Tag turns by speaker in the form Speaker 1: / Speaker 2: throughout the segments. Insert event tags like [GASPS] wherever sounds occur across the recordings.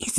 Speaker 1: Is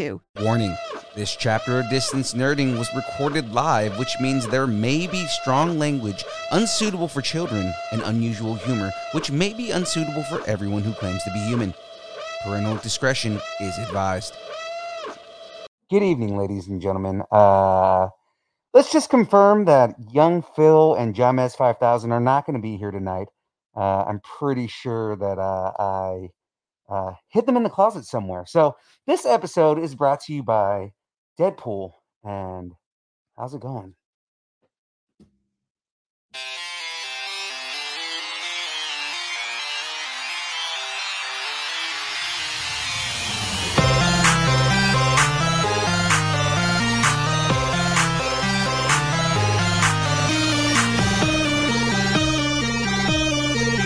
Speaker 2: Warning this chapter of Distance Nerding was recorded live, which means there may be strong language unsuitable for children and unusual humor, which may be unsuitable for everyone who claims to be human. Parental discretion is advised. Good evening, ladies and gentlemen. Uh, let's just confirm that Young Phil and James 5000 are not going to be here tonight. Uh, I'm pretty sure that uh, I uh, hid them in the closet somewhere. So this episode is brought to you by Deadpool. And how's it going?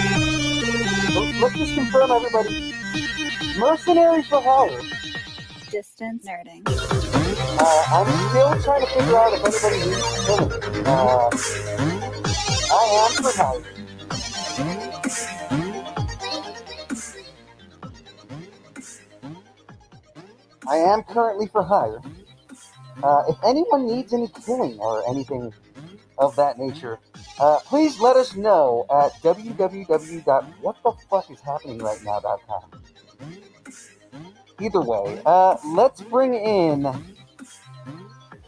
Speaker 2: Let- Let's just confirm everybody. Mercenaries for Hire.
Speaker 3: distance nerding.
Speaker 2: Uh, I'm still trying to figure out if anybody needs to film it. Uh, I am for help. I am currently for hire. Uh, if anyone needs any killing or anything of that nature, uh, please let us know at www.whatthefuckishappeningrightnow.com. Either way, uh, let's bring in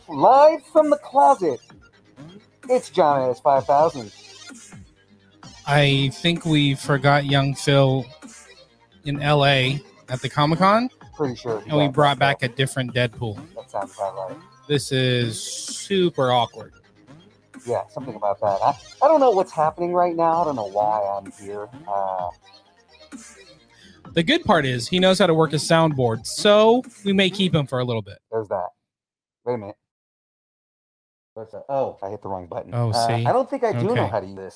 Speaker 2: live from the closet. It's John S five thousand.
Speaker 4: I think we forgot young Phil in LA at the Comic Con,
Speaker 2: Pretty sure. he
Speaker 4: and we
Speaker 2: got
Speaker 4: brought
Speaker 2: that.
Speaker 4: back a different Deadpool.
Speaker 2: That sounds about right.
Speaker 4: This is super awkward.
Speaker 2: Yeah, something about that. I, I don't know what's happening right now. I don't know why I'm here. Uh,
Speaker 4: The good part is he knows how to work a soundboard, so we may keep him for a little bit.
Speaker 2: there's that. Wait a minute. What's that? Oh, I hit the wrong button.
Speaker 4: Oh,
Speaker 2: Uh,
Speaker 4: see?
Speaker 2: I don't think I do know
Speaker 4: Okay.
Speaker 2: how to use this.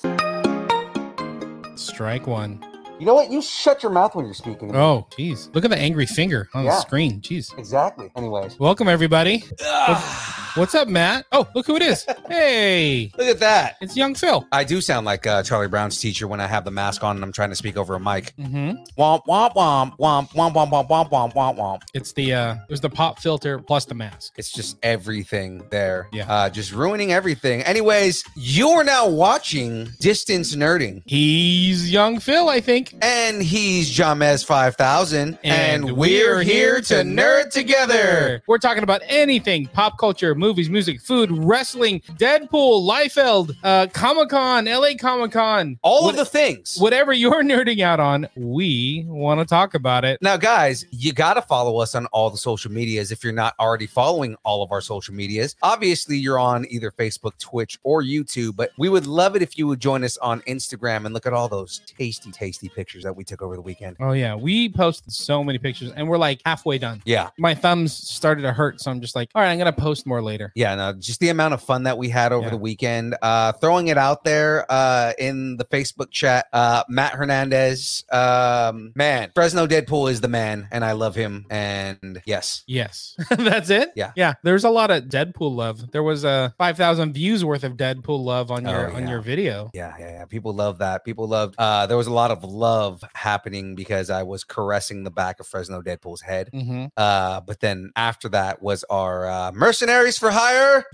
Speaker 4: Strike one.
Speaker 2: You know what? You shut your mouth when you're speaking. to me.
Speaker 4: Oh, jeez. Look at the angry finger on
Speaker 2: Yeah.
Speaker 4: the screen. Jeez.
Speaker 2: Exactly. Anyways,
Speaker 4: Welcome, everybody. What's up, Matt? Oh, look who it is. Hey,
Speaker 5: Look at that.
Speaker 4: it's young Phil.
Speaker 5: I do sound like uh, Charlie Brown's teacher when I have the mask on and I'm trying to speak over a mic.
Speaker 4: Mm-hmm.
Speaker 5: Womp, womp, womp, womp, womp, womp, womp, womp, womp, womp, womp.
Speaker 4: It's the uh, it was the pop filter plus the mask.
Speaker 5: It's just everything there.
Speaker 4: Yeah.
Speaker 5: Uh, just ruining everything. Anyways, you are now watching Distance Nerding.
Speaker 4: He's young Phil, I think.
Speaker 5: And he's Jamez 5000. And, we're, here to nerd together.
Speaker 4: We're talking about anything pop culture, movies, music, food, wrestling, Deadpool, Liefeld, uh, Comic Con, LA Comic Con.
Speaker 5: All of the things.
Speaker 4: Whatever you're [LAUGHS] nerding out on, we want to talk about it.
Speaker 5: Now, guys, you got to follow us on all the social medias if you're not already following all of our social medias. Obviously, you're on either Facebook, Twitch, or YouTube, but we would love it if you would join us on Instagram and look at all those tasty, tasty pictures that we took over the weekend.
Speaker 4: Oh, yeah. We posted so many pictures and we're like halfway done.
Speaker 5: Yeah.
Speaker 4: My thumbs started to hurt. So I'm just like, all right, I'm going to post more later.
Speaker 6: Yeah, no, just the amount of fun that we had over
Speaker 4: Yeah.
Speaker 6: the weekend. Uh, throwing it out there uh, in the Facebook chat, uh, Matt Hernandez, um, man, Fresno Deadpool is the man, and I love him. And yes,
Speaker 4: Yes, [LAUGHS] that's it.
Speaker 6: Yeah.
Speaker 4: yeah. There's a lot of Deadpool love. There was a uh, five thousand views worth of Deadpool love on your
Speaker 6: Oh,
Speaker 4: on
Speaker 6: yeah.
Speaker 4: your video.
Speaker 6: yeah, yeah, yeah. People love that. People loved. Uh, there was a lot of love happening because I was caressing the back of Fresno Deadpool's head.
Speaker 4: Mm-hmm.
Speaker 6: Uh, but then after that was our uh, mercenaries for
Speaker 4: [LAUGHS]
Speaker 6: hire,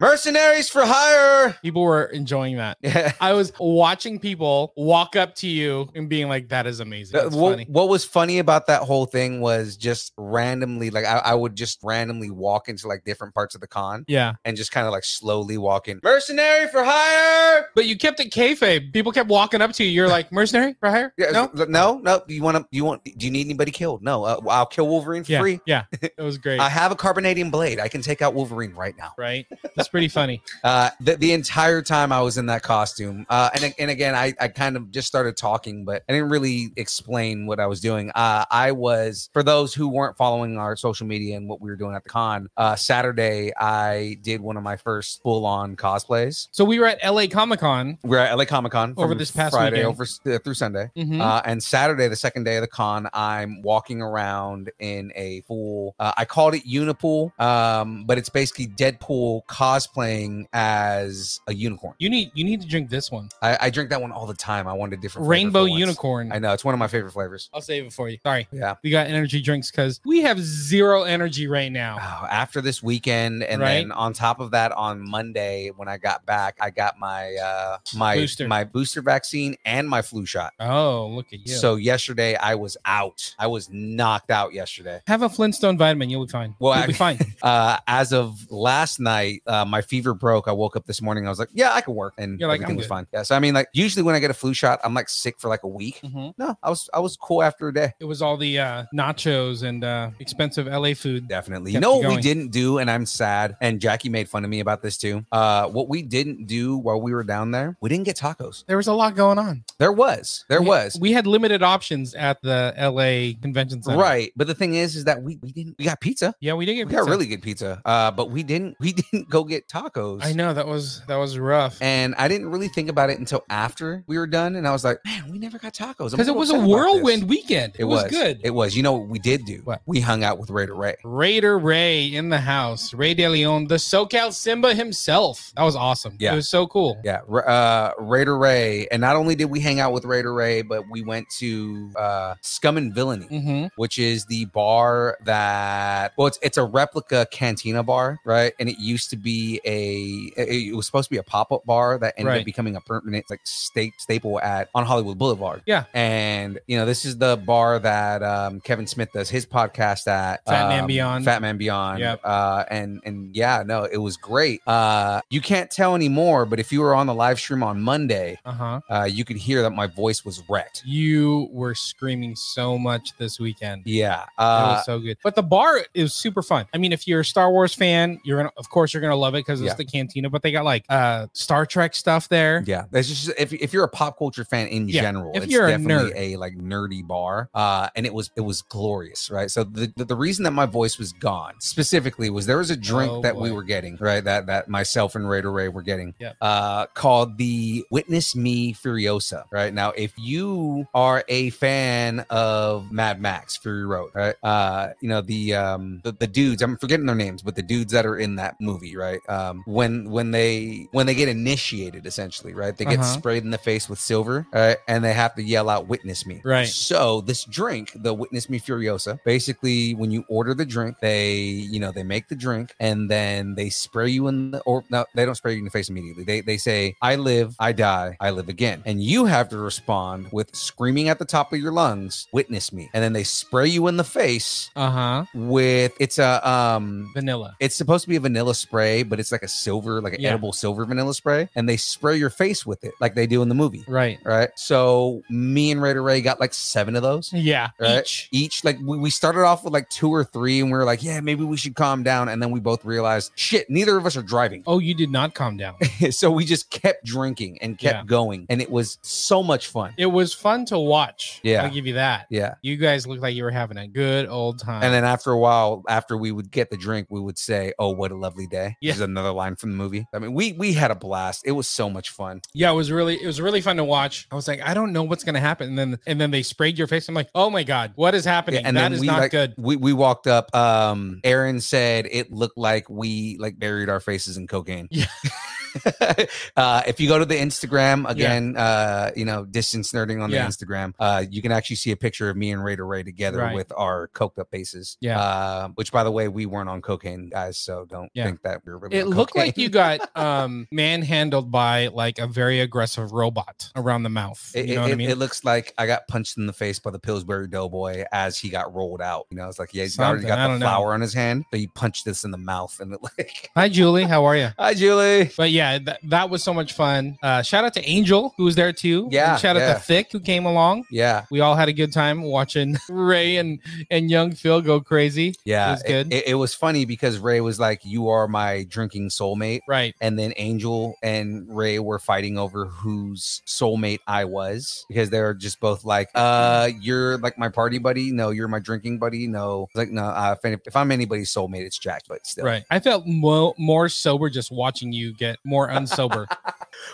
Speaker 6: mercenaries for hire. [LAUGHS]
Speaker 4: People were enjoying that.
Speaker 6: Yeah.
Speaker 4: I was watching people walk up to you and being like, "That is amazing."
Speaker 6: Th-
Speaker 4: It's
Speaker 6: what,
Speaker 4: funny. [LAUGHS]
Speaker 6: what was funny about that whole thing was just randomly, like I, I would just randomly walk into like different parts of the con
Speaker 4: Yeah,
Speaker 6: and just kind of like slowly walk in. Mercenary for hire.
Speaker 4: but you kept it kayfabe. People kept walking up to you. You're like mercenary for hire.
Speaker 6: Yeah,
Speaker 4: no.
Speaker 6: no, no, no. You want to? You want? Do you need anybody killed? No, uh, I'll kill Wolverine for
Speaker 4: Yeah,
Speaker 6: free.
Speaker 4: yeah.
Speaker 6: [LAUGHS]
Speaker 4: It was great.
Speaker 6: I have a carbonadium blade. I can take out Wolverine right now.
Speaker 4: right? That's pretty funny.
Speaker 6: Uh, the, the entire time I was in that costume. Uh, and, and again, I, I kind of just started talking, but I didn't really explain what I was doing. Uh, I was, for those who weren't following our social media and what we were doing at the con, uh, Saturday, I did one of my first full on cosplays.
Speaker 4: So we were at LA Comic Con.
Speaker 6: We We're at LA Comic Con
Speaker 4: Over
Speaker 6: from
Speaker 4: this past
Speaker 6: Friday
Speaker 4: weekend.
Speaker 6: over s- uh, through Sunday.
Speaker 4: Mhm.
Speaker 6: Uh, and Saturday, the second day of the con, I'm walking around in a full. Uh, I called it Unipool, um, but it's basically Deadpool cosplaying as a unicorn.
Speaker 4: you need you need to drink this one,
Speaker 6: I, I drink that one all the time. I wanted different flavor
Speaker 4: Rainbow
Speaker 6: for once.
Speaker 4: Unicorn.
Speaker 6: I know it's one of my favorite flavors.
Speaker 4: I'll save it for you. Sorry,
Speaker 6: Yeah.
Speaker 4: we got energy drinks because we have zero energy right now.
Speaker 6: Oh, after this weekend, and
Speaker 4: Right?
Speaker 6: then on top of that, on Monday when I got back, I got my uh my
Speaker 4: Booster.
Speaker 6: my booster vaccine and my flu shot.
Speaker 4: Oh, look at you. So
Speaker 6: Ah. So yesterday I was out. I was knocked out yesterday.
Speaker 4: have a Flintstone vitamin. You'll be fine.
Speaker 6: Well,
Speaker 4: you'll
Speaker 6: I
Speaker 4: be
Speaker 6: [LAUGHS]
Speaker 4: fine.
Speaker 6: Uh, as of last night, uh, my fever broke. I woke up this morning. I was like, "Yeah, I can work," and
Speaker 4: You're like,
Speaker 6: everything
Speaker 4: "I'm
Speaker 6: was
Speaker 4: good."
Speaker 6: fine. Yeah. So I mean, like, usually when I get a flu shot, I'm like sick for like a week.
Speaker 4: Mhm.
Speaker 6: No, I was I was cool after a day.
Speaker 4: It was all the uh, nachos and uh, expensive LA food.
Speaker 6: Definitely. You
Speaker 4: Kept
Speaker 6: know
Speaker 4: you
Speaker 6: what we
Speaker 4: going.
Speaker 6: didn't do, and I'm sad. And Jackie made fun of me about this too. Uh, what we didn't do while we were down there, we didn't get tacos.
Speaker 4: There was a lot going on.
Speaker 6: There was, there
Speaker 4: We-
Speaker 6: was,
Speaker 4: We had limited options at the LA convention center.
Speaker 6: right. But the thing is, is that we we didn't. We got pizza.
Speaker 4: Yeah, we did
Speaker 6: We
Speaker 4: get
Speaker 6: got
Speaker 4: pizza.
Speaker 6: really good pizza. Uh, but we didn't. We didn't go get tacos.
Speaker 4: I know that was that was rough.
Speaker 6: And I didn't really think about it until after we were done, and I was like, man, we never got tacos I'm
Speaker 4: Because it
Speaker 6: little
Speaker 4: was a
Speaker 6: upset about this."
Speaker 4: whirlwind weekend. It, was, good.
Speaker 6: It was. You know what we did do?
Speaker 4: What?
Speaker 6: We hung out with Raider Ray.
Speaker 4: Raider Ray in the house. Ray De Leon, the SoCal Simba himself. That was awesome.
Speaker 6: Yeah.
Speaker 4: It was so cool.
Speaker 6: Yeah, Ra- uh, Raider Ray, and not only did we hang out with Raider Ray, but we went to uh, Scum and Villainy,
Speaker 4: Mm-hmm.
Speaker 6: which is the bar that well, it's it's a replica cantina bar, right? And it used to be a it, it was supposed to be a pop up bar that ended
Speaker 4: Right.
Speaker 6: up becoming a permanent like state staple at on Hollywood Boulevard.
Speaker 4: Yeah.
Speaker 6: and you know this is the bar that um, Kevin Smith does his podcast at
Speaker 4: Fat Man
Speaker 6: um,
Speaker 4: Beyond.
Speaker 6: Fat Man Beyond.
Speaker 4: Yep.
Speaker 6: Uh, and and yeah, no, it was great. Uh, you can't tell anymore, but if you were on the live stream on Monday,
Speaker 4: Uh huh.
Speaker 6: uh, you could hear that my voice was wrecked.
Speaker 4: You were screaming so much this weekend.
Speaker 6: Yeah.
Speaker 4: It
Speaker 6: Uh,
Speaker 4: was so good. But the bar is super fun. I mean, if you're a Star Wars fan, you're gonna, of course, you're gonna love it because it's
Speaker 6: Yeah.
Speaker 4: the cantina. But they got like uh Star Trek stuff there.
Speaker 6: yeah, that's just if, if you're a pop culture fan in
Speaker 4: Yeah,
Speaker 6: general,
Speaker 4: if
Speaker 6: it's
Speaker 4: you're a
Speaker 6: definitely
Speaker 4: nerd.
Speaker 6: a, like nerdy bar. Uh, and it was it was glorious, right? So the, the, the reason that my voice was gone specifically was there was a drink
Speaker 4: Oh,
Speaker 6: that we
Speaker 4: boy.
Speaker 6: were getting, right? That that myself and Raider Ray were getting,
Speaker 4: Yep.
Speaker 6: uh, called the Witness Me Furiosa. Right now, if you are a fan of Mad Max Fury Road, right? Uh, you know the um the, the dudes. I'm forgetting their names, but the dudes that are in that movie, right? Um, when when they when they get initiated, essentially, right? They get
Speaker 4: Uh-huh.
Speaker 6: sprayed in the face with silver, right? And they have to yell out "Witness Me."
Speaker 4: Right.
Speaker 6: So this drink, the Witness Me Furiosa, basically when you order the drink, they you know they make the drink and then they spray you in the or no, they don't spray you in the face immediately. They they say, "I live, I die, I live again," and you have to respond with screaming at the top of your lungs, "Witness me!" And then they spray you in the face
Speaker 4: Uh huh.
Speaker 6: with it's a um
Speaker 4: Vanilla.
Speaker 6: it's supposed to be a vanilla spray, but it's like a silver, like an
Speaker 4: Yeah.
Speaker 6: edible silver vanilla spray, and they spray your face with it like they do in the movie.
Speaker 4: Right.
Speaker 6: Right. So me and Raider Ray got like seven of those
Speaker 4: Yeah.
Speaker 6: Right.
Speaker 4: Each.
Speaker 6: each. Like we, we started off with like two or three, and we were like, yeah, maybe we should calm down. And then we both realized, shit, neither of us are driving. [LAUGHS]
Speaker 4: Oh, you did not calm down.
Speaker 6: so we just kept drinking and kept
Speaker 4: Yeah.
Speaker 6: going, and it was so much fun.
Speaker 4: it was fun to watch.
Speaker 6: Yeah.
Speaker 4: I'll give you that.
Speaker 6: Yeah.
Speaker 4: You guys looked like you were having a good old time.
Speaker 6: And then after a while, after we would get the drink, we would say, "Oh, what a lovely day."
Speaker 4: Yeah.
Speaker 6: This is another line from the movie. I mean, we we had a blast. It was so much fun.
Speaker 4: Yeah, it was really it was really fun to watch. I was like, I don't know what's gonna happen, and then and then they sprayed your face. I'm like, oh my god, what is happening?
Speaker 6: Yeah, and
Speaker 4: that
Speaker 6: then
Speaker 4: is
Speaker 6: we,
Speaker 4: not
Speaker 6: like,
Speaker 4: good.
Speaker 6: We we walked up. Um, Aaron said it looked like we like buried our faces in cocaine.
Speaker 4: Yeah.
Speaker 6: [LAUGHS] uh, if you go to the Instagram again, uh, you know, distance nerding on
Speaker 4: Yeah.
Speaker 6: the Instagram, uh, you can actually see a picture of me and Ray to Ray together
Speaker 4: Right.
Speaker 6: with our coked up faces.
Speaker 4: Yeah.
Speaker 6: Uh, which by the way, we weren't on cocaine, guys, so don't
Speaker 4: Yeah.
Speaker 6: think that we were really
Speaker 4: It
Speaker 6: on
Speaker 4: looked like
Speaker 6: cocaine.
Speaker 4: you got um [LAUGHS] manhandled by like a very aggressive robot around the mouth.
Speaker 6: It,
Speaker 4: you know
Speaker 6: it,
Speaker 4: what I
Speaker 6: it-
Speaker 4: mean?
Speaker 6: it looks like I got punched in the face by the Pillsbury Doughboy as he got rolled out. You know, it's like yeah, he's already
Speaker 4: Something,
Speaker 6: got
Speaker 4: I
Speaker 6: the
Speaker 4: don't know.
Speaker 6: flower on his hand, but he punched this in the mouth, and it [LAUGHS] like,
Speaker 4: Hi, Julie. How are you?
Speaker 6: hi, Julie.
Speaker 4: But yeah, that, that was so much fun. Uh, shout out to Angel who was there too. And
Speaker 6: Yeah,
Speaker 4: shout out
Speaker 6: yeah.
Speaker 4: to Thick who came along.
Speaker 6: Yeah,
Speaker 4: We all had a good time watching [LAUGHS] Ray and and young Phil go crazy.
Speaker 6: yeah,
Speaker 4: it was good.
Speaker 6: It, it was funny because Ray was like, "You are my drinking soulmate,"
Speaker 4: right.
Speaker 6: and then Angel and Ray were fighting over whose soulmate I was because they were just both like, "Uh, you're like my party buddy. No, you're my drinking buddy. No, like no. Uh, if, any, if I'm anybody's soulmate, it's Jack." But still,
Speaker 4: Right. I felt mo- more sober just watching you get more unsober.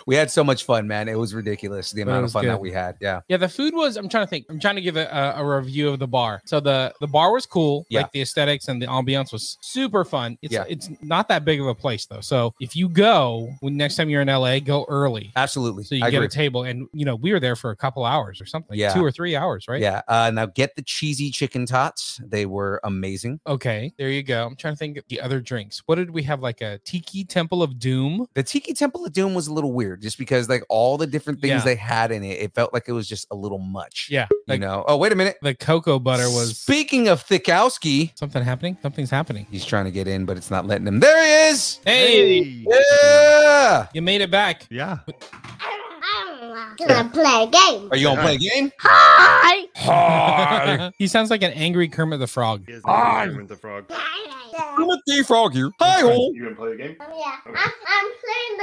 Speaker 6: we had so much fun, man. It was ridiculous the
Speaker 4: But it
Speaker 6: amount of
Speaker 4: was
Speaker 6: fun that
Speaker 4: good.
Speaker 6: we had. Yeah.
Speaker 4: yeah, the food was. I'm trying to think. I'm trying to give a, a, a review of the bar. So the the bar was cool.
Speaker 6: Yeah.
Speaker 4: Like the aesthetics and the ambiance was super fun. It's
Speaker 6: Yeah.
Speaker 4: it's not that big of a place though. So if you go when next time you're in LA, go early.
Speaker 6: Absolutely.
Speaker 4: So you
Speaker 6: I
Speaker 4: get
Speaker 6: agree.
Speaker 4: a table, and you know we were there for a couple hours or something,
Speaker 6: Yeah.
Speaker 4: two or three hours, right?
Speaker 6: Yeah. Uh, now get the cheesy chicken tots. They were amazing.
Speaker 4: Okay, there you go. I'm trying to think of the other drinks. What did we have? Like a tiki temple of doom.
Speaker 6: The Tiki Temple of Doom was a little weird just because like all the different things
Speaker 4: Yeah.
Speaker 6: they had in it, it felt like it was just a little much.
Speaker 4: Yeah,
Speaker 6: You
Speaker 4: like
Speaker 6: know. Oh, wait a minute.
Speaker 4: the cocoa butter was
Speaker 6: Speaking of Thickowski,
Speaker 4: something happening. Something's happening.
Speaker 6: he's trying to get in, but it's not letting him. There he is.
Speaker 4: Hey,
Speaker 6: Yeah.
Speaker 4: you made it back.
Speaker 7: Yeah.
Speaker 8: Gonna play a game.
Speaker 6: Are you gonna play a game?
Speaker 8: Hi.
Speaker 6: Hi.
Speaker 4: [LAUGHS] he sounds like an angry Kermit the Frog.
Speaker 7: He is not Kermit the Frog.
Speaker 8: Oh
Speaker 6: Frog here. Hi, hole.
Speaker 7: You gonna play the game?
Speaker 8: yeah, I'm, I'm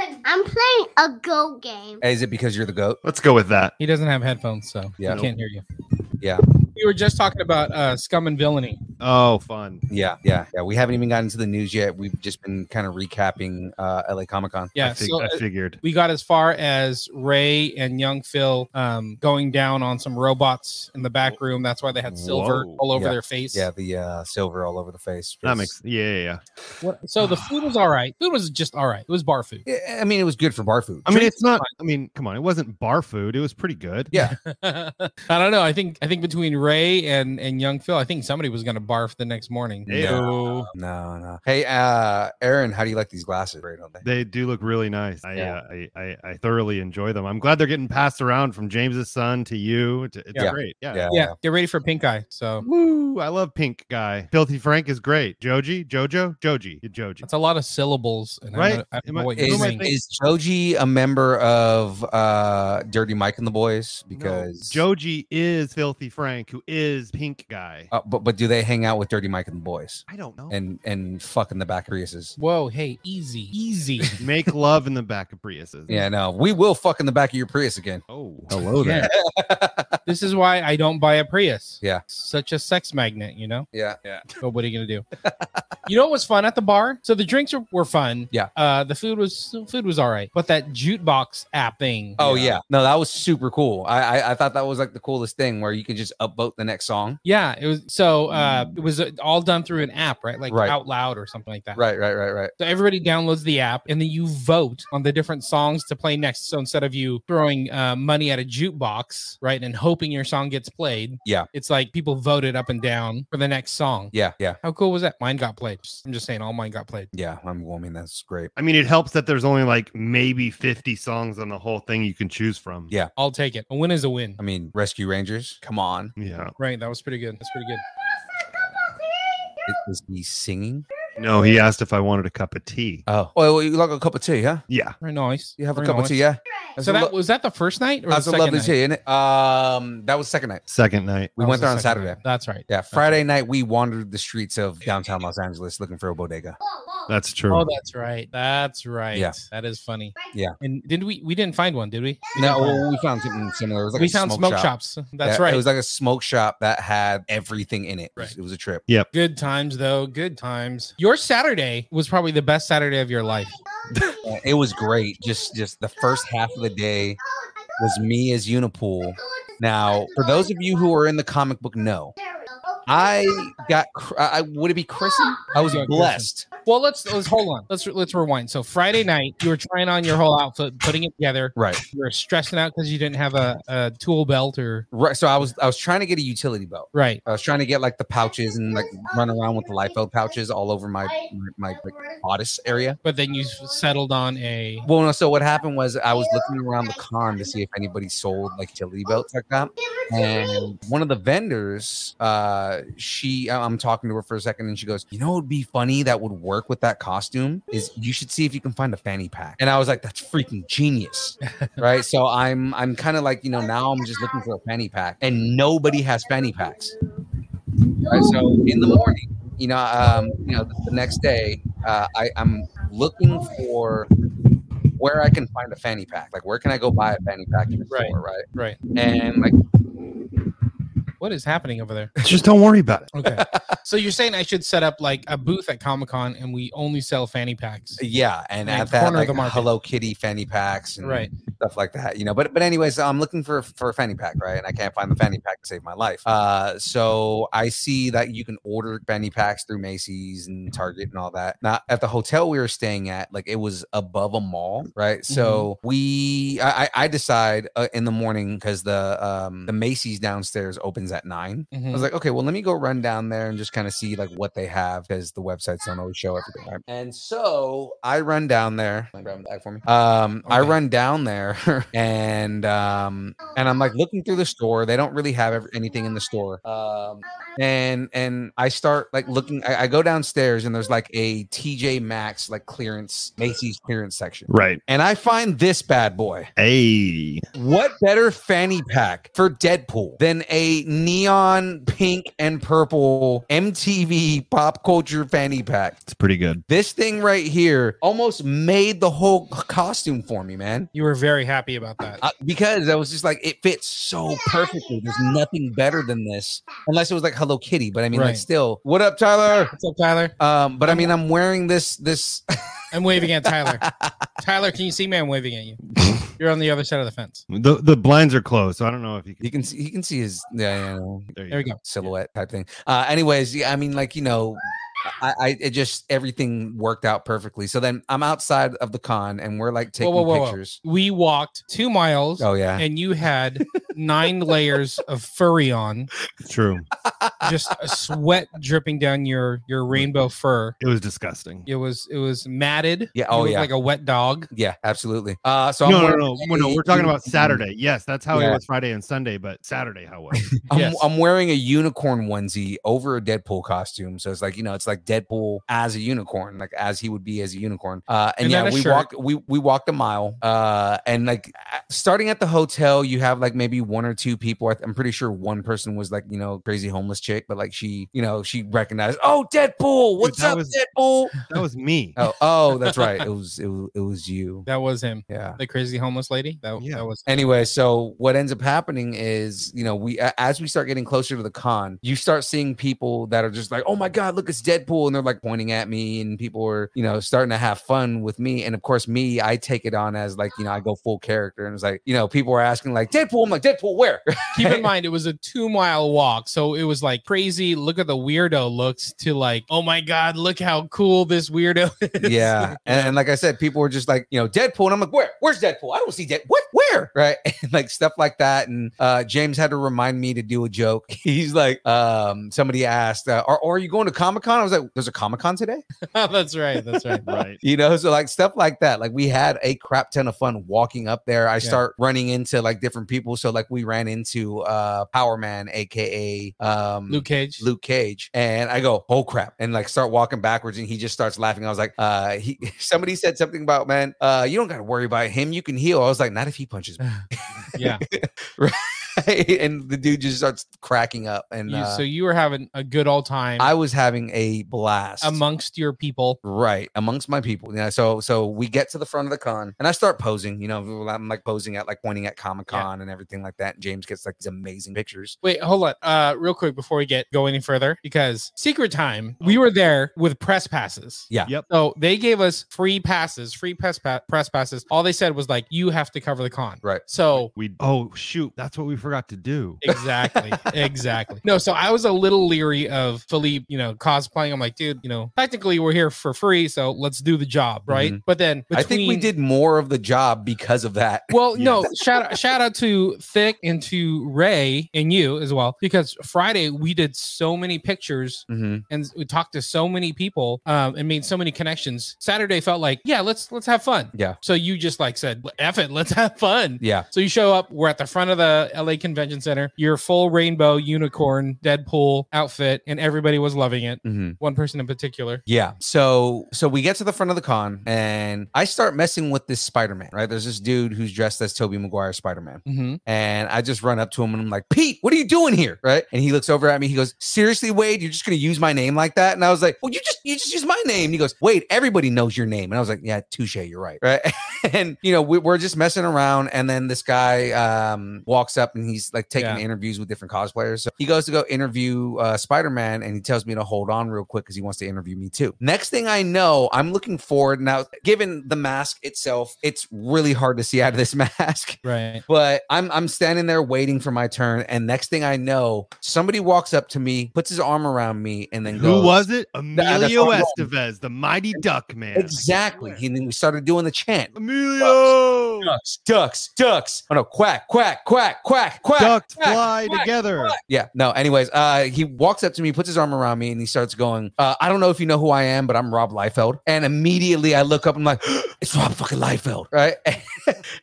Speaker 8: playing the I'm playing a go game.
Speaker 6: Is it because you're the goat?
Speaker 7: Let's go with that.
Speaker 4: He doesn't have headphones, so
Speaker 6: Yeah.
Speaker 4: yeah, can't hear you.
Speaker 6: Yeah.
Speaker 4: We were just talking about uh, scum and villainy.
Speaker 7: Oh, fun.
Speaker 6: Yeah, yeah, yeah. We haven't even gotten to the news yet. We've just been kind of recapping uh LA Comic Con.
Speaker 4: Yeah,
Speaker 7: I, fig-
Speaker 4: so
Speaker 7: I
Speaker 4: uh,
Speaker 7: figured.
Speaker 4: we got as far as Ray and Young Phil um, going down on some robots in the back room. That's why they had silver
Speaker 7: Whoa.
Speaker 4: all over
Speaker 6: Yeah.
Speaker 4: their face.
Speaker 6: Yeah, the uh silver all over the face.
Speaker 7: That
Speaker 6: was-
Speaker 7: makes yeah, yeah, yeah.
Speaker 4: What- so the food was all right. Food was just all right. It was bar food. [LAUGHS]
Speaker 6: Yeah, I mean, it was good for bar food.
Speaker 7: I mean,
Speaker 4: Drinks
Speaker 7: it's not.
Speaker 4: was
Speaker 7: I mean, come on. It wasn't bar food. It was pretty good.
Speaker 6: Yeah.
Speaker 4: I don't know. I think I think between Ray and and Young Phil, I think somebody was going to barf the next morning.
Speaker 7: Yeah.
Speaker 4: So-
Speaker 6: No, no. Hey, uh, Aaron, how do you like these glasses? Right, don't they?
Speaker 7: They do look really nice. I,
Speaker 6: Yeah.
Speaker 7: uh, I, I I thoroughly enjoy them. I'm glad they're getting passed around from James's son to you. To, it's
Speaker 6: Yeah.
Speaker 7: great. uh, Yeah.
Speaker 6: Yeah.
Speaker 4: yeah, get ready for pink eye. So
Speaker 7: Woo! I love Pink Guy. Filthy Frank is great. Joji, Jojo, Joji, Joji.
Speaker 4: That's a lot of syllables, and
Speaker 7: Right?
Speaker 4: I don't, I don't
Speaker 7: Am I-
Speaker 4: know what you're
Speaker 6: Is,
Speaker 7: am I
Speaker 4: saying.
Speaker 7: thinking?
Speaker 6: is Joji a member of uh Dirty Mike and the Boys?
Speaker 7: No,
Speaker 6: Because
Speaker 7: Joji is Filthy Frank, who is Pink Guy.
Speaker 6: uh, but but do they hang out with Dirty Mike and the Boys
Speaker 7: I don't know.
Speaker 6: and and fuck in the back of Priuses?
Speaker 4: Whoa, hey, easy, easy.
Speaker 7: Make love in the back of Priuses.
Speaker 6: Yeah, no, we will fuck in the back of your Prius again.
Speaker 7: Oh.
Speaker 6: Hello
Speaker 4: there. [LAUGHS] this is why I don't buy a Prius.
Speaker 6: Yeah.
Speaker 4: such a sex magnet, you know.
Speaker 6: yeah, yeah.
Speaker 4: But what are you gonna do? [LAUGHS] you know what was fun at the bar? So the drinks were, were fun.
Speaker 6: Yeah.
Speaker 4: Uh, the food was food was all right, but that jukebox app thing.
Speaker 6: Oh yeah. no, that was super cool. I, I I thought that was like the coolest thing where you can just upvote the next song.
Speaker 4: Yeah, it was so uh
Speaker 7: Mm.
Speaker 4: it was uh, all done through an app, right? Like
Speaker 6: Right.
Speaker 4: out loud or something like that.
Speaker 6: Right, right, right, right.
Speaker 4: So everybody downloads the app and then you vote on the different songs to play next. So instead of you throwing uh, money at a jukebox, right, and hoping your song gets played,
Speaker 6: Yeah.
Speaker 4: it's like people voted up and down for the next song.
Speaker 6: Yeah, yeah,
Speaker 4: How cool was that? Mine got played. Just- I'm just saying, all mine got played.
Speaker 6: yeah. I'm well, I mean, that's great.
Speaker 7: I mean, it helps that there's only like maybe 50 songs on the whole thing you can choose from.
Speaker 6: Yeah.
Speaker 4: I'll take it. A win is a win.
Speaker 6: I mean, Rescue Rangers. Come on,
Speaker 7: Yeah.
Speaker 4: Right, that was pretty good. That's pretty good.
Speaker 6: it was he singing?
Speaker 7: No, he asked if I wanted a cup of tea.
Speaker 6: Oh, oh, you like a cup of tea, huh?
Speaker 7: Yeah.
Speaker 4: Very nice.
Speaker 6: You have a
Speaker 4: Very
Speaker 6: cup of
Speaker 4: nice.
Speaker 6: tea, yeah. That's
Speaker 4: So
Speaker 6: a
Speaker 4: that
Speaker 6: lo-
Speaker 4: was that the first night or the
Speaker 6: that's a
Speaker 4: second
Speaker 6: lovely
Speaker 4: night?
Speaker 6: tea, isn't it? Um, that was second night.
Speaker 7: Second night.
Speaker 6: We
Speaker 4: That was
Speaker 6: went
Speaker 4: the
Speaker 6: there on
Speaker 4: second night.
Speaker 6: Saturday.
Speaker 4: That's right.
Speaker 6: Yeah, Friday night we wandered the streets of downtown Los Angeles looking for a bodega.
Speaker 7: That's true.
Speaker 4: Oh, that's right. That's right.
Speaker 6: Yeah.
Speaker 4: That is funny.
Speaker 6: Yeah.
Speaker 4: And didn't we we didn't find one, did we?
Speaker 6: No, [LAUGHS] well, we found something similar. It was like
Speaker 4: we
Speaker 6: a
Speaker 4: found
Speaker 6: smoke,
Speaker 4: smoke,
Speaker 6: shop.
Speaker 4: shops. That's
Speaker 6: Yeah,
Speaker 4: right.
Speaker 6: It was like a smoke shop that had everything in it. It was-
Speaker 4: Right.
Speaker 6: It was a [LAUGHS] trip.
Speaker 4: good times though. Good times. Your Saturday was probably the best Saturday of your life.
Speaker 6: Uh, It was great. Just just the first half of the day was me as Unipool. Now, for those of you who are in the comic book, know I got. Cr- I I- would it be christened? I was
Speaker 4: You got
Speaker 6: blessed.
Speaker 4: Well, let's let's hold on. Let's let's rewind. So Friday night, you were trying on your whole outfit, putting it together.
Speaker 6: Right.
Speaker 4: You were stressing out because you didn't have a, a tool belt or
Speaker 6: Right. So I was. I was trying to get a utility belt.
Speaker 4: right.
Speaker 6: I was trying to get like the pouches and like run around with the Liefeld pouches all over my my, my like, bodice area.
Speaker 4: But then you settled on a
Speaker 6: Well, no. So what happened was I was looking around the con to see if anybody sold like utility belts like that. and one of the vendors uh she I- i'm talking to her for a second and she goes you know what would be funny that would work with that costume is you should see if you can find a fanny pack and i was like that's freaking genius right so i'm i'm kind of like you know now i'm just looking for a fanny pack and nobody has fanny packs right so in the morning you know um you know the, the next day uh i i'm looking for where I can find a fanny pack, like where can I go buy a fanny pack in the
Speaker 4: Right.
Speaker 6: store, right?
Speaker 4: right.
Speaker 6: And like
Speaker 4: What is happening over there?
Speaker 7: Just don't worry about it.
Speaker 6: [LAUGHS]
Speaker 4: Okay. so you're saying I should set up like a booth at Comic Con and we only sell fanny packs.
Speaker 6: Yeah, and
Speaker 4: Like,
Speaker 6: at that
Speaker 4: corner of
Speaker 6: like
Speaker 4: the market.
Speaker 6: Hello Kitty fanny packs and
Speaker 4: Right.
Speaker 6: stuff like that, you know. But but anyways, I'm looking for for a fanny pack, right? And I can't find the fanny pack to save my life. Uh, so I see that you can order fanny packs through Macy's and Target and all that. Now at the hotel we were staying at, like it was above a mall, right?
Speaker 4: Mm-hmm.
Speaker 6: So we I I I decide uh, in the morning because the um the Macy's downstairs opens at nine. I
Speaker 4: Mhm.
Speaker 6: was like, okay, well, let me go run down there and just kind of see like what they have because the websites don't always show everything. right? And so I run down there. Can I grab the bag for me? Um, I
Speaker 4: Okay.
Speaker 6: run down there [LAUGHS] and um and I'm like looking through the store. They don't really have ev- anything in the store. Um, and and I start like looking. I, I go downstairs and there's like a TJ Maxx like clearance Macy's clearance section.
Speaker 7: Right.
Speaker 6: And I find this bad boy.
Speaker 7: Hey.
Speaker 6: What better fanny pack for Deadpool than a neon pink and purple MTV pop culture fanny pack?
Speaker 7: It's pretty good.
Speaker 6: This thing right here almost made the whole costume for me, man.
Speaker 4: You were very happy about that.
Speaker 6: Uh, because I was just like, it fits so perfectly. There's nothing better than this, unless it was like Hello Kitty. But I mean, like,
Speaker 4: Right.
Speaker 6: still, what up, Tyler?
Speaker 4: What's up, Tyler?
Speaker 6: Um, but I mean, I'm wearing this. This [LAUGHS]
Speaker 4: I'm waving at Tyler. Tyler, can you see me? I'm waving at you. You're on the other side of the fence.
Speaker 7: The the blinds are closed, so I don't know if you
Speaker 6: you
Speaker 7: can.
Speaker 6: can see. You can see his yeah, yeah, yeah.
Speaker 7: There you
Speaker 4: There we go.
Speaker 6: silhouette type thing. Uh, anyways, yeah, I mean, like you know, I, I it just everything worked out perfectly. So then I'm outside of the con and we're like taking
Speaker 4: whoa, whoa, whoa.
Speaker 6: pictures.
Speaker 4: We walked two miles
Speaker 6: Oh yeah,
Speaker 4: and you had nine layers of furry on,
Speaker 7: It's true.
Speaker 4: just a
Speaker 6: [LAUGHS]
Speaker 4: sweat dripping down your your rainbow fur.
Speaker 7: It was disgusting.
Speaker 4: It was it was matted. You
Speaker 6: Yeah, oh,
Speaker 4: looked
Speaker 6: yeah.
Speaker 4: like a wet dog.
Speaker 6: yeah, absolutely. Uh, so
Speaker 7: no,
Speaker 6: I'm
Speaker 7: no,
Speaker 6: wearing Mm-hmm.
Speaker 7: no, no, no,
Speaker 6: [LAUGHS]
Speaker 7: We're talking about
Speaker 6: a-
Speaker 7: Saturday. Yes, that's how
Speaker 6: Yeah.
Speaker 7: it was Friday and Sunday, but Saturday how it was.
Speaker 6: I'm,
Speaker 4: Yes.
Speaker 6: I'm wearing a unicorn onesie over a Deadpool costume, so it's like you know, it's like Deadpool as a unicorn, like as he would be as a unicorn. Uh, and
Speaker 4: And
Speaker 6: yeah,
Speaker 4: then a
Speaker 6: we
Speaker 4: shirt.
Speaker 6: walked we we walked a mile. Uh, and like a- starting at the hotel, you have like maybe one or two people. I th- I'm pretty sure one person was like you know crazy homeless chick, but like she you know she recognized, oh Deadpool, what's
Speaker 7: that
Speaker 6: up
Speaker 7: was-
Speaker 4: [LAUGHS]
Speaker 6: Deadpool?
Speaker 7: That was [LAUGHS] me.
Speaker 6: oh, oh, that's right. It was it was, it was you.
Speaker 4: That was him.
Speaker 6: Yeah.
Speaker 4: The crazy homeless lady. That,
Speaker 7: Yeah.
Speaker 4: that was
Speaker 6: Anyway, so what ends up happening is, you know, we a- as we start getting closer to the con, you start seeing people that are just like, "Oh my god, look, it's Deadpool," and they're like pointing at me, and people are, you know, starting to have fun with me. And of course, me, I take it on as like, you know, I go full character, and it's like, you know, people are asking like, "Deadpool," I'm like, "Deadpool, where?"
Speaker 4: keep in mind it was a two mile walk so it was like crazy look at the weirdo looks to like oh my god look how cool this weirdo [LAUGHS] is.
Speaker 6: yeah, and, and like I said, people were just like, you know, Deadpool, and I'm like, "Where? Where's Deadpool? I don't see Deadpool. What? Where?" [LAUGHS] Right, and like stuff like that. And uh, James had to remind me to do a joke. [LAUGHS] He's like, um, somebody asked, uh, are, "Are you going to Comic Con?" I was like, "There's a Comic Con today." [LAUGHS]
Speaker 4: Oh, that's right that's right
Speaker 7: Right.
Speaker 6: you know so like stuff like that like we had a crap ton of fun walking up there i start running into like different people so like we ran into uh power man aka um
Speaker 4: luke cage
Speaker 6: Luke Cage and I go, oh crap, and like start walking backwards, and he just starts laughing. I was like, uh, he [LAUGHS] somebody said something about [LAUGHS] man, uh, you don't got to worry about him, you can heal. I was like, not if he punches me.
Speaker 4: yeah
Speaker 6: and the dude just starts cracking up. And
Speaker 4: You-
Speaker 6: uh,
Speaker 4: so you were having a good old time
Speaker 6: I was having a blast.
Speaker 4: amongst your people.
Speaker 6: Right amongst my people, yeah. So, so we get to the front of the con, and I start posing. You know, I'm like posing at, like pointing at Comic Con and everything like that. And James gets like these amazing pictures.
Speaker 4: Wait, hold on. Uh, real quick before we get go any further, because Secret Time, we were there with press passes.
Speaker 6: Yeah.
Speaker 7: Yep.
Speaker 4: So they gave us free passes, free press pa- press passes. All they said was like, you have to cover the con.
Speaker 6: Right.
Speaker 4: So
Speaker 7: We oh shoot, that's what we forgot to do.
Speaker 6: [LAUGHS]
Speaker 4: exactly, exactly. No, so I was a little leery of Philippe, you know, cosplaying. I'm like, dude, you know, technically we're here for free, so let's do the job, right?
Speaker 6: Mhm.
Speaker 4: But then
Speaker 6: I think we
Speaker 4: between-
Speaker 6: did more of the job because of that.
Speaker 4: [LAUGHS] Well, no, shout out, shout out to Thick and to Ray and you as well because Friday we did so many pictures
Speaker 6: Mhm.
Speaker 4: and we talked to so many people um, and made so many connections. Saturday felt like yeah, let's let's have fun.
Speaker 6: Yeah.
Speaker 4: So you just like said, "F it, let's have fun."
Speaker 6: Yeah.
Speaker 4: So you show up. We're at the front of the LA Convention Center. Your full rainbow unicorn Deadpool outfit, and everybody was loving it.
Speaker 6: Mm-hmm.
Speaker 4: One person in particular.
Speaker 6: Yeah. So so we get to the front of the con and I start messing with this Spider-Man, right? There's this dude who's dressed as Toby Maguire Spider-Man.
Speaker 4: Mm-hmm.
Speaker 6: And I just run up to him and I'm like, Pete, what are you doing here? Right. And he looks over at me. He goes, Seriously, Wade, you're just gonna use my name like that? And I was like, Well, you just you just use my name. And he goes, Wade, everybody knows your name. And I was like, Yeah, touche, you're right. Right. [LAUGHS] and you know, we, we're just messing around. And then this guy um walks up and he's like taking
Speaker 4: Yeah.
Speaker 6: interviews with different cosplayers. So he goes to go interview uh Spider-Man and he tells me to hold on real quick because he wants to interview me too. Next thing I know, I'm looking forward now, given the mask itself, it's really hard to see out of this [LAUGHS] mask.
Speaker 4: Right.
Speaker 6: But I'm I'm standing there waiting for my turn, and next thing I know, somebody walks up to me, puts his arm around me, and then
Speaker 7: Who
Speaker 6: goes,
Speaker 7: was it?
Speaker 6: that's
Speaker 7: Emilio
Speaker 6: Arnold.
Speaker 7: Estevez, the mighty duck man.
Speaker 6: exactly? And then we started doing the chant:
Speaker 7: Emilio
Speaker 6: ducks, ducks, ducks. Oh no, quack, quack, quack, quack, quack.
Speaker 7: ducks
Speaker 6: quack,
Speaker 7: fly
Speaker 6: quack,
Speaker 7: together.
Speaker 6: Yeah. No. Anyways, uh, he walks up to me, puts his arm around me, and he starts going, uh, "I don't know if you know who I am, but I'm Rob Liefeld." And immediately I look up, I'm like, [GASPS] "It's Rob fucking Liefeld, right?" [LAUGHS]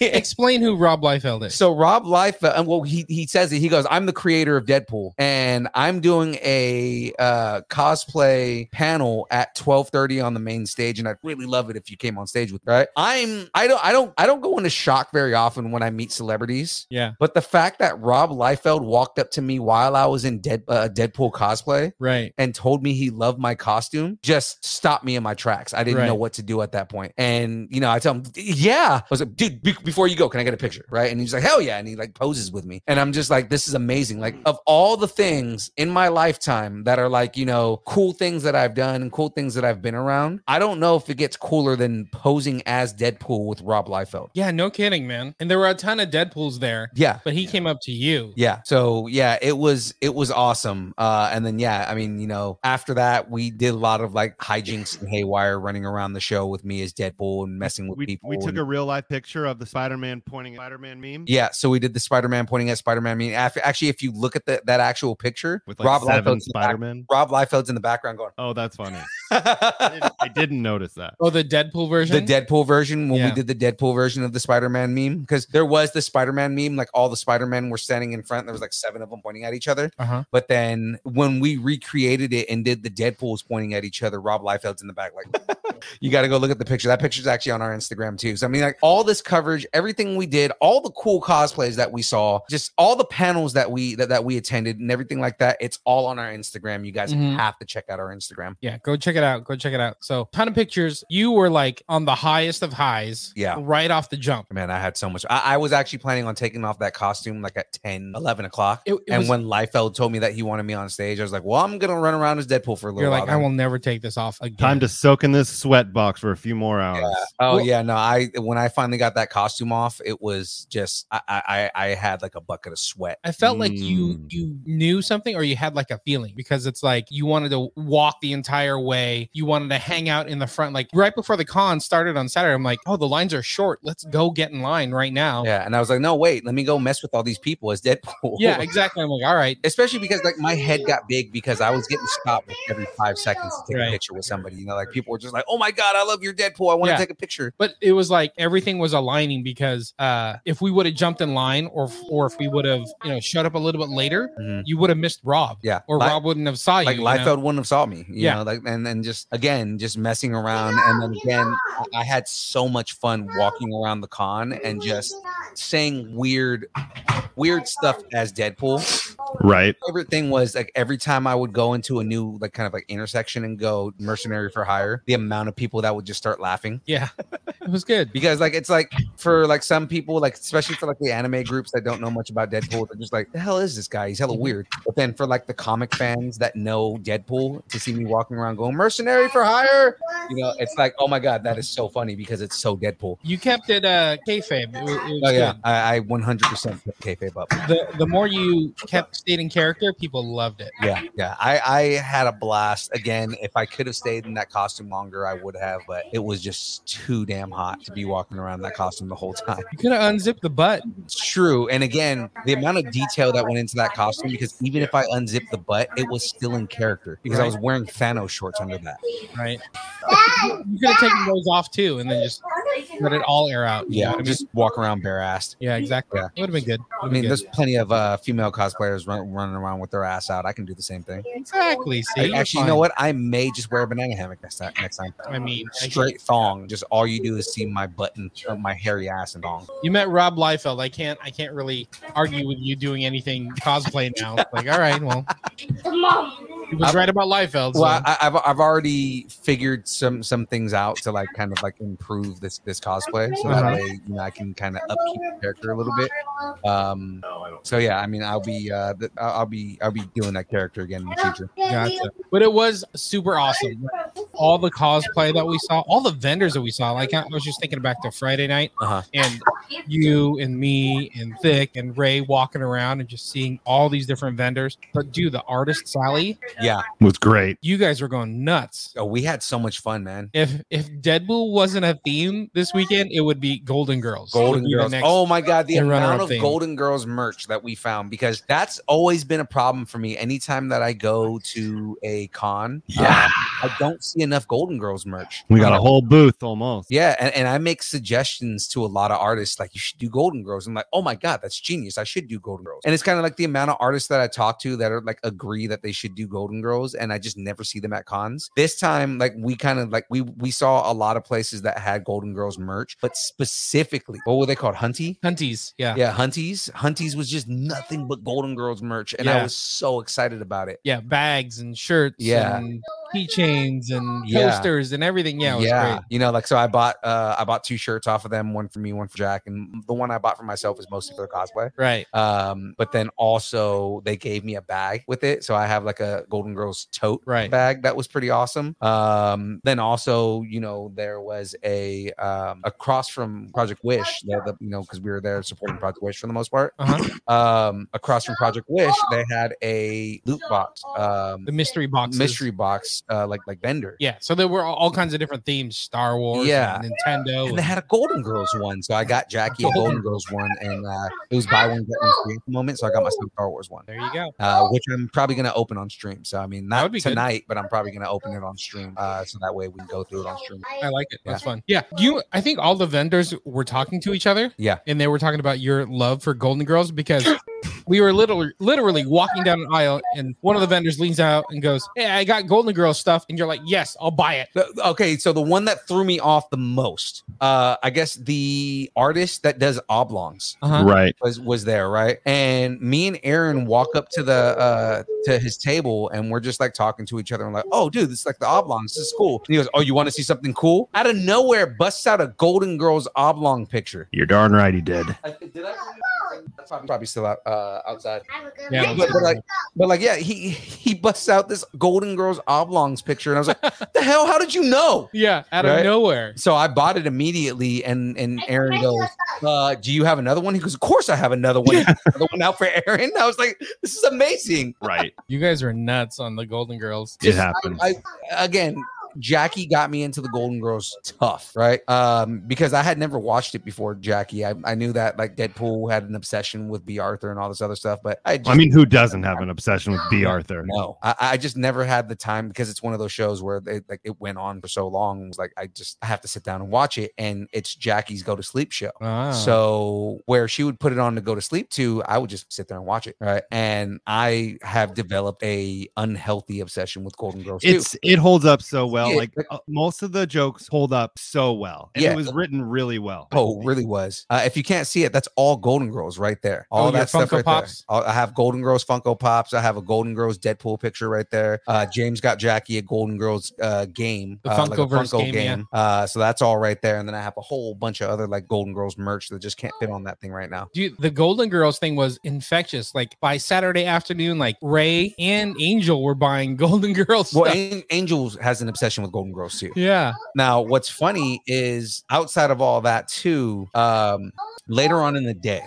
Speaker 4: Explain who Rob Liefeld is.
Speaker 6: So Rob Liefeld, and well, he he says it. He goes, "I'm the creator of Deadpool, and I'm doing a uh, cosplay panel at 12:30 on the main stage, and I'd really love it if you came on stage with me." Right? I'm I don't I don't I don't go into shock very often when I meet celebrities.
Speaker 4: yeah.
Speaker 6: But the fact that Rob Liefeld walked up to me while I was in Dead, uh, Deadpool cosplay
Speaker 4: Right.
Speaker 6: and told me he loved my costume just stopped me in my tracks. I didn't know
Speaker 4: Right.
Speaker 6: what to do at that point. And you know, I tell him, "Yeah." I was like, "Dude, be- before you go, can I get a picture?" Right? And he's like, "Hell yeah!" And he like poses with me, and I'm just like, "This is amazing!" Like of all the things in my lifetime that are like you know cool things that I've done and cool things that I've been around, I don't know if it gets cooler than posing as Deadpool with Rob Liefeld.
Speaker 4: Yeah, no kidding, man. And there were a ton of Deadpools there,
Speaker 6: Yeah,
Speaker 4: but he came up to you.
Speaker 6: Yeah. So yeah, it was it was awesome. Uh, and then yeah, I mean, you know, after that we did a lot of like hijinks and haywire running around the show with me as Deadpool and messing with
Speaker 7: We,
Speaker 6: people.
Speaker 7: we took
Speaker 6: and-
Speaker 7: a real life picture of the Spider-Man pointing at Spider-Man meme.
Speaker 6: yeah, so we did the Spider-Man pointing at Spider-Man. I mean, after, actually, if you look at the, that actual picture,
Speaker 7: With like seven
Speaker 6: Liefeld's in the back-
Speaker 7: Spider-Man.
Speaker 6: Rob Liefeld's in the background going,
Speaker 7: Oh,
Speaker 6: [LAUGHS]
Speaker 7: that's funny. [LAUGHS] I
Speaker 6: the
Speaker 7: didn't, I didn't notice that.
Speaker 4: Oh, the Deadpool version?
Speaker 6: Deadpool version when
Speaker 4: Yeah.
Speaker 6: we did the Deadpool version of the Spider-Man meme because there was the Spider-Man meme, like all the Spider-Men were standing in front. There was like seven of them pointing at each other.
Speaker 4: Uh-huh.
Speaker 6: But then when we recreated it and did the Deadpools pointing at each other, Rob Liefeld's in the back, like, [LAUGHS] you got to go look at the picture. That picture's actually on our Instagram too. So, I mean, like, all this coverage, everything we did, all the cool cosplays that we saw, just all the panels that we that, that we attended and everything like that, it's all on our Instagram. You guys
Speaker 4: Mhm.
Speaker 6: have to check out our Instagram.
Speaker 4: Yeah, go check it out. Go check it out. So, ton of pictures. You were like on the highest of highs.
Speaker 6: Yeah.
Speaker 4: Right off the jump.
Speaker 6: Man, I had so much. I, I was actually planning on taking off that costume like at 10, 11 o'clock.
Speaker 4: It- it
Speaker 6: and
Speaker 4: was-
Speaker 6: when Liefeld told me that he wanted me on stage, I was like, well, I'm going to run around as Deadpool for a little
Speaker 4: You're
Speaker 6: while.
Speaker 4: like, I
Speaker 6: then."
Speaker 4: will never take this off again.
Speaker 7: Time to soak in this sweat box for a few more hours.
Speaker 6: Oh
Speaker 4: Well-
Speaker 6: yeah, no. I when I finally got that costume off, it was just I I, I I had like a bucket of sweat.
Speaker 4: I felt like you
Speaker 7: Mm.
Speaker 4: you knew something or you had like a feeling because it's like you wanted to walk the entire way. You wanted to hang out in the front. Like right before the con started on Saturday, I'm like, oh, the lines are short. Let's go get in line right now.
Speaker 6: Yeah, and I was like, no, wait, let me go mess with all these people as Deadpool. [LAUGHS]
Speaker 4: yeah exactly. I'm like, all right.
Speaker 6: Especially because like my head got big because I was getting stopped every five seconds to take
Speaker 4: Right.
Speaker 6: a picture with somebody. You know, like people were just like, "Oh my god, I love your Deadpool. I want to
Speaker 4: Yeah.
Speaker 6: take a picture."
Speaker 4: but it was like everything was aligning because uh, if we would have jumped in line or or if we would have you know showed up a little bit later,
Speaker 6: Mhm.
Speaker 4: you would have missed Rob.
Speaker 6: Yeah.
Speaker 4: or
Speaker 6: Li-
Speaker 4: Rob wouldn't have saw you.
Speaker 6: Like
Speaker 4: you
Speaker 6: Liefeld
Speaker 4: know?
Speaker 6: wouldn't have saw me. You
Speaker 4: Yeah.
Speaker 6: know, like and then just again just messing around, um, and then again I- I had so much fun walking around the con and just saying weird weird stuff as Deadpool.
Speaker 7: Right.
Speaker 6: Favorite thing was like every time I would go into a new like kind of like intersection and go mercenary for hire, the amount of people that would just start laughing
Speaker 4: Yeah, it was good.
Speaker 6: because like it's like for like some people like especially for like the anime groups that don't know much about Deadpool, they're just like the hell is this guy? He's hella weird. But then for like the comic fans that know Deadpool to see me walking around going mercenary for hire, you know, it's like oh my god, that is so funny because it's so Deadpool.
Speaker 4: You kept it uh, kayfabe. It, wa- it was
Speaker 6: Oh yeah,
Speaker 4: good.
Speaker 6: I, I 100% put kayfabe up.
Speaker 4: The the more you kept stating character, people loved it.
Speaker 6: Yeah, yeah. I, I had a blast. Again, if I could have stayed in that costume longer, I would have, but it was just too damn hot to be walking around in that costume the whole time.
Speaker 4: You could have unzipped the butt.
Speaker 6: It's true. And again, the amount of detail that went into that costume, because even if I unzipped the butt, it was still in character because I was wearing Thanos shorts under that.
Speaker 4: Right. You could have taken those off too, and then just let it all air out. You know
Speaker 6: Yeah,
Speaker 4: what I mean?
Speaker 6: just walk around bare assed.
Speaker 4: yeah, exactly.
Speaker 6: Yeah.
Speaker 4: It would have been good.
Speaker 6: I mean, there's plenty of uh, female cosplayers run, running around with their ass out. I can do the same thing.
Speaker 4: exactly. See,
Speaker 6: Like,
Speaker 4: you're
Speaker 6: actually, you
Speaker 4: fine.
Speaker 6: know what? I may just wear a banana hammock next time. Next time.
Speaker 4: I mean, I-
Speaker 6: straight thong. Just all you do is see my button, uh, my hairy ass and thong.
Speaker 4: You met Rob Liefeld. I can't. I can't really argue with you doing anything cosplay
Speaker 6: [LAUGHS]
Speaker 4: now. Like, all right, well,
Speaker 8: The mom.
Speaker 4: he was right about Liefeld. So.
Speaker 6: Well, I, I've I've already figured some some things out to like kind of like improve this this cosplay, so that
Speaker 4: Uh-huh.
Speaker 6: way you know I can kind of upkeep the character a little bit. Um, so yeah, I mean I'll be uh th- I'll I'll be I'll be doing that character again in the future.
Speaker 4: Gotcha. But it was super awesome. All the cosplay that we saw, all the vendors that we saw. Like I was just thinking back to Friday night
Speaker 6: Uh-huh.
Speaker 4: and you and me and Thick and Ray walking around and just seeing all these different vendors. But do the artist Sally,
Speaker 6: Yeah,
Speaker 7: Was great.
Speaker 4: you guys were going nuts.
Speaker 6: oh, we had so much fun, man.
Speaker 4: If if Deadpool wasn't a theme this weekend, it would be Golden Girls. It would
Speaker 6: Golden
Speaker 4: be the
Speaker 6: Girls.
Speaker 4: next-
Speaker 6: Oh my God, the
Speaker 4: and runner-up
Speaker 6: amount of
Speaker 4: thing.
Speaker 6: Golden Girls merch that we found because that's always been a problem for me. Anytime that I go to a con,
Speaker 7: Yeah.
Speaker 6: um, I don't see enough Golden Girls merch.
Speaker 7: Ah, We got a whole booth almost.
Speaker 6: Yeah, and, and I make suggestions to a lot of artists like you should do Golden Girls. I'm like, oh my god, that's genius. I should do Golden Girls. And it's kind of like the amount of artists that I talk to that are like agree that they should do Golden Girls, and I just never see them at cons. This time, like we kind of like we we saw a lot of places that had Golden Girls merch, but specifically, what were they called? Hunty?
Speaker 4: Hunties, yeah.
Speaker 6: Yeah, Hunties. Hunties was just nothing but Golden Girls merch, and I
Speaker 4: Yeah.
Speaker 6: was so excited about it.
Speaker 4: yeah, bags and shirts,
Speaker 6: Yeah.
Speaker 4: and keychains and
Speaker 6: Yeah.
Speaker 4: posters and everything. Yeah, it was great.
Speaker 6: you know, like so I bought uh I bought two shirts off of them, one for me, one for Jack, and the one I bought for myself is mostly for the cosplay.
Speaker 4: Right.
Speaker 6: Um, but then also they gave me a bag with it, so I have like a Golden Girls tote
Speaker 4: Right.
Speaker 6: bag that was pretty awesome. Um, then also you know there was a um across from Project Wish, the, the, you know, because we were there supporting Project Wish for the most part. [CLEARS THROAT]
Speaker 4: Uh-huh.
Speaker 6: um across from project wish they had a loot box um
Speaker 4: The mystery box.
Speaker 6: mystery box uh like like vendor
Speaker 4: Yeah. So there were all- all kinds of different themes Star Wars,
Speaker 6: Yeah.
Speaker 4: and Nintendo.
Speaker 6: and
Speaker 4: and-
Speaker 6: they had a golden girls one so i got jackie a golden girls one and uh it was buy one get one free at the moment so i got myself star wars one
Speaker 4: there you go.
Speaker 6: uh which i'm probably gonna open on stream so i mean not
Speaker 4: would be good.
Speaker 6: tonight but i'm probably gonna open it on stream uh so that way we can go through it on stream
Speaker 4: I like it. That's
Speaker 6: Yeah.
Speaker 4: fun. Yeah. You I think all the vendors were talking to each other.
Speaker 6: Yeah.
Speaker 4: And they were talking about your love for Golden Girls because we were literally literally walking down an aisle and one of the vendors leans out and goes, Hey, I got Golden Girls stuff. And you're like, Yes, I'll buy it.
Speaker 6: The- Okay, so the one that threw me off the most, uh, I guess the artist that does oblongs.
Speaker 4: Uh-huh.
Speaker 7: Right.
Speaker 6: was was there, right? And me and Aaron walk up to the uh to his table and we're just like talking to each other and like, oh dude, this is like the oblongs. This is cool. And he goes, Oh, you want to see something cool? Out of nowhere, busts out a golden girls oblong picture.
Speaker 7: You're darn right
Speaker 6: [LAUGHS]
Speaker 7: he did.
Speaker 6: Did I that's probably, probably still out uh outside.
Speaker 4: Yeah,
Speaker 6: But, but um, like but like yeah, he he busts out this golden girls oblongs picture, and I was like, the hell, how did you know?
Speaker 4: Yeah, out
Speaker 6: Right.
Speaker 4: of nowhere.
Speaker 6: So I bought it immediately, and and Aaron goes, uh, "Do you have another one?" He goes, "Of course I have another one. another one out for Aaron." I was like, "This is amazing."
Speaker 7: Right.
Speaker 4: You guys are nuts on the Golden Girls.
Speaker 7: It happened.
Speaker 6: I again, Jackie got me into the Golden Girls tough, right? Um, because I had never watched it before. Jackie, I, I knew that like Deadpool had an obsession with B. Arthur and all this other stuff, but I just
Speaker 7: I mean, who doesn't have an obsession with B. Arthur?
Speaker 6: No, I, I just never had the time because it's one of those shows where they, like it went on for so long. It was like I just I have to sit down and watch it, and it's Jackie's go to sleep show.
Speaker 4: Ah.
Speaker 6: So where she would put it on to go to sleep to, I would just sit there and watch it. Right. And I have developed a unhealthy obsession with Golden Girls too.
Speaker 7: It's it holds up so well out.
Speaker 6: Yeah.
Speaker 7: Like uh, most of the jokes hold up so well, and
Speaker 6: Yeah.
Speaker 7: it was written really well.
Speaker 6: Oh, really was. Uh, if you can't see it, that's all Golden Girls right there.
Speaker 4: Oh,
Speaker 6: All
Speaker 4: your
Speaker 6: that stuff
Speaker 4: Funko
Speaker 6: right
Speaker 4: Pops?
Speaker 6: there. I'll- I have Golden Girls Funko Pops. I have a Golden Girls Deadpool picture right there. Uh, James got Jackie a Golden Girls uh, game,
Speaker 4: The
Speaker 6: uh, like a
Speaker 4: Funkoverse game, yeah.
Speaker 6: Uh, so that's all right there. And then I have a whole bunch of other like Golden Girls merch that just can't fit on that thing right now.
Speaker 4: Dude, the Golden Girls thing was infectious. Like by Saturday afternoon, like Ray and Angel were buying [LAUGHS] Golden Girls
Speaker 6: Well,
Speaker 4: stuff.
Speaker 6: An- Angels has an obsession with Golden Girls too.
Speaker 4: yeah.
Speaker 6: Now, what's funny is outside of all that too, um, later on in the day,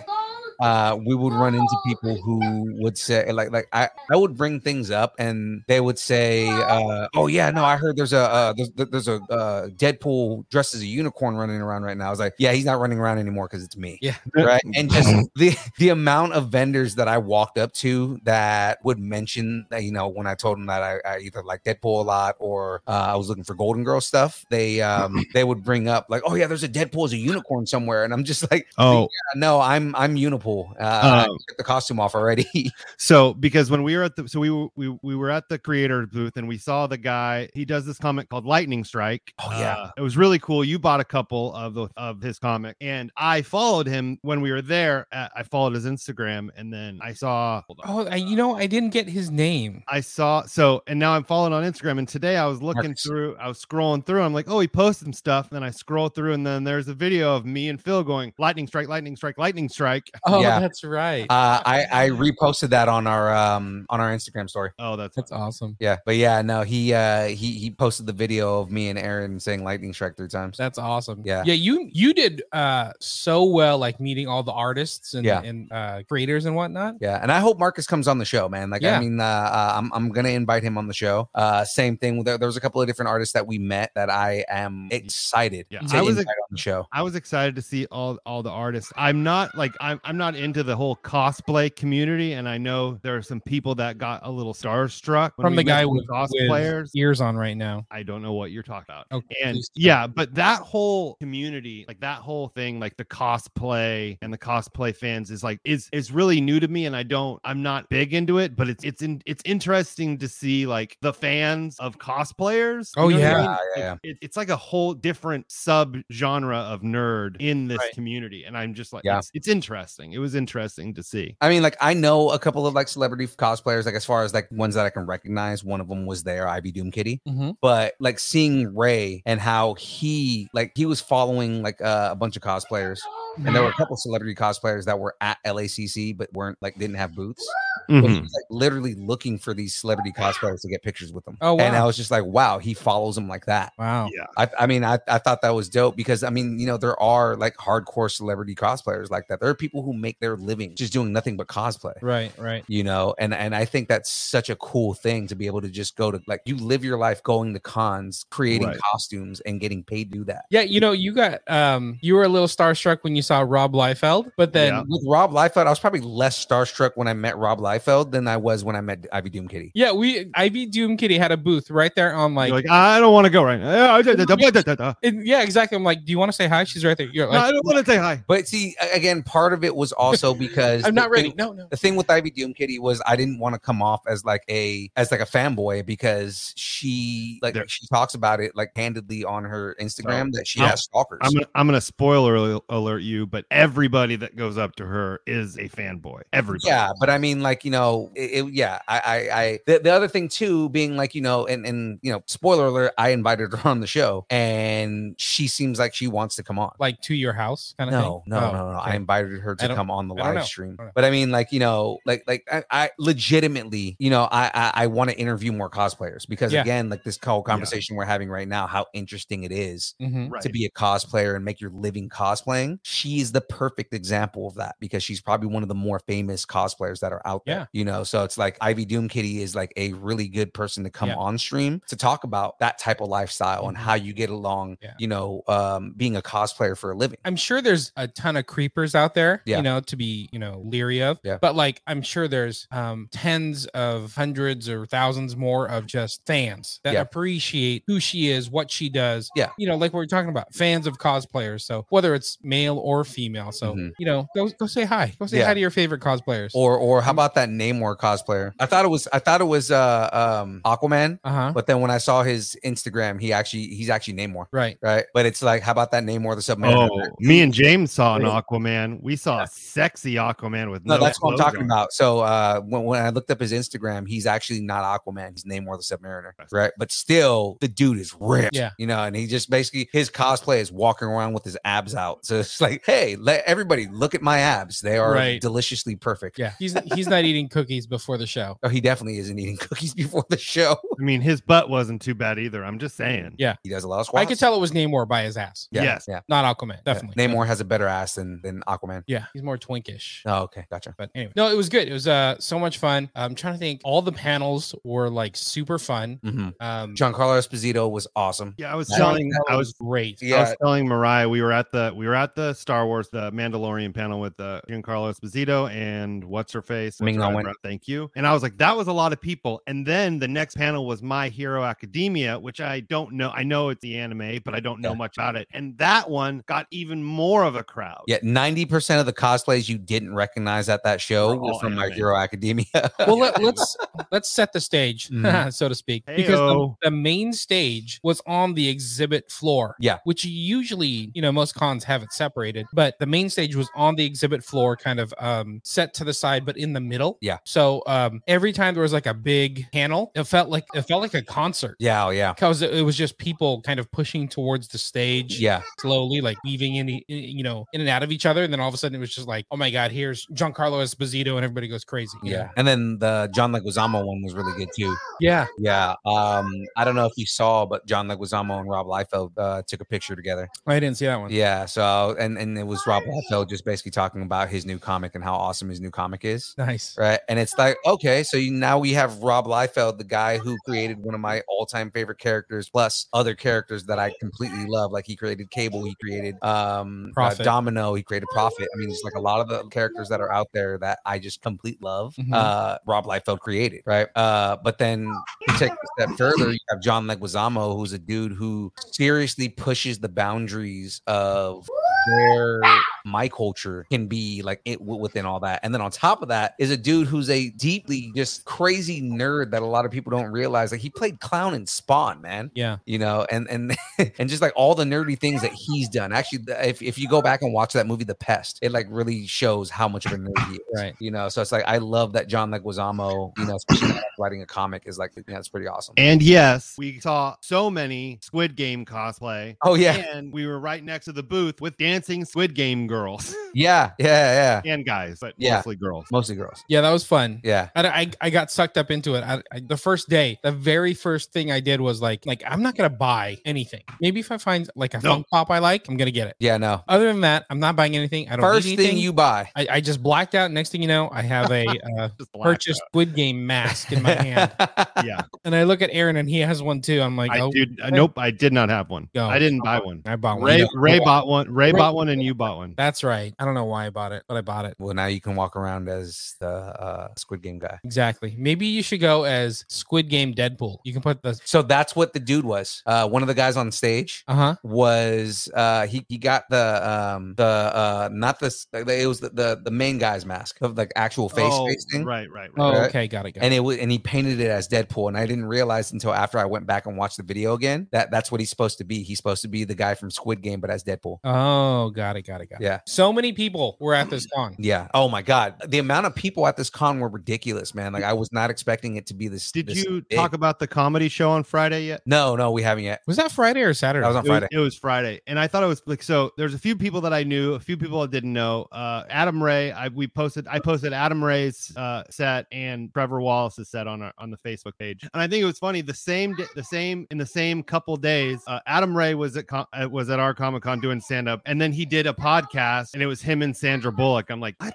Speaker 6: uh, we would run into people who would say like like I, I would bring things up and they would say uh, oh yeah no I heard there's a uh, there's, there's a uh, Deadpool dressed as a unicorn running around right now I was like yeah he's not running around anymore because it's me
Speaker 4: Yeah.
Speaker 6: right and just the the amount of vendors that I walked up to that would mention that you know when I told them that I, I either like Deadpool a lot or uh, I was looking for Golden Girl stuff they um they would bring up like oh yeah there's a Deadpool as a unicorn somewhere and I'm just [LAUGHS] like
Speaker 7: Oh,
Speaker 6: no, I'm I'm Unipool. Uh,
Speaker 7: Um,
Speaker 6: I took the costume off already. [LAUGHS]
Speaker 7: So because when we were at the so we were- we we were at the creator booth and we saw the guy he does this comic called Lightning Strike.
Speaker 6: Oh, yeah.
Speaker 7: Uh, it was really cool. You bought a couple of the of his comic and I followed him when we were there. Uh, I followed his Instagram and then I saw hold on.
Speaker 4: Oh, I, you know, I didn't get his name.
Speaker 7: I saw so and now I'm following on Instagram and today I was looking
Speaker 6: Marcus.
Speaker 7: through I was scrolling through I'm like oh he posted some stuff and then I scroll through and then there's a video of me and Phil going lightning strike lightning strike lightning strike [LAUGHS]
Speaker 4: Oh,
Speaker 6: [LAUGHS] Yeah.
Speaker 4: that's right.
Speaker 6: Uh, I I reposted that on our um on our Instagram story.
Speaker 7: oh that's
Speaker 4: that's awesome.
Speaker 6: Yeah, but yeah, no, he uh he he posted the video of me and Aaron saying lightning strike three times.
Speaker 4: That's awesome.
Speaker 6: Yeah.
Speaker 4: Yeah, you you did uh so well like meeting all the artists and,
Speaker 6: Yeah.
Speaker 4: and uh creators and whatnot.
Speaker 6: Yeah, and I hope Marcus comes on the show, man. Like, I
Speaker 4: Yeah.
Speaker 6: mean, uh, uh, I'm I'm gonna invite him on the show. Uh, same thing. There, there was a couple of different artists that we met that I am excited.
Speaker 7: Yeah,
Speaker 6: to
Speaker 7: I was
Speaker 6: invite on the show.
Speaker 7: I was excited to see all all the artists. I'm not like I'm I'm not into the whole cosplay community, and I know there are some people that got a little starstruck when
Speaker 4: From
Speaker 7: we
Speaker 4: the
Speaker 7: met
Speaker 4: guy
Speaker 7: some
Speaker 4: with, E
Speaker 7: cosplayers.
Speaker 4: with ears on right now.
Speaker 7: I don't know what you're talking about.
Speaker 4: Okay,
Speaker 7: And
Speaker 4: please tell
Speaker 7: yeah, but that whole community, like that whole thing, like the cosplay and the cosplay fans is like is is really new to me and I don't I'm not big into it, but it's it's in, it's interesting to see like the fans of cosplayers.
Speaker 4: Oh,
Speaker 7: what I
Speaker 4: yeah.
Speaker 7: mean?
Speaker 6: Yeah,
Speaker 7: Like,
Speaker 6: yeah,
Speaker 7: it- it's like a whole different sub genre of nerd in this
Speaker 4: Right.
Speaker 7: community and I'm just like
Speaker 6: Yeah.
Speaker 7: it's, it's interesting. It was interesting to see.
Speaker 6: I mean, like I know a couple of like celebrity cosplayers, like as far as like ones that I can recognize. One of them was there, Ivy Doom Kitty.
Speaker 4: Mhm.
Speaker 6: But like seeing Ray and how he like he was following like uh, a bunch of cosplayers, and there were a couple celebrity cosplayers that were at LACC but weren't like didn't have booths. But
Speaker 7: Mm-hmm.
Speaker 6: he was, like literally looking for these celebrity cosplayers to get pictures with them.
Speaker 4: Oh,
Speaker 6: and
Speaker 4: wow.
Speaker 6: I was just like, wow, he follows them like that.
Speaker 4: Wow.
Speaker 7: Yeah.
Speaker 6: I, I mean, I, I thought that was dope because I mean, you know, there are like hardcore celebrity cosplayers like that. There are people who make their living just doing nothing but cosplay
Speaker 4: Right, right.
Speaker 6: you know and and i think that's such a cool thing to be able to just go to like you live your life going to cons creating
Speaker 7: Right.
Speaker 6: costumes and getting paid to do that
Speaker 4: Yeah, you know, you got um you were a little starstruck when you saw Rob Liefeld, but then
Speaker 7: Yeah.
Speaker 6: with rob liefeld i was probably less starstruck when i met rob liefeld than i was when i met ivy doom kitty
Speaker 4: Yeah, we Ivy Doom Kitty had a booth right there on like,
Speaker 7: You're like I don't want to go right
Speaker 4: [LAUGHS]
Speaker 7: now. [LAUGHS] No,
Speaker 4: and- yeah, exactly. I'm like, do you want to say hi? She's right there. You're
Speaker 7: I
Speaker 4: like,
Speaker 7: don't want to say hi.
Speaker 6: but see a- again part of it was also because
Speaker 4: I'm
Speaker 6: the
Speaker 4: not ready.
Speaker 6: thing-
Speaker 4: No, no.
Speaker 6: the thing with Ivy Doom Kitty was I didn't want to come off as like a as like a fanboy because she like
Speaker 7: There-
Speaker 6: she talks about it like handedly on her Instagram that she
Speaker 7: I'm-
Speaker 6: has stalkers.
Speaker 7: I'm gonna, I'm gonna spoiler al- alert you, but everybody that goes up to her is a fanboy. Everybody.
Speaker 6: Yeah, but I mean, like you know, it, it- yeah. I, I, I the, the other thing too, being like you know, and and you know, spoiler alert, I invited her [LAUGHS] on the show, and she seems like she wants to come on.
Speaker 4: Like to your house kind of
Speaker 6: No,
Speaker 4: thing.
Speaker 6: no,
Speaker 4: Oh,
Speaker 6: no, no. I
Speaker 4: okay.
Speaker 6: invited her
Speaker 4: I
Speaker 6: to
Speaker 4: don't-
Speaker 6: come on the
Speaker 4: I don't
Speaker 6: live
Speaker 4: know.
Speaker 6: stream.
Speaker 4: I don't know.
Speaker 6: But I mean, like, you know, like, like I, I legitimately, you know, I, I, I want to interview more cosplayers because
Speaker 4: Yeah.
Speaker 6: again, like this whole conversation we're having right now, how interesting it is
Speaker 4: Mhm.
Speaker 7: Right.
Speaker 6: to be a cosplayer and make your living cosplaying. She is the perfect example of that because she's probably one of the more famous cosplayers that are out there.
Speaker 4: Yeah.
Speaker 6: You know, so it's like Ivy Doom Kitty is like a really good person to come
Speaker 4: Yeah.
Speaker 6: on stream to talk about that type of lifestyle and
Speaker 4: Mhm.
Speaker 6: how you get along,
Speaker 4: Yeah.
Speaker 6: you know, um, from being a cosplayer for a living.
Speaker 4: I'm sure there's a ton of creepers out there,
Speaker 6: Yeah.
Speaker 4: you know, to be, you know, leery of.
Speaker 6: Yeah.
Speaker 4: But like, I'm sure there's um, tens of hundreds or thousands more of just fans that
Speaker 6: Yeah.
Speaker 4: appreciate who she is, what she does.
Speaker 6: Yeah.
Speaker 4: You know, like what we're talking about, fans of cosplayers. So whether it's male or female, so
Speaker 6: Mhm.
Speaker 4: you know, go go say hi. Go say
Speaker 6: Yeah.
Speaker 4: hi to your favorite cosplayers.
Speaker 6: Or or how about that Namor cosplayer? I thought it was I thought it was uh um Aquaman,
Speaker 4: uh huh.
Speaker 6: but then when I saw his Instagram, he actually he's actually Namor,
Speaker 4: Right.
Speaker 6: right? But it's like how about that Namor the Submariner?
Speaker 7: Oh, me and James saw an Aquaman. We saw a sexy Aquaman with
Speaker 6: No,
Speaker 7: no.
Speaker 6: that's what I'm
Speaker 7: clothes
Speaker 6: talking
Speaker 7: on.
Speaker 6: about. So uh, when, when I looked up his Instagram, he's actually not Aquaman. He's Namor the Submariner, right? But still, the dude is ripped.
Speaker 4: Yeah.
Speaker 6: You know, and he just basically, his cosplay is walking around with his abs out. So it's like, hey, let everybody look at my abs. They are
Speaker 4: Right.
Speaker 6: deliciously perfect.
Speaker 4: Yeah. He's he's not eating cookies before the show.
Speaker 6: Oh, he definitely isn't eating [LAUGHS] cookies before the show.
Speaker 7: I mean, his butt wasn't too bad either. I'm just saying.
Speaker 4: Yeah.
Speaker 6: He does a lot of
Speaker 4: I
Speaker 6: squats.
Speaker 4: could tell it was Namor by his ass,
Speaker 6: Yeah.
Speaker 7: Yes.
Speaker 6: Yeah.
Speaker 4: not Aquaman.
Speaker 6: yeah.
Speaker 4: Definitely.
Speaker 6: Namor has a better ass than, than Aquaman.
Speaker 4: Yeah. He's more twinkish.
Speaker 6: Oh, okay. Gotcha.
Speaker 4: But anyway, no, it was good. It was uh so much fun. I'm trying to think. All the panels were like super fun.
Speaker 6: Mm-hmm.
Speaker 4: Um,
Speaker 6: Giancarlo Esposito was awesome.
Speaker 7: Yeah, I was
Speaker 6: Nice.
Speaker 7: telling. I was
Speaker 4: great.
Speaker 7: I was telling Mariah we were at the we were at the Star Wars the Mandalorian panel with uh, Giancarlo Esposito and what's her face
Speaker 6: Ming
Speaker 7: What's her
Speaker 6: Na
Speaker 7: eyebrow?
Speaker 6: Wen.
Speaker 7: Thank you. And I was like, that was a lot of people. And then the next panel was My Hero Academia, which I don't know. I know it's the anime, but I don't know
Speaker 6: Yeah.
Speaker 7: much about it. And that one got even more of a crowd.
Speaker 6: Yeah, ninety percent of the cosplays you didn't recognize at that show
Speaker 7: Were
Speaker 6: were
Speaker 7: all
Speaker 6: from My
Speaker 7: anime.
Speaker 6: Hero Academia.
Speaker 4: [LAUGHS]
Speaker 6: [LAUGHS]
Speaker 4: Well, let, us let's set the stage,
Speaker 6: Mhm.
Speaker 4: [LAUGHS] so to speak, because the,
Speaker 7: Heyo.
Speaker 4: the main stage was on the exhibit floor.
Speaker 6: Yeah.
Speaker 4: which usually you know most cons have it separated, but the main stage was on the exhibit floor, kind of um set to the side, but in the middle.
Speaker 6: Yeah.
Speaker 4: So um every time there was like a big panel, it felt like it felt like a concert.
Speaker 6: yeah, oh, yeah,
Speaker 4: Because it was just people kind of pushing towards the stage.
Speaker 7: [LAUGHS]
Speaker 6: yeah,
Speaker 4: slowly, like weaving in, e- you know, in and out of each other. And then all of a sudden it was just like, oh my God, here's Giancarlo Esposito, and everybody goes crazy. you
Speaker 6: yeah.
Speaker 4: know?
Speaker 6: And then the John Leguizamo one was really good too.
Speaker 4: Yeah.
Speaker 6: Yeah, um, I don't know if you saw, but John Leguizamo and Rob Liefeld uh, took a picture together.
Speaker 4: I didn't see that one.
Speaker 6: Yeah, so and and it was Rob Liefeld just basically talking about his new comic and how awesome his new comic is.
Speaker 4: Nice.
Speaker 6: Right. And it's like, okay, so you, now we have Rob Liefeld, the guy who created one of my all time favorite characters, plus other characters that I completely love. Like he created Cable, he created um, uh,
Speaker 4: Prophet.
Speaker 6: Domino, he created Prophet. I mean, it's like a lot of the characters that are out there that I just complete love.
Speaker 4: Mhm.
Speaker 6: Uh, Rob Liefeld created, right? Uh, but then you take it a step further, you have John Leguizamo, who's a dude who seriously pushes the boundaries of where my culture can be like it w- within all that. And then on top of that is a dude who's a deeply just crazy nerd that a lot of people don't realize. Like he played clown in Spawn, man.
Speaker 4: Yeah.
Speaker 6: You know, and and [LAUGHS] and just like all the nerdy things that he's done. Actually, the- if, if you go back and watch that movie, The Pest, it like really shows how much of a nerd he is.
Speaker 4: Right.
Speaker 6: You know, so it's like I love that John Leguizamo, you know, especially writing a comic is like yeah, it's pretty awesome.
Speaker 7: And yes, we saw so many Squid Game cosplay.
Speaker 6: oh yeah,
Speaker 7: And we were right next to the booth with dancing Squid Game
Speaker 6: [LAUGHS]
Speaker 7: girls [LAUGHS]
Speaker 6: yeah, yeah, yeah.
Speaker 7: and guys, but
Speaker 6: Yeah.
Speaker 7: mostly girls.
Speaker 6: Mostly girls.
Speaker 4: Yeah, that was fun.
Speaker 6: Yeah.
Speaker 4: I, I, I got sucked up into it. I, I, the first day, the very first thing I did was like, like I'm not gonna buy anything. Maybe if I find like a
Speaker 7: No.
Speaker 4: Funko Pop I like, I'm gonna get it.
Speaker 6: Yeah, no.
Speaker 4: Other than that, I'm not buying anything. I don't need
Speaker 6: First thing
Speaker 4: anything.
Speaker 6: you buy.
Speaker 4: I, I just blacked out. Next thing you know, I have
Speaker 6: [LAUGHS]
Speaker 4: a uh,
Speaker 7: Just blacked
Speaker 4: purchased Squid Game mask in my hand,
Speaker 7: out. Yeah.
Speaker 4: and I look at Aaron and he has one too. I'm like,
Speaker 7: I
Speaker 4: oh,
Speaker 7: did. uh, nope, I did not have one.
Speaker 4: Go.
Speaker 7: I didn't buy one.
Speaker 4: I bought one.
Speaker 7: Ray,
Speaker 4: Yeah.
Speaker 7: Ray bought one.
Speaker 4: Ray-
Speaker 7: Ray bought one, and you bought one.
Speaker 4: That's right. I don't know why I bought it, but I bought it.
Speaker 6: Well, now you can walk around as the uh, Squid Game guy.
Speaker 4: Exactly. Maybe you should go as Squid Game Deadpool. You can put the
Speaker 6: So that's what the dude was. Uh, one of the guys on stage
Speaker 4: uh huh.
Speaker 6: was uh, he he got the um the uh not this it was the the, the main guy's mask of like actual face
Speaker 7: Oh,
Speaker 6: face thing.
Speaker 7: Right, right, right.
Speaker 4: Oh,
Speaker 6: Right.
Speaker 4: okay, got it. Got it.
Speaker 6: And it was, and he painted it as Deadpool, and I didn't realize until after I went back and watched the video again that that's what he's supposed to be. He's supposed to be the guy from Squid Game, but as Deadpool.
Speaker 4: oh, got it. Got it. Got it.
Speaker 6: Yeah.
Speaker 4: So many people were at this con.
Speaker 6: Yeah. Oh my God, the amount of people at this con were ridiculous, man. Like I was not expecting it to be this.
Speaker 7: Did
Speaker 6: this
Speaker 7: you
Speaker 6: big.
Speaker 7: talk about the comedy show on Friday yet?
Speaker 6: No, no, we haven't yet.
Speaker 4: Was that Friday or Saturday?
Speaker 6: That was on
Speaker 7: It was,
Speaker 6: Friday.
Speaker 7: it was Friday, and I thought it was like so. There's a few people that I knew, a few people I didn't know. Uh, Adam Ray, I we posted, I posted Adam Ray's uh, set and Trevor Wallace's set on our on the Facebook page, and I think it was funny. The same, d- the same in the same couple days, uh, Adam Ray was at com- uh, was at our Comic Con doing stand up, and then he did a podcast podcast and it was him and Sandra Bullock. I'm like, what?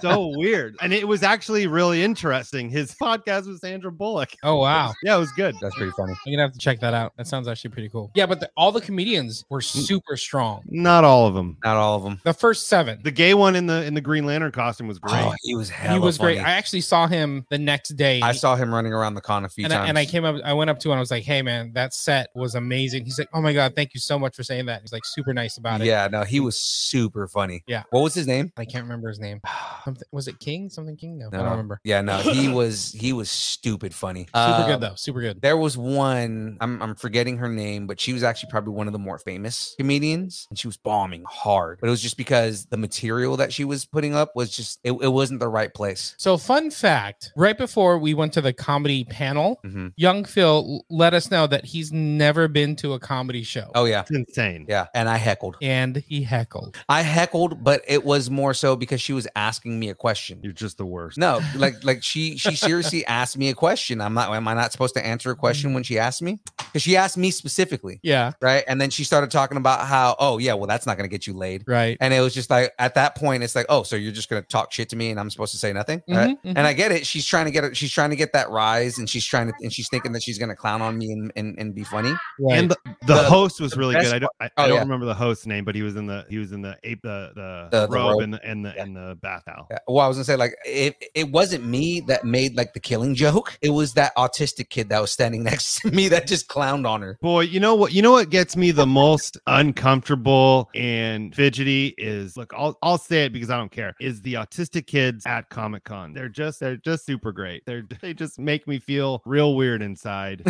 Speaker 6: [LAUGHS]
Speaker 7: so weird. And it was actually really interesting. His [LAUGHS] podcast with Sandra Bullock.
Speaker 4: Oh wow.
Speaker 7: Yeah, it was good.
Speaker 6: That's pretty funny.
Speaker 4: I'm gonna have to check that out. That sounds actually pretty cool. Yeah, but the, all the comedians were
Speaker 6: Mm.
Speaker 4: super strong.
Speaker 7: Not all of them.
Speaker 6: Not all of them.
Speaker 4: The first seven.
Speaker 7: The gay one in the in the Green Lantern costume was great.
Speaker 6: Oh, he was hella
Speaker 4: he was great.
Speaker 6: funny.
Speaker 4: I actually saw him the next day.
Speaker 6: I saw him running around the con a few
Speaker 4: and I,
Speaker 6: times.
Speaker 4: and I came up, I went up to him and I was like, hey man, that set was amazing. He's like, oh my God, thank you so much for saying that. He's like super nice about it.
Speaker 6: Yeah, no, he was super funny.
Speaker 4: Yeah.
Speaker 6: What was his name?
Speaker 4: I can't remember his name. [SIGHS] Something, was it King? Something King? No, I
Speaker 6: No.
Speaker 4: don't remember.
Speaker 6: Yeah,
Speaker 4: [COUGHS]
Speaker 6: no, he was he was stupid funny.
Speaker 4: Super
Speaker 6: Uh,
Speaker 4: good though. Super good.
Speaker 6: There was one, I'm, I'm forgetting her name, but she was actually probably one of the more famous comedians and she was bombing hard. But it was just because the material that she was putting up was just, it, it wasn't the right place.
Speaker 4: So, fun fact right before we went to the comedy panel,
Speaker 6: Mhm.
Speaker 4: young Phil l- let us know that he's never been to a comedy show
Speaker 6: Oh, yeah.
Speaker 7: It's insane.
Speaker 6: Yeah. And I heckled.
Speaker 4: and he heckled.
Speaker 6: I heckled, but it was more so because she was asking me a question.
Speaker 7: You're just the worst.
Speaker 6: No, like like she she seriously asked me a question. I'm not am I not supposed to answer a question when she asked me? Because she asked me specifically,
Speaker 4: Yeah.
Speaker 6: right? And then she started talking about how, oh yeah, well that's not gonna get you laid.
Speaker 4: Right.
Speaker 6: And it was just like at that point, it's like, oh, so you're just gonna talk shit to me and I'm supposed to say nothing. Right?
Speaker 4: Mhm, mhm.
Speaker 6: And I get it. She's trying to get it, she's trying to get that rise and she's trying to and she's thinking that she's gonna clown on me and and, and be funny.
Speaker 4: Right.
Speaker 7: And the, the,
Speaker 6: The-
Speaker 7: host was really
Speaker 6: best
Speaker 7: good. I don't, I,
Speaker 6: oh,
Speaker 7: I don't
Speaker 6: yeah.
Speaker 7: remember the host's name, but he was in the he was in the ape the the,
Speaker 6: The- the
Speaker 7: robe
Speaker 6: robe.
Speaker 7: and the and the
Speaker 6: Yeah.
Speaker 7: and the bath towel.
Speaker 6: Yeah, Uh, Well, I was gonna say, like, it it wasn't me that made like the killing joke. It was that autistic kid that was standing [LAUGHS] next to me that just clowned on her.
Speaker 7: Boy, you know what? You know what gets me the most uncomfortable and fidgety is look. I'll I'll say it because I don't care. Is the autistic kids at Comic Con? They're just they're just super great. They're [LAUGHS] they just make me feel real weird
Speaker 6: [LAUGHS]
Speaker 7: inside,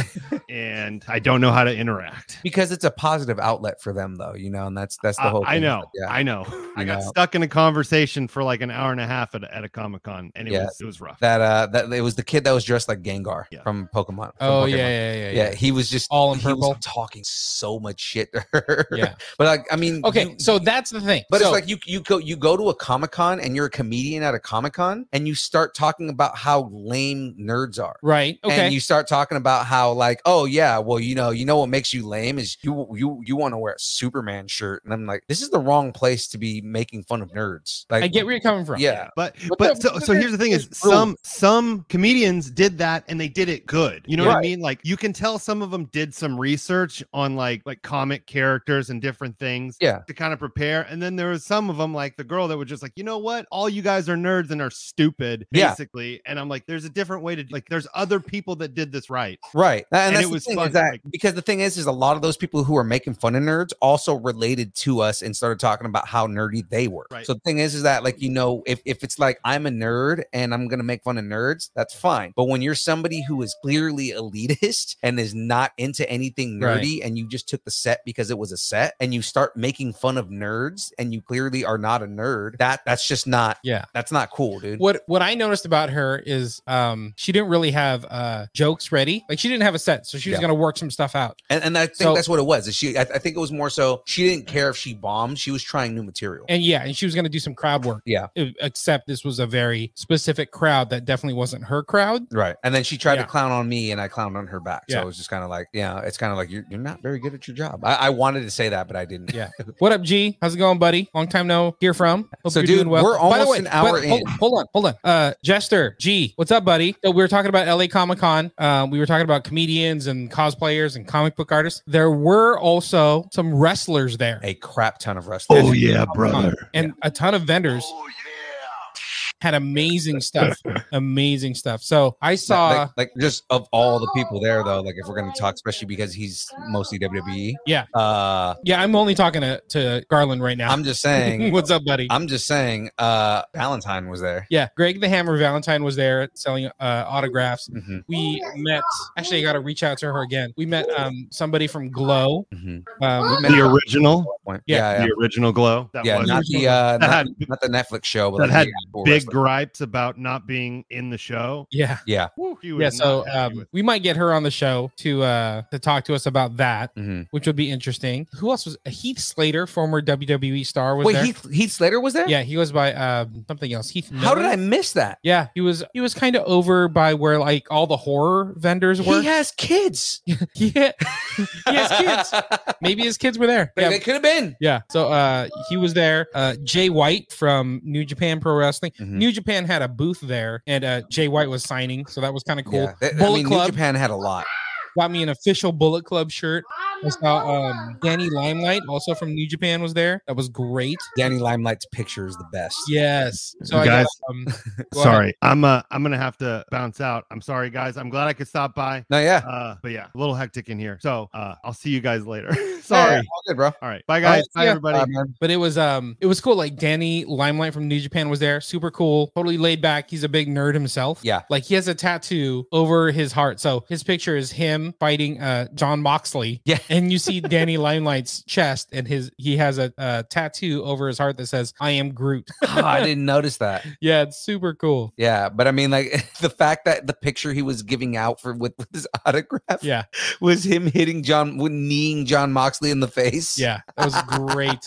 Speaker 7: and I don't know how to interact.
Speaker 6: because it's a positive outlet for them though you know and that's that's the
Speaker 7: I-
Speaker 6: whole
Speaker 7: I
Speaker 6: thing.
Speaker 7: know.
Speaker 6: yeah
Speaker 7: I know. I got
Speaker 6: know.
Speaker 7: stuck in a conversation for like an hour and a half at, a- at a Comic Con, and it
Speaker 6: Yeah.
Speaker 7: was it was rough.
Speaker 6: that uh that it was the kid that was dressed like Gengar
Speaker 7: Yeah.
Speaker 6: from Pokemon from
Speaker 4: oh,
Speaker 6: Pokemon.
Speaker 4: yeah, yeah, yeah,
Speaker 6: yeah
Speaker 4: yeah.
Speaker 6: he was just
Speaker 4: All in
Speaker 6: he was
Speaker 4: purple.
Speaker 6: talking so much shit to her [LAUGHS]
Speaker 4: Yeah.
Speaker 6: but like I mean
Speaker 4: Okay.
Speaker 6: you-
Speaker 4: so, that's the thing.
Speaker 6: but
Speaker 4: So-
Speaker 6: it's like you you go you go to a comic con and you're a comedian at a comic con and you start talking about how lame nerds are
Speaker 4: right. Okay.
Speaker 6: and you start talking about how like oh yeah well you know you know what makes you lame is you you you want to wear a Superman shirt and I'm like this is the wrong place to be making fun of nerds like
Speaker 4: I get where you're coming from.
Speaker 6: yeah
Speaker 7: but
Speaker 4: But
Speaker 7: but
Speaker 4: the-
Speaker 7: so,
Speaker 4: but
Speaker 7: so
Speaker 4: there-
Speaker 7: here's the thing is
Speaker 4: there's rules.
Speaker 7: some some comedians did that and they did it good you know what i
Speaker 6: Right.
Speaker 7: mean like you can tell some of them did some research on like like comic characters and different things
Speaker 6: Yeah.
Speaker 7: to kind of prepare and then there was some of them like the girl that were just like you know what all you guys are nerds and are stupid
Speaker 6: Yeah.
Speaker 7: basically and i'm like there's a different way to like there's other people that did this right
Speaker 6: Right. A-
Speaker 7: And
Speaker 6: And, that's
Speaker 7: it
Speaker 6: the
Speaker 7: was
Speaker 6: thing
Speaker 7: fun,
Speaker 6: is that
Speaker 7: like-
Speaker 6: because the thing is, is a lot of those people who are making fun of nerds also related to us and started talking about how nerdy they were.
Speaker 7: Right.
Speaker 6: So the thing is, is that like, you know, if, if it's like I'm a nerd and I'm going to make fun of nerds, that's fine. But when you're somebody who is clearly elitist and is not into anything
Speaker 4: Right.
Speaker 6: nerdy and you just took the set because it was a set and you start making fun of nerds and you clearly are not a nerd, that that's just not,
Speaker 4: Yeah.
Speaker 6: that's not cool, dude.
Speaker 4: What what I noticed about her is um she didn't really have uh jokes ready. Like she didn't have a set, so she was
Speaker 6: Yeah.
Speaker 4: gonna work some stuff out.
Speaker 6: And, and I think
Speaker 4: So-
Speaker 6: that's what it was. is She, I, I think it was more so she didn't care if she bombed. She was trying new material.
Speaker 4: And yeah, and she was gonna do some crowd work.
Speaker 6: Yeah.
Speaker 4: E- Except this was a very specific crowd that definitely wasn't her crowd.
Speaker 6: right. And then she tried
Speaker 4: Yeah.
Speaker 6: to clown on me, and I clowned on her back. So
Speaker 4: Yeah.
Speaker 6: it was just kind of like, yeah, it's kind of like you're, you're not very good at your job. I, I wanted to say that, but I didn't.
Speaker 4: Yeah. What up, G? How's it going, buddy? Long time no hear from. Hope
Speaker 6: So, dude, we're almost an hour
Speaker 4: but- Hold,
Speaker 6: in.
Speaker 4: hold on, hold on. Uh, Jester, G, what's up, buddy? So we were talking about LA Comic Con. Um, we were talking about comedians and cosplayers and comic book artists. There were also some wrestlers there.
Speaker 6: A crap ton
Speaker 7: Oh,
Speaker 6: of wrestlers. [LAUGHS]
Speaker 4: and a ton of vendors had
Speaker 6: [LAUGHS]
Speaker 4: amazing stuff amazing stuff so i saw
Speaker 6: Like, like just of all the people there, though, like if we're gonna talk, especially because he's mostly WWE.
Speaker 4: Yeah.
Speaker 6: Uh,
Speaker 4: yeah i'm only talking to, to garland right now
Speaker 6: I'm
Speaker 4: [LAUGHS]
Speaker 6: just saying.
Speaker 4: what's up buddy
Speaker 6: I'm just saying. Uh, Valentine was there.
Speaker 4: yeah greg the hammer valentine was there selling uh, autographs
Speaker 6: Mhm,
Speaker 4: we met actually i gotta reach out to her again we met um somebody from glow
Speaker 6: mhm.
Speaker 4: um
Speaker 7: [LAUGHS] the original
Speaker 6: Point.
Speaker 4: Yeah.
Speaker 6: Yeah. yeah.
Speaker 7: the original glow that
Speaker 6: yeah,
Speaker 7: was
Speaker 6: not the uh,
Speaker 7: That
Speaker 6: not,
Speaker 7: had-
Speaker 6: not the Netflix show, but
Speaker 7: that
Speaker 6: like
Speaker 7: had
Speaker 6: the actual
Speaker 7: big gripes about not being in the show.
Speaker 4: yeah.
Speaker 6: yeah.
Speaker 7: Whew, you
Speaker 4: Yeah,
Speaker 7: would not
Speaker 4: so
Speaker 7: be happy
Speaker 4: um,
Speaker 7: with-
Speaker 4: we might get her on the show to uh to talk to us about that,
Speaker 6: Mhm.
Speaker 4: which would be interesting. Who else was Heath Slater, former WWE star, was
Speaker 6: Wait,
Speaker 4: there?
Speaker 6: Heath, Heath Slater was there?
Speaker 4: Yeah, he was by um, something else. Heath.
Speaker 6: How did
Speaker 4: Miller?
Speaker 6: I miss that?
Speaker 4: Yeah, he was he was kind of over by where like all the horror vendors were.
Speaker 6: He has kids.
Speaker 4: [LAUGHS] yeah, he has
Speaker 6: [LAUGHS]
Speaker 4: kids. Maybe his kids were there.
Speaker 6: Like,
Speaker 4: Yeah,
Speaker 6: They could have been.
Speaker 4: yeah. So uh, he was there. Uh, Jay White from New Japan Pro Wrestling.
Speaker 6: Mhm.
Speaker 4: New Japan had a booth there, and uh, Jay White was signing, so that was kind of cool.
Speaker 6: Yeah. That- I
Speaker 4: Bullet
Speaker 6: mean, New
Speaker 4: Club
Speaker 6: Japan had a lot.
Speaker 4: got me an official Bullet Club shirt. I saw um, Danny Limelight, also from New Japan, was there. That was great.
Speaker 6: Danny Limelight's picture is the best.
Speaker 4: Yes. So I
Speaker 7: Guys, [LAUGHS]
Speaker 4: got, um, go ahead.
Speaker 7: sorry, I'm uh, I'm gonna have to bounce out. I'm sorry, guys. I'm glad I could stop by.
Speaker 6: No, yeah.
Speaker 7: Uh, but yeah, a little hectic in here. So uh, I'll see you guys later. [LAUGHS]
Speaker 6: Yeah,
Speaker 7: sorry.
Speaker 6: yeah, all good, bro.
Speaker 7: All right. Bye,
Speaker 4: All right,
Speaker 7: guys.
Speaker 4: see
Speaker 7: Bye,
Speaker 4: ya.
Speaker 7: everybody.
Speaker 6: Bye, man.
Speaker 4: but it was um it was cool like danny limelight from new japan was there super cool totally laid back he's a big nerd himself
Speaker 6: Yeah.
Speaker 4: like he has a tattoo over his heart so his picture is him fighting uh john moxley
Speaker 6: Yeah.
Speaker 4: and you see danny limelight's chest and his he has a, uh tattoo over his heart that says i am groot
Speaker 6: [LAUGHS]
Speaker 4: [LAUGHS]
Speaker 6: Oh, I didn't notice that.
Speaker 4: yeah it's super cool
Speaker 6: Yeah, but I mean, like [LAUGHS] the fact that the picture he was giving out for with, with his [LAUGHS] autograph
Speaker 4: yeah
Speaker 6: was him hitting John, with kneeing John Moxley in the face.
Speaker 4: yeah that was great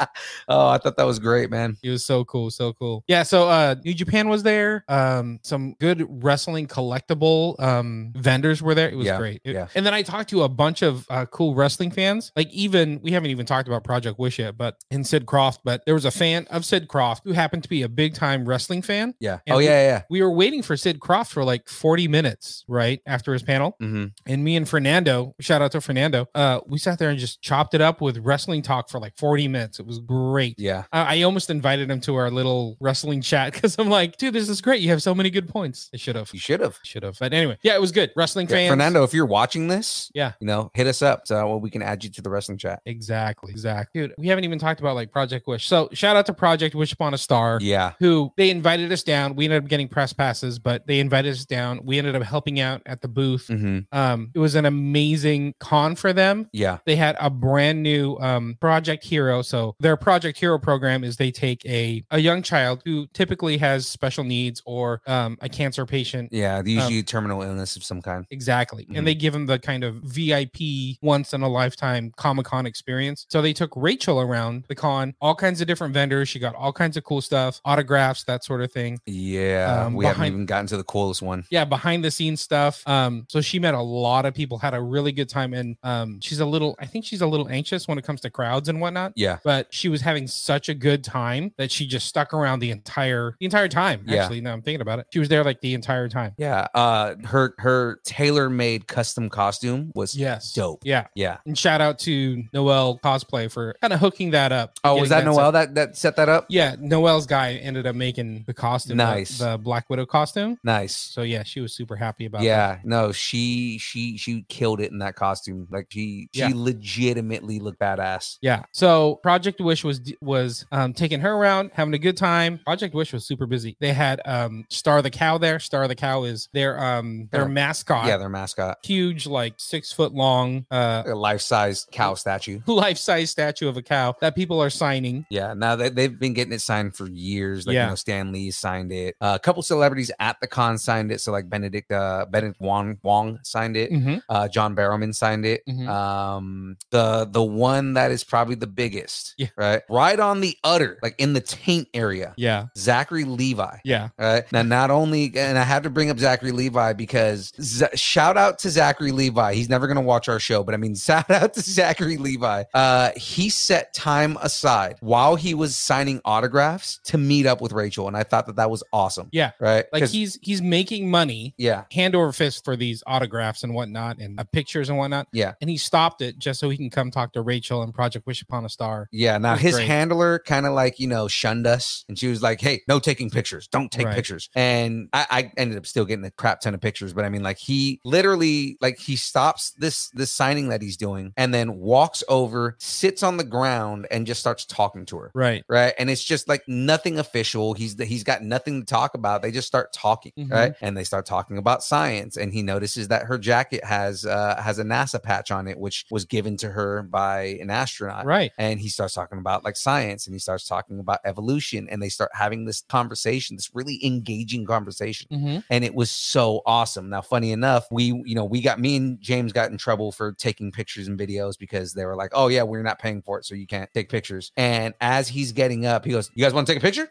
Speaker 6: Oh, I thought that was great, man.
Speaker 4: It was so cool, so cool. Yeah, so uh New Japan was there. Um some good wrestling collectible um vendors were there. It was
Speaker 6: Yeah,
Speaker 4: great. It-
Speaker 6: yeah.
Speaker 4: And then I talked to a bunch of uh, cool wrestling fans. Like even we haven't even talked about Project Wish yet, but in Sid Croft, but there was a fan of Sid Croft who happened to be a big time wrestling fan.
Speaker 6: Yeah.
Speaker 4: And
Speaker 6: oh, yeah, yeah.
Speaker 4: We were waiting for Sid Croft for like 40 minutes, right? After his panel.
Speaker 6: Mm-hmm.
Speaker 4: And me and Fernando, shout out to Fernando, uh, we sat there and just chopped it up with wrestling talk for like 40 minutes. It was great.
Speaker 6: Yeah.
Speaker 4: I I almost invited him to our little wrestling chat [LAUGHS] because I'm like, dude, this is great. You have so many good points. I should have.
Speaker 6: You should have.
Speaker 4: Should have. But anyway, yeah, it was good. Wrestling
Speaker 6: Yeah,
Speaker 4: fans.
Speaker 6: Fernando, if you're watching this,
Speaker 4: Yeah.
Speaker 6: you know, hit us up so that way we can add you to the wrestling chat.
Speaker 4: Exactly. Exactly. Dude, we haven't even talked about like Project Wish. So shout out to Project Wish Upon a Star.
Speaker 6: Yeah,
Speaker 4: Who they invited us down. We ended up getting press passes, but they invited us down. We ended up helping out at the booth.
Speaker 6: hmm
Speaker 4: Um, it was an amazing con for them.
Speaker 6: yeah,
Speaker 4: they had a brand new um, project hero so their project hero program is they take a, a young child who typically has special needs or um, a cancer patient
Speaker 6: yeah. Usually terminal illness of some kind.
Speaker 4: Exactly.
Speaker 6: Mhm.
Speaker 4: And they give them the kind of VIP once in a lifetime Comic Con experience. So they took Rachel around the con, all kinds of different vendors. She got all kinds of cool stuff, autographs, that sort of thing.
Speaker 6: Yeah,
Speaker 4: Um,
Speaker 6: we haven't
Speaker 4: behind-
Speaker 6: even gotten to the coolest one.
Speaker 4: yeah behind the scenes stuff um so she met a lot of people had a really good time and um she's a little i think she's a little anxious when it comes to crowds and whatnot
Speaker 6: Yeah.
Speaker 4: but she was having such a good time that she just stuck around the entire the entire time
Speaker 6: Yeah.
Speaker 4: actually now i'm thinking about it she was there like the entire time
Speaker 6: Yeah, uh, her her tailor made custom costume was
Speaker 4: yes
Speaker 6: dope.
Speaker 4: yeah
Speaker 6: Yeah.
Speaker 4: and shout out to noel cosplay for kind of hooking that up
Speaker 6: Oh, was that
Speaker 4: getting
Speaker 6: Noel
Speaker 4: set-
Speaker 6: that that set that up?
Speaker 4: yeah noel's guy ended up making the costume the-
Speaker 6: Nice.
Speaker 4: the, black widow costume
Speaker 6: Nice.
Speaker 4: so yeah she was super happy about that.
Speaker 6: Yeah, no, she she she killed it in that costume. Like she she
Speaker 4: Yeah.
Speaker 6: legitimately looked badass.
Speaker 4: Yeah. So Project Wish was was um, taking her around, having a good time. Project Wish was super busy. They had um, Star the cow there. Star the cow is their um their
Speaker 6: Yeah.
Speaker 4: mascot.
Speaker 6: Yeah, their mascot,
Speaker 4: huge, like six foot long, uh, [LAUGHS]
Speaker 6: a life size cow statue.
Speaker 4: life size statue of a cow that people are signing.
Speaker 6: Yeah, now they, they've been getting it signed for years. Like,
Speaker 4: Yeah.
Speaker 6: you know, Stan Lee signed it. Uh, a couple celebrities at the con signed it. So, like, Benedict uh, Benedict Wong Wong signed it.
Speaker 4: Mhm.
Speaker 6: Uh, John Barrowman signed it.
Speaker 4: Mhm.
Speaker 6: Um, the the one that is probably the biggest,
Speaker 4: Yeah.
Speaker 6: right? Right on the udder, like in the taint area.
Speaker 4: Yeah.
Speaker 6: Zachary Levi.
Speaker 4: Yeah.
Speaker 6: All right. Now, not only, and I had to bring up Zachary Levi because Z- shout out to Zachary Levi. He's never going to watch our show, but I mean, [LAUGHS] shout out to Zachary Levi. Uh, he set time aside while he was signing autographs to meet up with Rachel. And I thought that that was awesome.
Speaker 4: Yeah.
Speaker 6: Right.
Speaker 4: Like
Speaker 6: 'Cause-
Speaker 4: he's he's making money
Speaker 6: yeah.
Speaker 4: hand over fist for these autographs and whatnot and uh, pictures and whatnot.
Speaker 6: Yeah.
Speaker 4: And he stopped it just so he can come talk to Rachel and Project Wish Upon a Star.
Speaker 6: Yeah. Now
Speaker 4: was
Speaker 6: his
Speaker 4: great.
Speaker 6: handler kind of like, you know, shunned us and she was like, Hey, no taking pictures. Don't take
Speaker 4: Right.
Speaker 6: pictures. And I, I ended up still getting a crap ton of pictures. But I mean, like he literally like he stops this this signing that he's doing and then walks over, sits on the ground, and just starts talking to her.
Speaker 4: Right.
Speaker 6: Right. And it's just like nothing official. He's he's got nothing to talk about. They just start talking,
Speaker 4: Mhm.
Speaker 6: right? And they start talking about science. And he notices that her jacket has uh has a NASA patch on it, which was given to her by an astronaut
Speaker 4: Uh, Right.
Speaker 6: and he starts talking about like science and he starts talking about evolution and they start having this conversation this really engaging conversation
Speaker 4: Mm-hmm.
Speaker 6: and it was so awesome now funny enough we you know we got me and james got in trouble for taking pictures and videos because they were like oh yeah we're not paying for it so you can't take pictures and as he's getting up he goes you guys want to take a picture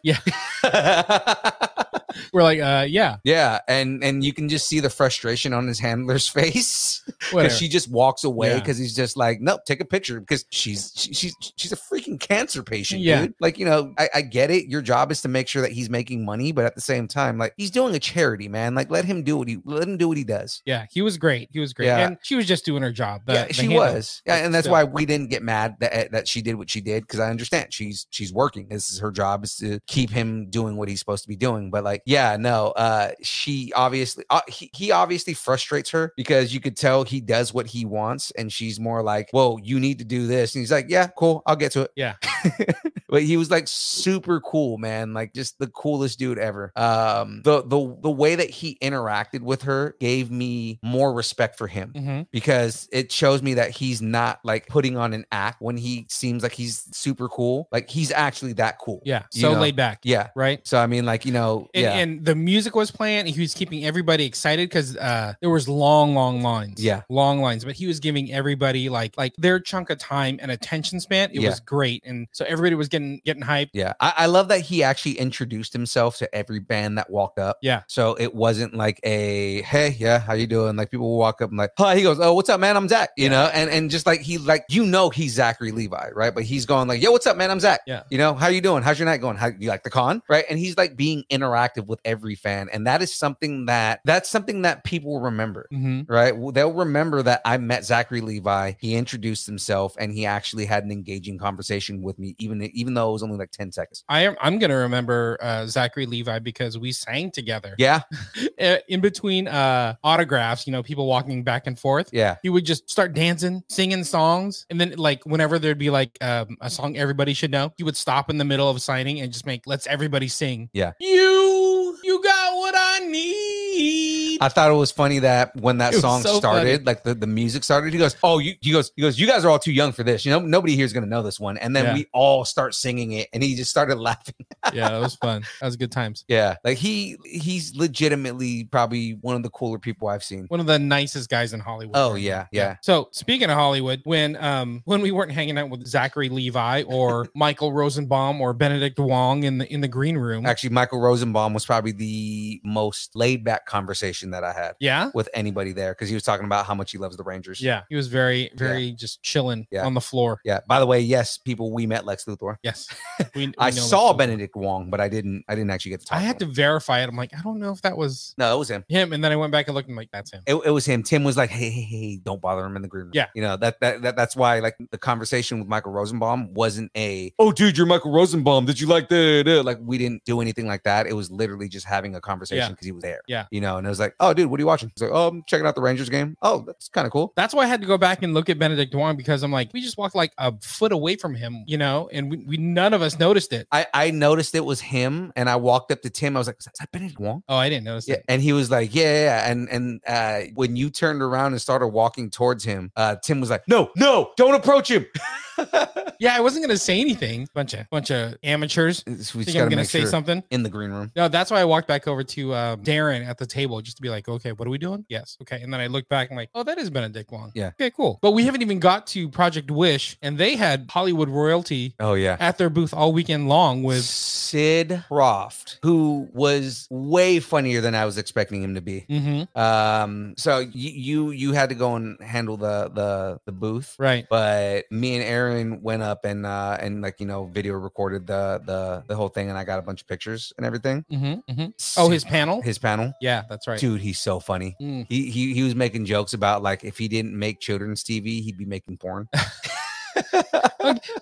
Speaker 6: yeah
Speaker 4: We're like, uh, yeah,
Speaker 6: [LAUGHS] yeah and and you can just see the frustration on his handler's [LAUGHS] face
Speaker 4: whatever.
Speaker 6: because she just walks away
Speaker 4: Yeah.
Speaker 6: because he's just like, nope, take a picture because she's she, she's she's a freaking cancer patient,
Speaker 4: Yeah.
Speaker 6: dude. Like you know, I, I get it. Your job is to make sure that he's making money, but at the same time, like he's doing a charity, man. Like let him do what he let him do what he does.
Speaker 4: yeah, he was great. He was great,
Speaker 6: Yeah.
Speaker 4: and she was just doing her job. the-
Speaker 6: yeah,
Speaker 4: the
Speaker 6: she
Speaker 4: handle.
Speaker 6: was. Yeah,
Speaker 4: But
Speaker 6: and that's
Speaker 4: still.
Speaker 6: why we didn't get mad that that she did what she did because I understand she's she's working. This is her job is to keep him doing what he's supposed to be doing. But like, yeah, no, uh, she obviously uh, he he obviously frustrates her because you could tell he does what he wants, and she's more like, "Whoa, you need to do this," and he's like, "Yeah, cool, I'll get to it."
Speaker 4: Yeah.
Speaker 6: [LAUGHS] but he was like super cool, man. Like just the coolest dude ever. Um, the the the way that he interacted with her gave me more respect for him
Speaker 4: Mhm.
Speaker 6: because it shows me that he's not like putting on an act when he seems like he's super cool. Like he's actually that cool.
Speaker 4: Yeah,
Speaker 6: you
Speaker 4: so
Speaker 6: know?
Speaker 4: laid back.
Speaker 6: Yeah.
Speaker 4: Right.
Speaker 6: So I mean, like you know,
Speaker 4: And,
Speaker 6: yeah,
Speaker 4: and the music was playing. and He was keeping everybody excited because uh, there was long, long lines.
Speaker 6: Yeah.
Speaker 4: long lines. But he was giving everybody like like their chunk of time and attention span. It
Speaker 6: Yeah.
Speaker 4: was great, and so everybody was getting getting hyped.
Speaker 6: yeah. I, I love that he actually introduced himself to every band that walked up.
Speaker 4: Yeah.
Speaker 6: So it wasn't like a hey, yeah, how you doing? Like people will walk up and like, hi. He goes, oh, what's up, man? I'm Zach. You know, and and just like he like you know he's Zachary Levi, right? But he's going like, yo, what's up, man? I'm Zach.
Speaker 4: Yeah.
Speaker 6: You know, how you doing? How's your night going? How you like the con? Right? And he's like being interactive with every fan, and that is something that that's something that people remember.
Speaker 4: Mm-hmm.
Speaker 6: Right. Well, they'll remember that I met Zachary Levi. He introduced himself and he actually had an engaging conversation with me, even even though it was only like 10 seconds.
Speaker 4: I am. I'm gonna remember uh, Zachary Levi because we sang together.
Speaker 6: Yeah.
Speaker 4: [LAUGHS] Uh, In between uh, autographs, you know, people walking back and forth.
Speaker 6: Yeah.
Speaker 4: He would just start dancing, singing songs, and then like whenever there'd be like um, a song everybody should know, he would stop in the middle of signing and just make "Let's everybody sing."
Speaker 6: Yeah.
Speaker 4: you you got what I need.
Speaker 6: I thought it was funny that when that
Speaker 4: It was
Speaker 6: song
Speaker 4: so
Speaker 6: started,
Speaker 4: funny.
Speaker 6: like the, the music started, he goes, Oh, you he goes, he goes, You guys are all too young for this. You know, nobody here is gonna know this one. And then
Speaker 4: Yeah.
Speaker 6: we all start singing it and he just started [LAUGHS] laughing.
Speaker 4: yeah, that was fun. That was good times.
Speaker 6: Yeah. Like he he's legitimately probably one of the cooler people I've seen.
Speaker 4: One of the nicest guys in Hollywood.
Speaker 6: Oh,
Speaker 4: right
Speaker 6: yeah,
Speaker 4: now.
Speaker 6: yeah.
Speaker 4: So speaking of Hollywood, when um when we weren't hanging out with Zachary Levi
Speaker 6: [LAUGHS]
Speaker 4: or Michael Rosenbaum or Benedict Wong in the in the green room,
Speaker 6: Actually, Michael Rosenbaum was probably the most laid back conversation that I had.
Speaker 4: yeah,
Speaker 6: with anybody there because he was talking about how much he loves the Rangers.
Speaker 4: yeah, he was very very just chilling
Speaker 6: Yeah.
Speaker 4: on the floor.
Speaker 6: Yeah. By the way, yes, people, we met Lex Luthor. [LAUGHS]
Speaker 4: Yes, we, we
Speaker 6: I
Speaker 4: know
Speaker 6: saw
Speaker 4: that's-
Speaker 6: Benedict Wong, but I didn't. I didn't actually get to talk.
Speaker 4: I had to
Speaker 6: him.
Speaker 4: verify it. I'm like, I don't know if that was
Speaker 6: No, it was him.
Speaker 4: him, and then I went back and looked and I'm like that's him.
Speaker 6: It, it was him. Tim was like, hey, hey, hey, don't bother him in the green room.
Speaker 4: Yeah.
Speaker 6: You know that, that that that's why like the conversation with Michael Rosenbaum wasn't a oh dude you're Michael Rosenbaum did you like that like we didn't do anything like that. It was literally just having a conversation because he was there.
Speaker 4: Yeah.
Speaker 6: You know, and it was like oh dude what are you watching? He's like oh I'm checking out the Rangers game. Oh that's kind of cool.
Speaker 4: That's why I had to go back and look at Benedict Wong because I'm like, we just walked like a foot away from him, you know, and we, we none of us noticed it.
Speaker 6: I, I noticed it was him and I walked up to Tim. I was like, is that, is that Benedict Wong?
Speaker 4: Oh, I didn't notice
Speaker 6: Yeah,
Speaker 4: it.
Speaker 6: and he was like, "Yeah, yeah." yeah." And and uh, when you turned around and started walking towards him, uh, Tim was like, "No, no, don't approach him." [LAUGHS]
Speaker 4: Yeah, I wasn't gonna say anything. Bunch of bunch of amateurs.
Speaker 6: we just
Speaker 4: Think
Speaker 6: gotta
Speaker 4: I'm gonna
Speaker 6: make
Speaker 4: say
Speaker 6: sure
Speaker 4: something.
Speaker 6: in the green room.
Speaker 4: No, that's why I walked back over to uh, Darren at the table just to be like, okay, what are we doing? Yes, okay. And then I looked back and like, oh, that is Benedict Wong.
Speaker 6: Yeah.
Speaker 4: Okay, cool. But we haven't even got to Project Wish, and they had Hollywood royalty
Speaker 6: Oh yeah,
Speaker 4: at their booth all weekend long
Speaker 6: with
Speaker 4: with.
Speaker 6: Sid Croft, who was way funnier than I was expecting him to be.
Speaker 4: hmm
Speaker 6: Um, so you you, you had to go and handle the the the booth.
Speaker 4: Right.
Speaker 6: But me and Aaron went up and uh and like you know video recorded the the the whole thing and I got a bunch of pictures and everything.
Speaker 4: hmm hmm Oh, his panel.
Speaker 6: Mm-hmm, his panel.
Speaker 4: yeah, that's right. [LAUGHS]
Speaker 6: Dude, he's so funny.
Speaker 4: Mm.
Speaker 6: He, he he was making jokes about like if he didn't make children's TV, he'd be making porn.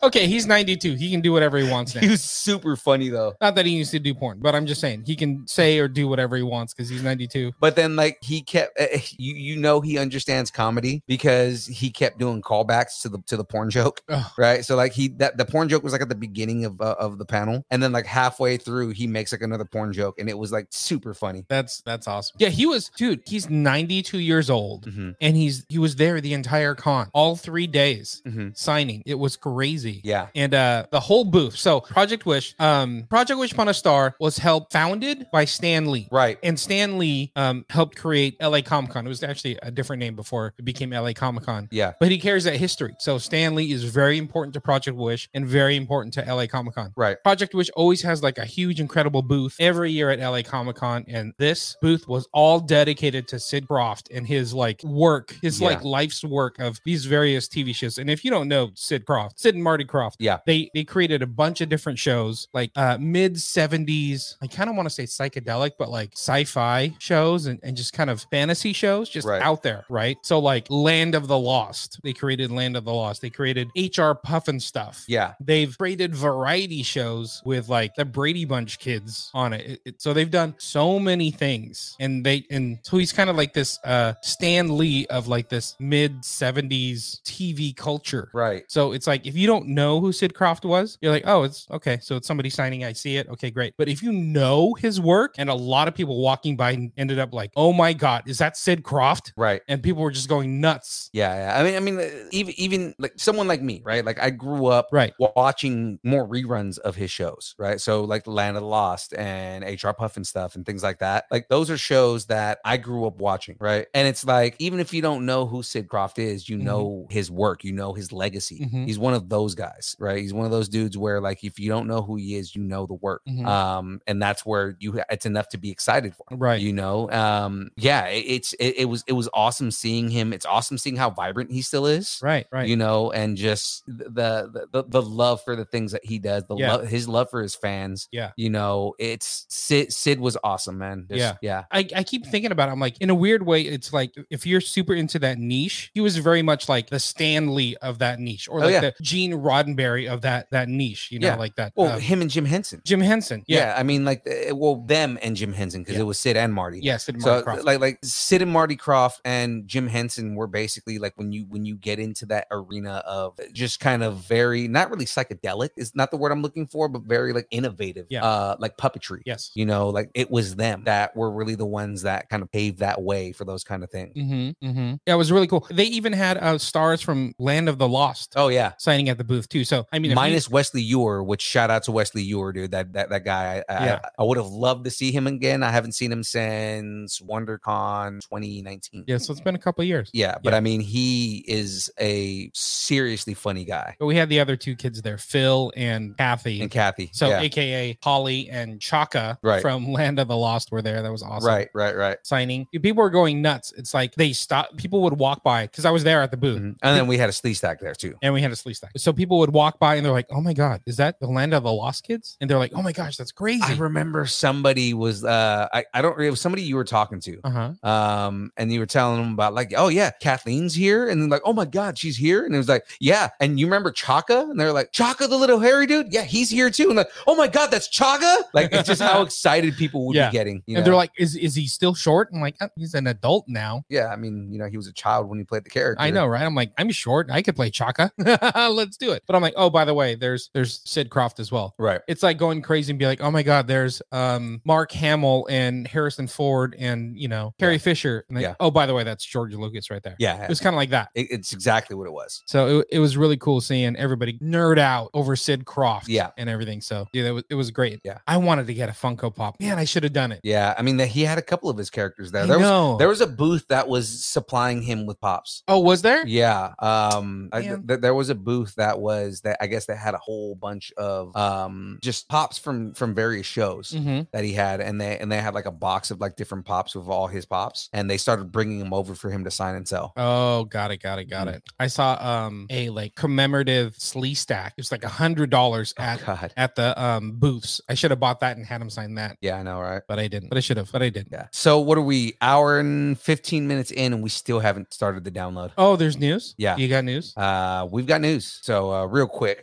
Speaker 4: okay, he's 92. He can do whatever he
Speaker 6: [LAUGHS]
Speaker 4: wants now.
Speaker 6: [LAUGHS] He was super funny though.
Speaker 4: Not that he used to do porn, but I'm just saying he can say or do whatever he wants because he's 92.
Speaker 6: But then, like he kept, eh, eh, you you know, he understands comedy because he kept doing callbacks to the to the porn joke,
Speaker 4: Ugh.
Speaker 6: right? So like he that the porn joke was like at the beginning of uh, of the panel, and then like halfway through, he makes like another porn joke, and it was like super funny.
Speaker 4: That's that's awesome. Yeah, he was dude, he's 92 years old
Speaker 6: Mm.
Speaker 4: and he's he was there the entire con, all 3 days
Speaker 6: Mhm.
Speaker 4: signing. It was crazy.
Speaker 6: Yeah.
Speaker 4: And uh the whole booth. So Project Wish, um Project Wish Upon a Star was helped founded by Stan Lee.
Speaker 6: Right.
Speaker 4: And Stan Lee um helped create LA Comic Con. It was actually a different name before it became LA Comic Con.
Speaker 6: Yeah.
Speaker 4: But he carries that history. So Stan Lee is very important to Project Wish and very important to LA Comic Con.
Speaker 6: Right.
Speaker 4: Project Wish always has like a huge, incredible booth every year at LA Comic Con. And this booth was all dedicated to Sid Croft and his like work, his
Speaker 6: Yeah.
Speaker 4: like life's work of these various TV shows. And if you don't know Sid Croft, Sid and Marty Croft,
Speaker 6: Yeah.
Speaker 4: they they created a bunch of different shows like uh mid 70s. I kind of want to say psychedelic, but like sci-fi shows and, and just kind of fantasy shows just
Speaker 6: Right.
Speaker 4: out there, right? So like Land of the Lost. They created Land of the Lost. They created HR Puffin stuff.
Speaker 6: Yeah.
Speaker 4: They've created variety shows with like the Brady Bunch kids on it. It- it- So they've done so many things, and they and so he's kind of like this uh Stan Lee of like this mid '70s TV culture.
Speaker 6: Right.
Speaker 4: So it's like if you don't know who Sid Croft was, you're like, oh, it's okay. So it's somebody signing. I see it. Okay, great. But if you know his work, and a lot of people walking by ended up like, oh my god, is that Sid Croft?
Speaker 6: Right.
Speaker 4: And people were just going nuts.
Speaker 6: Yeah, yeah. I mean, I mean, uh, even even like someone like me, right? Like I grew up
Speaker 4: Right.
Speaker 6: wa- watching more reruns of his shows, right? So like The Land of the Lost and HR Puff and stuff and things like that. Like those are shows that I grew up watching, right? And it's like even if you don't know who Sid Croft is, you
Speaker 4: Mhm.
Speaker 6: know his work, you know his legacy.
Speaker 4: Mhm.
Speaker 6: He's one of those guys, right? He's one of those dudes where like if you don't know who he is, you know the work,
Speaker 4: Mhm.
Speaker 6: um, and that's where you it's enough to be excited for
Speaker 4: Right.
Speaker 6: you know um yeah it, it's it, it was it was awesome seeing him it's awesome seeing how vibrant he still is
Speaker 4: right. Right.
Speaker 6: you know and just the the, the the love for the things that he does the
Speaker 4: Yeah.
Speaker 6: love his love for his fans
Speaker 4: Yeah.
Speaker 6: you know it's sid sid was awesome man Just-
Speaker 4: Yeah.
Speaker 6: yeah
Speaker 4: I, I keep thinking about it. I'm like, in a weird way, it's like if you're super into that niche, he was very much like the Stan Lee of that niche, or
Speaker 6: Oh,
Speaker 4: like
Speaker 6: yeah.
Speaker 4: the Gene Roddenberry of that that niche, you know,
Speaker 6: Yeah.
Speaker 4: like that.
Speaker 6: well
Speaker 4: uh,
Speaker 6: him and jim henson
Speaker 4: Jim Henson. Yeah.
Speaker 6: yeah. i mean like eh, well them and jim henson because
Speaker 4: Yeah.
Speaker 6: it was sid and marty
Speaker 4: Yes. and Marty
Speaker 6: so
Speaker 4: Croft.
Speaker 6: like like Sid and Marty Croft and Jim Henson were basically like when you when you get into that arena of just kind of very not really psychedelic is not the word I'm looking for but very like innovative
Speaker 4: Yeah.
Speaker 6: uh like puppetry
Speaker 4: yes.
Speaker 6: you know like it was them that were really the ones that kind of paved that way for those kind of things
Speaker 4: Mm-hmm, mm-hmm. Yeah, it was really cool. They even had uh, stars from Land of the Lost
Speaker 6: oh yeah
Speaker 4: signing at the booth too. So I mean, if you-
Speaker 6: minus Wesley Ewer which shout out to Wesley Ewer dude that that, that guy I,
Speaker 4: Yeah.
Speaker 6: I, I would have loved to see him again I haven't seen him since WonderCon 2019
Speaker 4: yeah,
Speaker 6: [LAUGHS]
Speaker 4: so it's been a couple of years.
Speaker 6: Yeah, but
Speaker 4: Yeah.
Speaker 6: I mean, he is a seriously funny guy.
Speaker 4: But we had the other two kids there, Phil and Kathy.
Speaker 6: And Kathy,
Speaker 4: so
Speaker 6: yeah,
Speaker 4: AKA Holly and Chaka
Speaker 6: Right.
Speaker 4: from [LAUGHS] Land of the Lost were there. That was awesome.
Speaker 6: right, right, right.
Speaker 4: signing. Dude, People were going nuts. It's like they stopped. People would walk by because I was there at the booth
Speaker 6: Mhm. And then we had a sleaze stack there too.
Speaker 4: and we had a sleeve stack. So people would walk by and they're like, "Oh my god, is that the land of the lost kids?" And they're like, "Oh my gosh, that's
Speaker 6: I
Speaker 4: crazy."
Speaker 6: remember somebody was, uh, I, I don't, it was somebody you were talking to,
Speaker 4: Uh huh.
Speaker 6: um, and you were telling them about like, oh yeah, Kathleen's here, and then like, oh my god, she's here, and it was like, yeah, and you remember Chaka, and they're like, Chaka, the little hairy dude, yeah, he's here too, and like, oh my god, that's Chaka, like it's just
Speaker 4: [LAUGHS]
Speaker 6: how excited people would
Speaker 4: Yeah.
Speaker 6: be getting,
Speaker 4: And
Speaker 6: you know?
Speaker 4: they're like, "Is is he still short?" I'm like, "Uh, "He's an adult now."
Speaker 6: yeah, I mean, you know, he was a child when he played the character.
Speaker 4: I know, right? I'm like, I'm short. I could play Chaka. [LAUGHS] Let's do it. But I'm like, oh, by the way, there's there's Sid Croft as well.
Speaker 6: right?
Speaker 4: It's like going crazy and be like, oh my god, there's um Mark Hamill and Harrison Ford and you know Carrie Fisher. And like,
Speaker 6: Yeah.
Speaker 4: oh, by the way, that's George Lucas right there.
Speaker 6: Yeah,
Speaker 4: It was kind of like that.
Speaker 6: It- it's exactly what it was.
Speaker 4: So it, it was really cool seeing everybody nerd out over Sid Croft
Speaker 6: Yeah.
Speaker 4: and everything. So yeah, that was, it was great.
Speaker 6: Yeah.
Speaker 4: I wanted to get a Funko Pop. Man, I should have done it.
Speaker 6: Yeah, I mean that he had a couple of his characters there.
Speaker 4: I
Speaker 6: There was
Speaker 4: know.
Speaker 6: there was a booth that was supplying him with pops.
Speaker 4: oh, was there?
Speaker 6: Yeah, um, I, th-
Speaker 4: Man.
Speaker 6: th- there was a booth that was that I guess that had a whole bunch of um just pops from from various shows
Speaker 4: hmm
Speaker 6: that he had, and they and they had like a box of like different pops with all his pops, and they started bringing them over for him to sign and sell.
Speaker 4: Oh, got it, got it, got
Speaker 6: Mm-hmm.
Speaker 4: it. I saw um a like commemorative slee stack. It was like a hundred dollars
Speaker 6: Oh,
Speaker 4: at
Speaker 6: God,
Speaker 4: at the um booths. I should have bought that and had him sign that,
Speaker 6: yeah, I know, right?
Speaker 4: but I didn't. But I should have. But I did.
Speaker 6: Yeah. So what are we hour and fifteen minutes in, and we still haven't started the download?
Speaker 4: Oh, there's news.
Speaker 6: Yeah.
Speaker 4: you got news.
Speaker 6: Uh, we've got news. news. So, uh, real quick.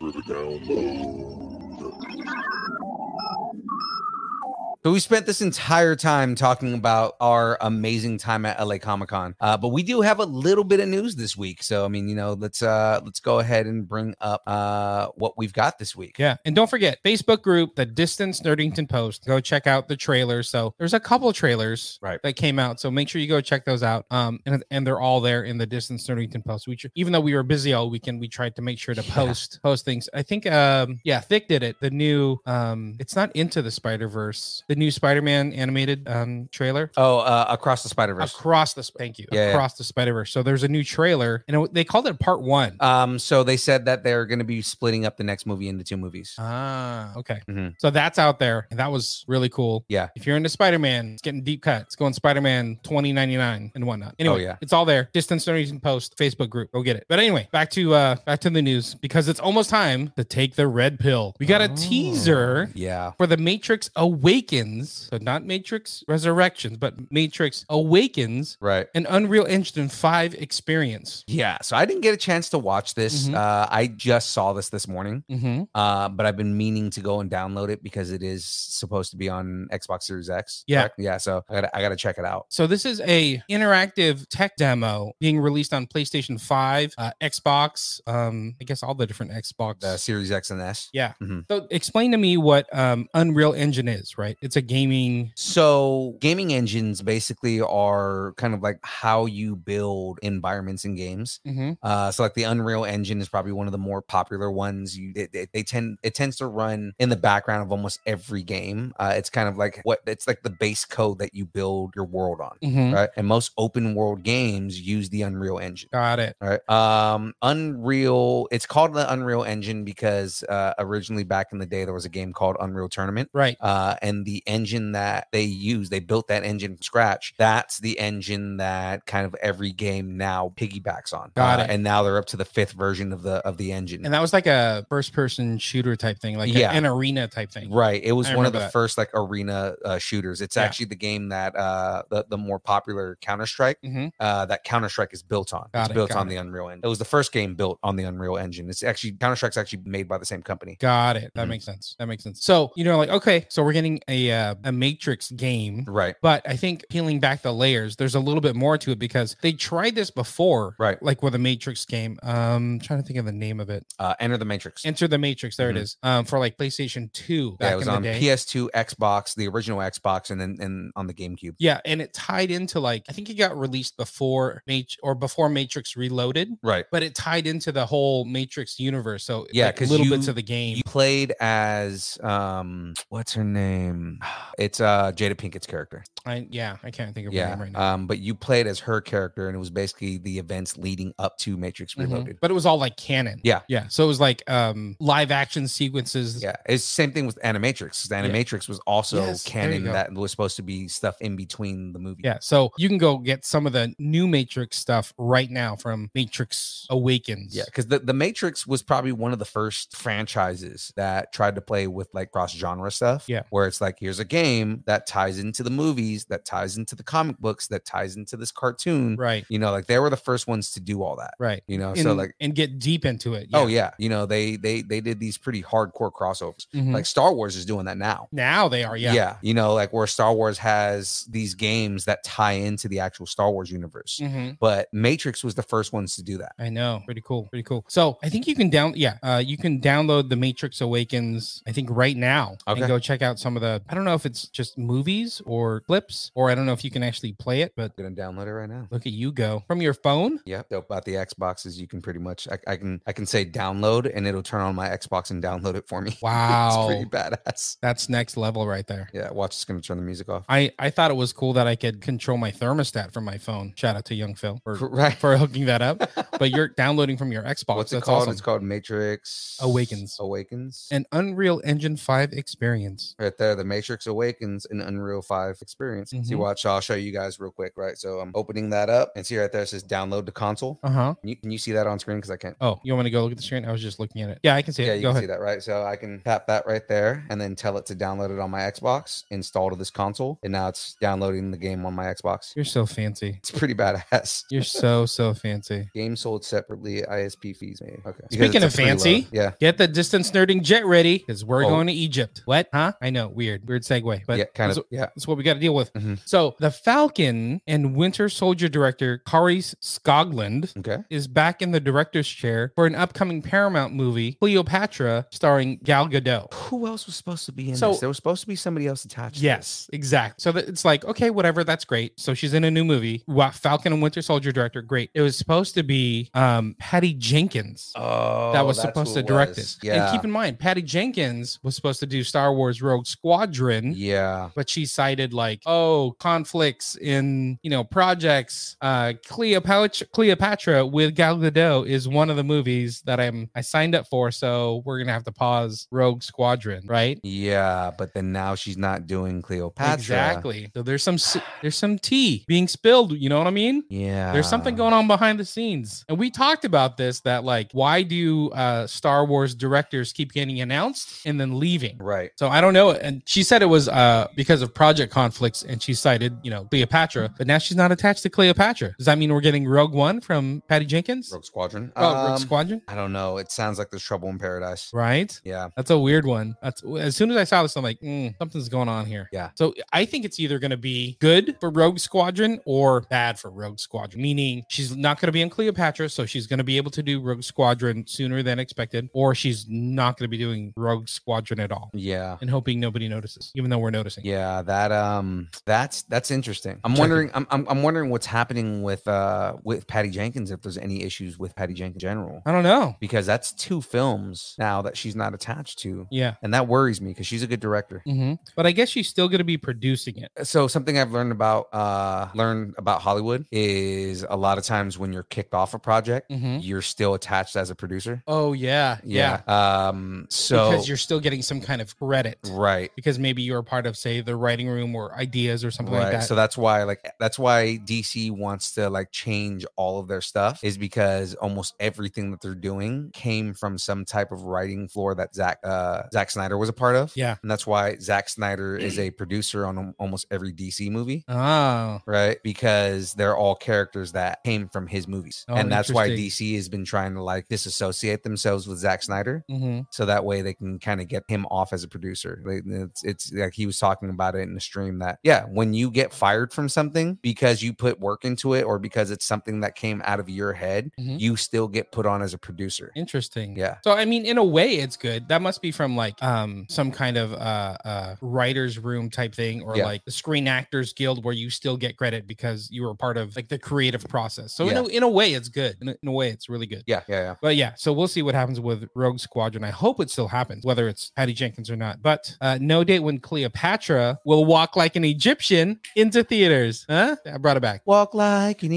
Speaker 6: So we spent this entire time talking about our amazing time at LA Comic Con, uh, but we do have a little bit of news this week. So I mean, you know, let's uh, let's go ahead and bring up uh, what we've got this week.
Speaker 4: Yeah. And don't forget, Facebook group, the Distance Nerdington Post. Go check out the trailers. So there's a couple trailers
Speaker 6: Right.
Speaker 4: that came out. So make sure you go check those out. Um, and, and they're all there in the Distance Nerdington Post. We tr- even though we were busy all weekend, we tried to make sure to
Speaker 6: Yeah.
Speaker 4: post post things. I think um yeah, Thick did it. The new um it's not into the Spider-Verse, the new Spider-Man animated um trailer.
Speaker 6: Oh, uh, across the Spider Verse.
Speaker 4: Across the Sp- thank you
Speaker 6: Yeah, yeah.
Speaker 4: across the Spider Verse. So there's a new trailer, and it, they called it Part One.
Speaker 6: Um, so they said that they're going to be splitting up the next movie into two movies.
Speaker 4: ah, okay.
Speaker 6: Mhm.
Speaker 4: So that's out there, and that was really cool.
Speaker 6: Yeah.
Speaker 4: If you're into Spider Man, it's getting deep cut. It's going Spider Man 2099 and whatnot. Anyway,
Speaker 6: Oh, yeah.
Speaker 4: it's all there. Distance Donation Post Facebook group. Go get it. But anyway, back to uh back to the news because it's almost time to take the red pill. We got a teaser
Speaker 6: Yeah.
Speaker 4: for the Matrix Awakens. So not Matrix Resurrections, but Matrix Awakens,
Speaker 6: Right.
Speaker 4: an Unreal Engine 5 experience.
Speaker 6: Yeah. So I didn't get a chance to watch this.
Speaker 4: Mhm.
Speaker 6: Uh, I just saw this this morning.
Speaker 4: Mm-hmm.
Speaker 6: Uh, but I've been meaning to go and download it because it is supposed to be on Xbox Series X.
Speaker 4: Yeah.
Speaker 6: correct? Yeah. So I gotta I gotta check it out.
Speaker 4: So this is a interactive tech demo being released on PlayStation 5, uh, Xbox, um, I guess all the different Xbox.
Speaker 6: The Series X and S.
Speaker 4: yeah.
Speaker 6: Mhm.
Speaker 4: So explain to me what um, Unreal Engine is, right? It's a gaming.
Speaker 6: So gaming engines basically are kind of like how you build environments in games.
Speaker 4: Mhm.
Speaker 6: Uh, so like the Unreal Engine is probably one of the more popular ones. You it, it- they tend it tends to run in the background of almost every game. Uh, it's kind of like what it's like the base code that you build your world on,
Speaker 4: Mhm.
Speaker 6: right? And most open world games use the Unreal Engine.
Speaker 4: Got it.
Speaker 6: All right. Um, Unreal. It's called the Unreal Engine because uh, originally back in the day there was a game called Unreal Tournament
Speaker 4: Right.
Speaker 6: uh, and the engine that they use, they built that engine from scratch. That's the engine that kind of every game now piggybacks on.
Speaker 4: Got
Speaker 6: Uh,
Speaker 4: it.
Speaker 6: And now they're up to the fifth version of the of the engine.
Speaker 4: And that was like a first-person shooter type thing, like a-
Speaker 6: Yeah.
Speaker 4: an arena type thing.
Speaker 6: Right. It was
Speaker 4: I
Speaker 6: one of
Speaker 4: remember
Speaker 6: the
Speaker 4: that.
Speaker 6: first like arena uh, shooters. It's
Speaker 4: Yeah.
Speaker 6: actually the game that uh the, the more popular Counter Strike
Speaker 4: Mhm.
Speaker 6: uh that Counter Strike is built on.
Speaker 4: Got
Speaker 6: it's
Speaker 4: it,
Speaker 6: built
Speaker 4: got
Speaker 6: on
Speaker 4: it.
Speaker 6: the Unreal Engine. It was the first game built on the Unreal Engine. It's actually Counter Strike's actually made by the same company.
Speaker 4: Got it. That
Speaker 6: Mhm.
Speaker 4: makes sense. That makes sense. So you know, like, okay, so we're getting a uh, a Matrix game.
Speaker 6: Right.
Speaker 4: But I think peeling back the layers, there's a little bit more to it because they tried this before,
Speaker 6: Right.
Speaker 4: Like with a Matrix game. Um, trying to think of the name of it.
Speaker 6: Uh Enter the Matrix.
Speaker 4: Enter the Matrix. There it
Speaker 6: Mhm.
Speaker 4: is. Um, for like PlayStation Two back
Speaker 6: yeah, it was
Speaker 4: in the
Speaker 6: on
Speaker 4: day.
Speaker 6: PS2, Xbox, the original Xbox, and then and on the GameCube.
Speaker 4: yeah, and it tied into like I think it got released before Mat or before Matrix Reloaded,
Speaker 6: Right.
Speaker 4: but it tied into the whole Matrix universe. So
Speaker 6: Yeah,
Speaker 4: like,
Speaker 6: 'cause
Speaker 4: little
Speaker 6: you-
Speaker 4: bits of the game.
Speaker 6: You played as um what's her name? It's uh Jada Pinkett's character.
Speaker 4: I, yeah, I can't think of her
Speaker 6: Yeah.
Speaker 4: name right now.
Speaker 6: Um but you played as her character and it was basically the events leading up to Matrix
Speaker 4: Mhm.
Speaker 6: Reloaded.
Speaker 4: But it was all like canon.
Speaker 6: Yeah.
Speaker 4: Yeah. So it was like um live action sequences.
Speaker 6: Yeah, it's same thing with Animatrix. The
Speaker 4: Yeah.
Speaker 6: Animatrix was also
Speaker 4: Yes, there you
Speaker 6: canon
Speaker 4: go.
Speaker 6: that was supposed to be stuff in between the movie.
Speaker 4: Yeah. So you can go get some of the new Matrix stuff right now from Matrix Awakens.
Speaker 6: Yeah, because the, the Matrix was probably one of the first franchises that tried to play with like cross genre stuff.
Speaker 4: Yeah.
Speaker 6: Where it's like, here's a game that ties into the movies, that ties into the comic books, that ties into this cartoon.
Speaker 4: Right.
Speaker 6: You know, like they were the first ones to do all that.
Speaker 4: Right.
Speaker 6: You know,
Speaker 4: And,
Speaker 6: Uh, so like,
Speaker 4: and get deep into it.
Speaker 6: oh yeah, you know, they they they did these pretty hardcore crossovers.
Speaker 4: Mhm.
Speaker 6: Like Star Wars is doing that now.
Speaker 4: now they are. Yeah.
Speaker 6: You know, like where Star Wars has these games that tie into the actual Star Wars universe.
Speaker 4: Mhm.
Speaker 6: But Matrix was the first ones to do that.
Speaker 4: I know. Pretty cool. Pretty cool. So I think you can down yeah, uh, you can download the Matrix Awakens, I think right now
Speaker 6: Okay.
Speaker 4: and go check out some of the I don't know if it's just movies or clips, or I don't know if you can actually play it, but
Speaker 6: I'm gonna download it right now.
Speaker 4: look at you go. From your
Speaker 6: [LAUGHS]
Speaker 4: phone?
Speaker 6: Yep. So about the Xboxes, you can pretty much I, I can I can say download and it'll turn on my Xbox and download it for me. [LAUGHS]
Speaker 4: Wow.
Speaker 6: it's pretty badass.
Speaker 4: That's next level right there.
Speaker 6: Yeah, watch it's gonna turn the music off.
Speaker 4: I, I thought it was cool that I could control my thermostat from my phone. Shout out to Young Phil for,
Speaker 6: [LAUGHS] right.
Speaker 4: for hooking that up. But you're downloading from your Xbox.
Speaker 6: [LAUGHS] What's it
Speaker 4: That's
Speaker 6: called?
Speaker 4: awesome.
Speaker 6: It's called Matrix
Speaker 4: Awakens.
Speaker 6: Awakens.
Speaker 4: An Unreal Engine 5 experience.
Speaker 6: right there, the Matrix Awakens and Unreal Five experience. See,
Speaker 4: Mhm.
Speaker 6: watch. I'll show you guys real quick, right? So I'm opening that up, and see right there it says download to console.
Speaker 4: Uh huh.
Speaker 6: Can you, can you see that on screen? Because I can't.
Speaker 4: Oh, you want me to go look at the screen? I was just looking at it. Yeah, I can see
Speaker 6: Yeah,
Speaker 4: it.
Speaker 6: you
Speaker 4: Go
Speaker 6: can
Speaker 4: ahead.
Speaker 6: see that, right? So I can tap that right there and then tell it to download it on my Xbox, install to this console, and now it's downloading the game on my Xbox.
Speaker 4: You're so fancy.
Speaker 6: It's pretty badass. [LAUGHS]
Speaker 4: You're so so fancy.
Speaker 6: Game sold separately, ISP fees made. Okay. Because
Speaker 4: Speaking
Speaker 6: it's a
Speaker 4: of
Speaker 6: preload.
Speaker 4: fancy-
Speaker 6: yeah.
Speaker 4: Get the distance nerding jet ready because we're
Speaker 6: Oh.
Speaker 4: going to Egypt. What? Huh? I know. Weird. Weird segue. But
Speaker 6: yeah, kind
Speaker 4: that's
Speaker 6: of. Yeah.
Speaker 4: That's what we got to deal with.
Speaker 6: Mhm.
Speaker 4: So the Falcon and Winter Soldier director Kari Skoglund
Speaker 6: Okay.
Speaker 4: is back in the director's chair for an upcoming Paramount movie, Cleopatra, starring Gal Gadot.
Speaker 6: Who else was supposed to be in
Speaker 4: So-
Speaker 6: this? There was supposed to be somebody else attached. to this.
Speaker 4: Yes, exact. So that it's like, okay, whatever, that's great. So she's in a new movie. Wow, Falcon and Winter Soldier director, great. It was supposed to be um Patty Jenkins.
Speaker 6: Oh,
Speaker 4: that was
Speaker 6: that's
Speaker 4: supposed
Speaker 6: who
Speaker 4: to
Speaker 6: it
Speaker 4: direct
Speaker 6: was.
Speaker 4: this.
Speaker 6: Yeah.
Speaker 4: And keep in mind, Patty Jenkins was supposed to do Star Wars Rogue Squadron.
Speaker 6: yeah.
Speaker 4: but she cited like oh conflicts in you know projects uh cleopatra cleopatra with gal gadot is one of the movies that i'm i signed up for so we're gonna have to pause rogue squadron right
Speaker 6: Yeah, but then now she's not doing Cleopatra.
Speaker 4: exactly so there's some s- there's some tea being spilled you know what i mean
Speaker 6: Yeah.
Speaker 4: there's something going on behind the scenes and we talked about this that like why do uh star wars directors keep getting announced and then leaving
Speaker 6: Right.
Speaker 4: So I don't know. And she said it was uh, because of project conflicts, and she cited, you know, Cleopatra, but now she's not attached to Cleopatra. Does that mean we're getting Rogue One from Patty Jenkins?
Speaker 6: Rogue Squadron.
Speaker 4: Oh,
Speaker 6: Um,
Speaker 4: Rogue Squadron?
Speaker 6: I don't know. It sounds like there's trouble in paradise.
Speaker 4: Right?
Speaker 6: Yeah.
Speaker 4: That's a weird one. That's as soon as I saw this, I'm like, mm, something's going on here.
Speaker 6: Yeah.
Speaker 4: So I think it's either going to be good for Rogue Squadron or bad for Rogue Squadron. Meaning she's not going to be in Cleopatra, so she's going to be able to do Rogue Squadron sooner than expected, or she's not going to be doing Rogue Squadron at all,
Speaker 6: Yeah.
Speaker 4: and hoping nobody notices, even though we're noticing.
Speaker 6: Yeah, that um that's that's interesting. I'm
Speaker 4: Check it.
Speaker 6: wondering I'm, I'm I'm wondering what's happening with uh with Patty Jenkins if there's any issues with Patty Jenkins in general
Speaker 4: I don't know.
Speaker 6: because that's two films now that she's not attached to
Speaker 4: Yeah.
Speaker 6: and that worries me because she's a good director.
Speaker 4: hmm But I guess she's still going to be producing it.
Speaker 6: so something I've learned about uh learned about Hollywood is a lot of times when you're kicked off a project,
Speaker 4: Mhm.
Speaker 6: you're still attached as a producer.
Speaker 4: Oh yeah, yeah.
Speaker 6: Um so
Speaker 4: because you're still getting some kind of credit
Speaker 6: right.
Speaker 4: because maybe you're a part of, say, the writing room or ideas or something
Speaker 6: right.
Speaker 4: like that.
Speaker 6: So that's why like eh, that's why DC wants to like change all of their stuff is because almost everything that they're doing came from some type of writing floor that Zack uh Zack Snyder was a part of.
Speaker 4: yeah.
Speaker 6: And that's why Zack Snyder is a producer on al- almost every DC movie.
Speaker 4: Oh,
Speaker 6: right? Because they're all characters that came from his movies.
Speaker 4: Oh,
Speaker 6: and that's why
Speaker 4: interesting.
Speaker 6: DC has been trying to like disassociate themselves with Zack Snyder
Speaker 4: hmm
Speaker 6: so that way they can kind of get him off as a producer. Like, It's, it's like he was talking about it in the stream that, yeah, when you get fired from something because you put work into it or because it's something that came out of your head,
Speaker 4: Mhm.
Speaker 6: you still get put on as a producer.
Speaker 4: interesting.
Speaker 6: Mm-hmm. Yeah.
Speaker 4: So I mean, in a way, it's good. That must be from like um some kind of uh, uh writers' room type thing, or
Speaker 6: Yeah.
Speaker 4: like the Screen Actors Guild, where you still get credit because you were a part of like the creative process. So in,
Speaker 6: Yeah.
Speaker 4: a, in a way, it's good. In a, in a way, it's really good.
Speaker 6: Yeah, yeah, yeah.
Speaker 4: But yeah, so we'll see what happens with Rogue Squadron. I hope it still happens, whether it's Patty Jenkins or not. But uh, no date when Cleopatra will walk like an Egyptian into theaters. Huh? I brought it back.
Speaker 6: Walk like an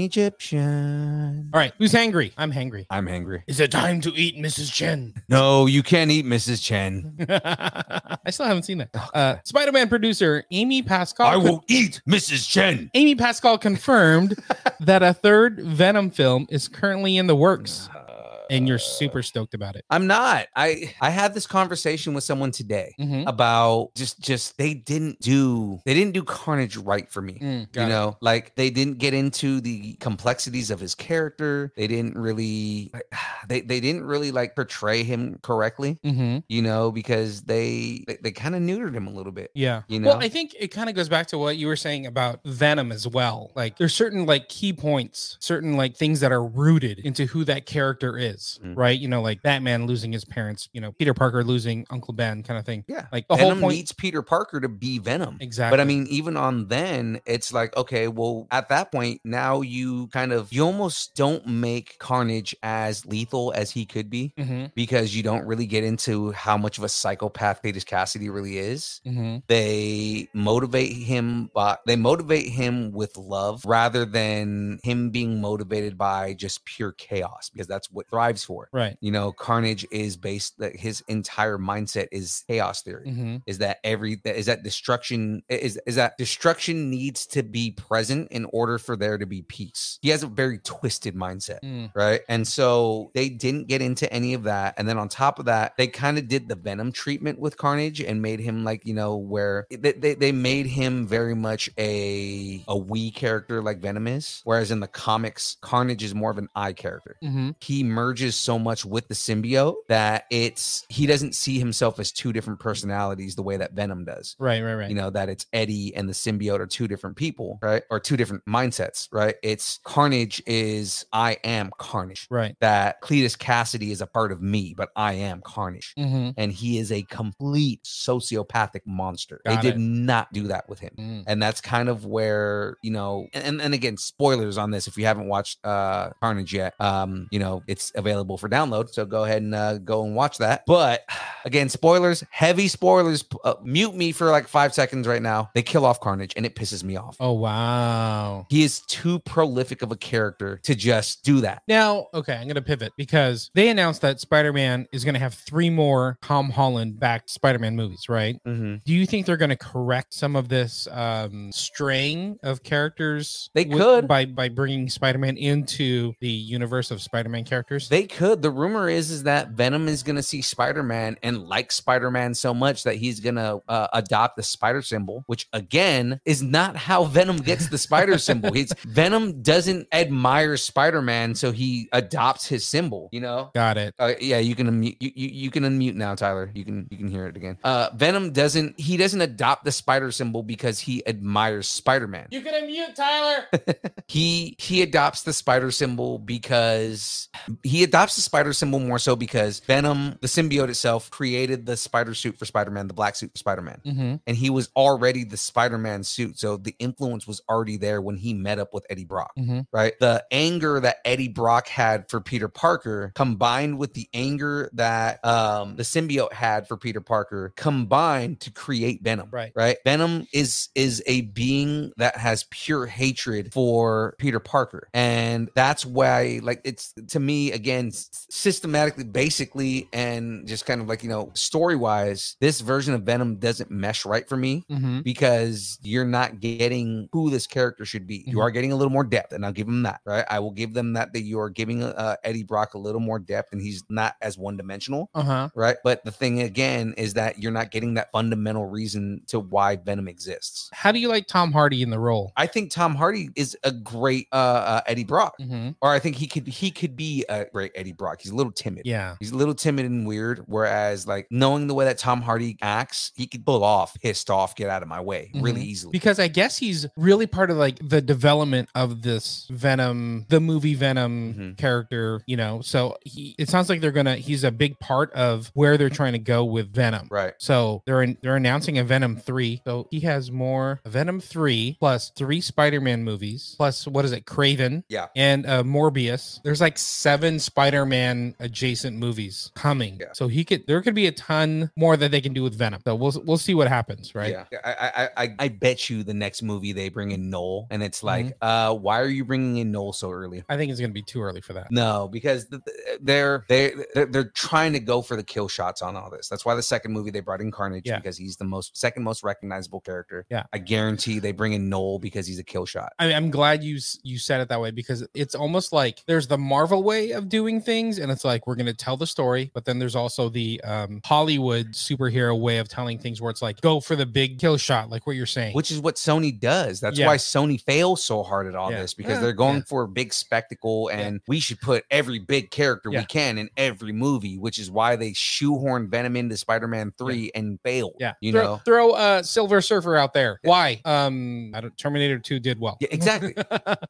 Speaker 6: Egyptian.
Speaker 4: All right, who's hangry? I'm hangry.
Speaker 6: I'm hangry.
Speaker 4: Is it time to eat Mrs. Chen?
Speaker 6: No, you can't eat Mrs. Chen.
Speaker 4: [LAUGHS] I still haven't seen that. Uh, Spider Man producer Amy Pascal.
Speaker 6: I will eat Mrs. Chen.
Speaker 4: Amy Pascal [LAUGHS] confirmed that a third Venom film is currently in the works,
Speaker 6: Uh,
Speaker 4: and you're super stoked about it.
Speaker 6: I'm not. I I had this conversation with someone today
Speaker 4: Mhm.
Speaker 6: about just just they didn't do they didn't do Carnage right for me.
Speaker 4: Mm, got
Speaker 6: you
Speaker 4: it.
Speaker 6: know, like they didn't get into the complexities of his character. They didn't really [SIGHS] they they didn't really like portray him correctly,
Speaker 4: Mhm.
Speaker 6: you know, because they they, they kind of neutered him a little bit.
Speaker 4: Yeah.
Speaker 6: You know?
Speaker 4: Well, I think it kind of goes back to what you were saying about Venom as well. Like there's certain like key points, certain like things that are rooted into who that character is,
Speaker 6: Mm.
Speaker 4: right? You know, like Batman losing his parents, you know, Peter Parker losing Uncle Ben kind of thing.
Speaker 6: Yeah.
Speaker 4: Like the
Speaker 6: Venom
Speaker 4: whole point
Speaker 6: needs Peter Parker to be Venom.
Speaker 4: Exactly.
Speaker 6: But I mean, even on then, it's like, okay, well, at that point, now you kind of you almost don't make Carnage as lethal as he could be
Speaker 4: Mhm,
Speaker 6: because you don't really get into how much of a psychopath Cletus Cassidy really is.
Speaker 4: mhm.
Speaker 6: They motivate him by they motivate him with love rather than him being motivated by just pure chaos because that's what strives for it.
Speaker 4: Right.
Speaker 6: You know, Carnage is based that his entire mindset is chaos theory.
Speaker 4: Mm-hmm.
Speaker 6: Is that every that is that destruction is is that destruction needs to be present in order for there to be peace. He has a very twisted mindset
Speaker 4: Mm.
Speaker 6: right? And so they didn't get into any of that. And then on top of that, they kind of did the Venom treatment with Carnage and made him like you know where they, they they made him very much a a we character like Venom is, whereas in the comics, Carnage is more of an I character.
Speaker 4: Mm-hmm.
Speaker 6: He merges so much with the symbiote that it's he doesn't see himself as two different personalities the way that Venom does
Speaker 4: Right. Right. Right.
Speaker 6: you know that it's eddie and the symbiote are two different people right or two different mindsets right it's carnage is i am carnage
Speaker 4: Right.
Speaker 6: that cletus cassidy is a part of me but i am carnage
Speaker 4: Mm-hmm.
Speaker 6: and he is a complete sociopathic monster
Speaker 4: Got
Speaker 6: they did
Speaker 4: it.
Speaker 6: not do that with him
Speaker 4: Mm.
Speaker 6: and that's kind of where you know and- and, and again spoilers on this if you haven't watched uh carnage yet um you know it's available for download so go ahead and uh, go and watch that but [SIGHS] again spoilers heavy spoilers p- uh, mute me for like five seconds right now they kill off carnage and it pisses me off
Speaker 4: Oh wow.
Speaker 6: he is too prolific of a character to just do that
Speaker 4: Now, okay, I'm going to pivot because they announced that Spider Man is going to have three more Tom Holland backed Spider Man movies, right? Do you think they're going to correct some of this um, straying of characters?
Speaker 6: They could.
Speaker 4: by by bringing Spider Man into the universe of Spider Man characters.
Speaker 6: They could. The rumor is is that Venom is gonna see Spider Man and like Spider Man so much that he's gonna uh, adopt the spider symbol, which again is not how Venom gets the spider symbol. He's Venom doesn't admire Spider Man, so he adopts his symbol. You know.
Speaker 4: Got it.
Speaker 6: Uh, yeah, you can unmute. You, you, you can unmute now, Tyler. You can you can hear it again. Uh, Venom doesn't. He doesn't adopt the spider symbol because he admires Spider Man
Speaker 4: You can unmute Tyler.
Speaker 6: he he adopts the spider symbol because he adopts the spider symbol more so because Venom, the symbiote itself, created the spider suit for Spider-Man, the black suit for Spider-Man.
Speaker 4: mm-hmm.
Speaker 6: And he was already the Spider-Man suit. So the influence was already there when he met up with Eddie Brock
Speaker 4: Mm-hmm.
Speaker 6: right? The anger that Eddie Brock had for Peter Parker combined with the anger that um, the symbiote had for Peter Parker combined to create Venom.
Speaker 4: Right.
Speaker 6: Right. Venom is is a being that has pure hatred for Peter Parker. And that's why like it's to me again s- systematically basically and just kind of like, you know, story-wise, this version of Venom doesn't mesh right for me
Speaker 4: Mm-hmm.
Speaker 6: because you're not getting who this character should be. You
Speaker 4: Mhm.
Speaker 6: are getting a little more depth, and I'll give them that. Right, I will give them that that you are giving uh, Eddie Brock a little more depth, and he's not as one dimensional.
Speaker 4: Uh huh.
Speaker 6: Right, but the thing again is that you're not getting that fundamental reason to why Venom exists.
Speaker 4: How do you like Tom Hardy in the role?
Speaker 6: I think Tom Hardy is a great uh, uh, Eddie Brock,
Speaker 4: Mm-hmm.
Speaker 6: or I think he could he could be a great Eddie Brock. He's a little timid.
Speaker 4: Yeah.
Speaker 6: He's a little timid and weird. Whereas, like knowing the way that Tom Hardy acts, he could pull off pissed off, get out of my way really
Speaker 4: Mhm.
Speaker 6: easily.
Speaker 4: because I guess he's really part of like the development of this Venom, the movie Venom
Speaker 6: Mhm.
Speaker 4: character, you know. So he, it sounds like they're gonna. He's a big part of where they're trying to go with Venom.
Speaker 6: right.
Speaker 4: So they're in, they're announcing a Venom three. So he has more Venom three plus three Spider Man movies plus what is it Craven
Speaker 6: Yeah.
Speaker 4: and uh, Morbius. There's like seven Spider Man adjacent movies coming.
Speaker 6: Yeah.
Speaker 4: So he could there could be a ton more that they can do with Venom. So we'll we'll see what happens, right?
Speaker 6: Yeah. I, I- I, I, I bet you the next movie they bring in Noel, and it's like,
Speaker 4: Mm-hmm.
Speaker 6: uh, why are you bringing in Noel so early?
Speaker 4: I think it's gonna be too early for that.
Speaker 6: No, because th- th- they're they they're, they're trying to go for the kill shots on all this. That's why the second movie they brought in Carnage
Speaker 4: Yeah.
Speaker 6: because he's the most second most recognizable character.
Speaker 4: Yeah.
Speaker 6: I guarantee they bring in Noel because he's a kill shot.
Speaker 4: I mean, I'm glad you s- you said it that way because it's almost like there's the Marvel way of doing things, and it's like we're gonna tell the story, but then there's also the um, Hollywood superhero way of telling things, where it's like go for the big kill shot, like what you're saying.
Speaker 6: Which is what Sony does. That's
Speaker 4: Yeah.
Speaker 6: why Sony fails so hard at all
Speaker 4: Yeah.
Speaker 6: this because
Speaker 4: Yeah.
Speaker 6: they're going
Speaker 4: Yeah.
Speaker 6: for a big spectacle and we should put every big character
Speaker 4: Yeah.
Speaker 6: we can in every movie, which is why they shoehorn Venom into Spider Man 3 and failed.
Speaker 4: yeah,
Speaker 6: You
Speaker 4: throw,
Speaker 6: know?
Speaker 4: throw uh, Silver Surfer out there. Why? Um, I don't, Terminator Two did well.
Speaker 6: Yeah,
Speaker 4: [LAUGHS]
Speaker 6: exactly.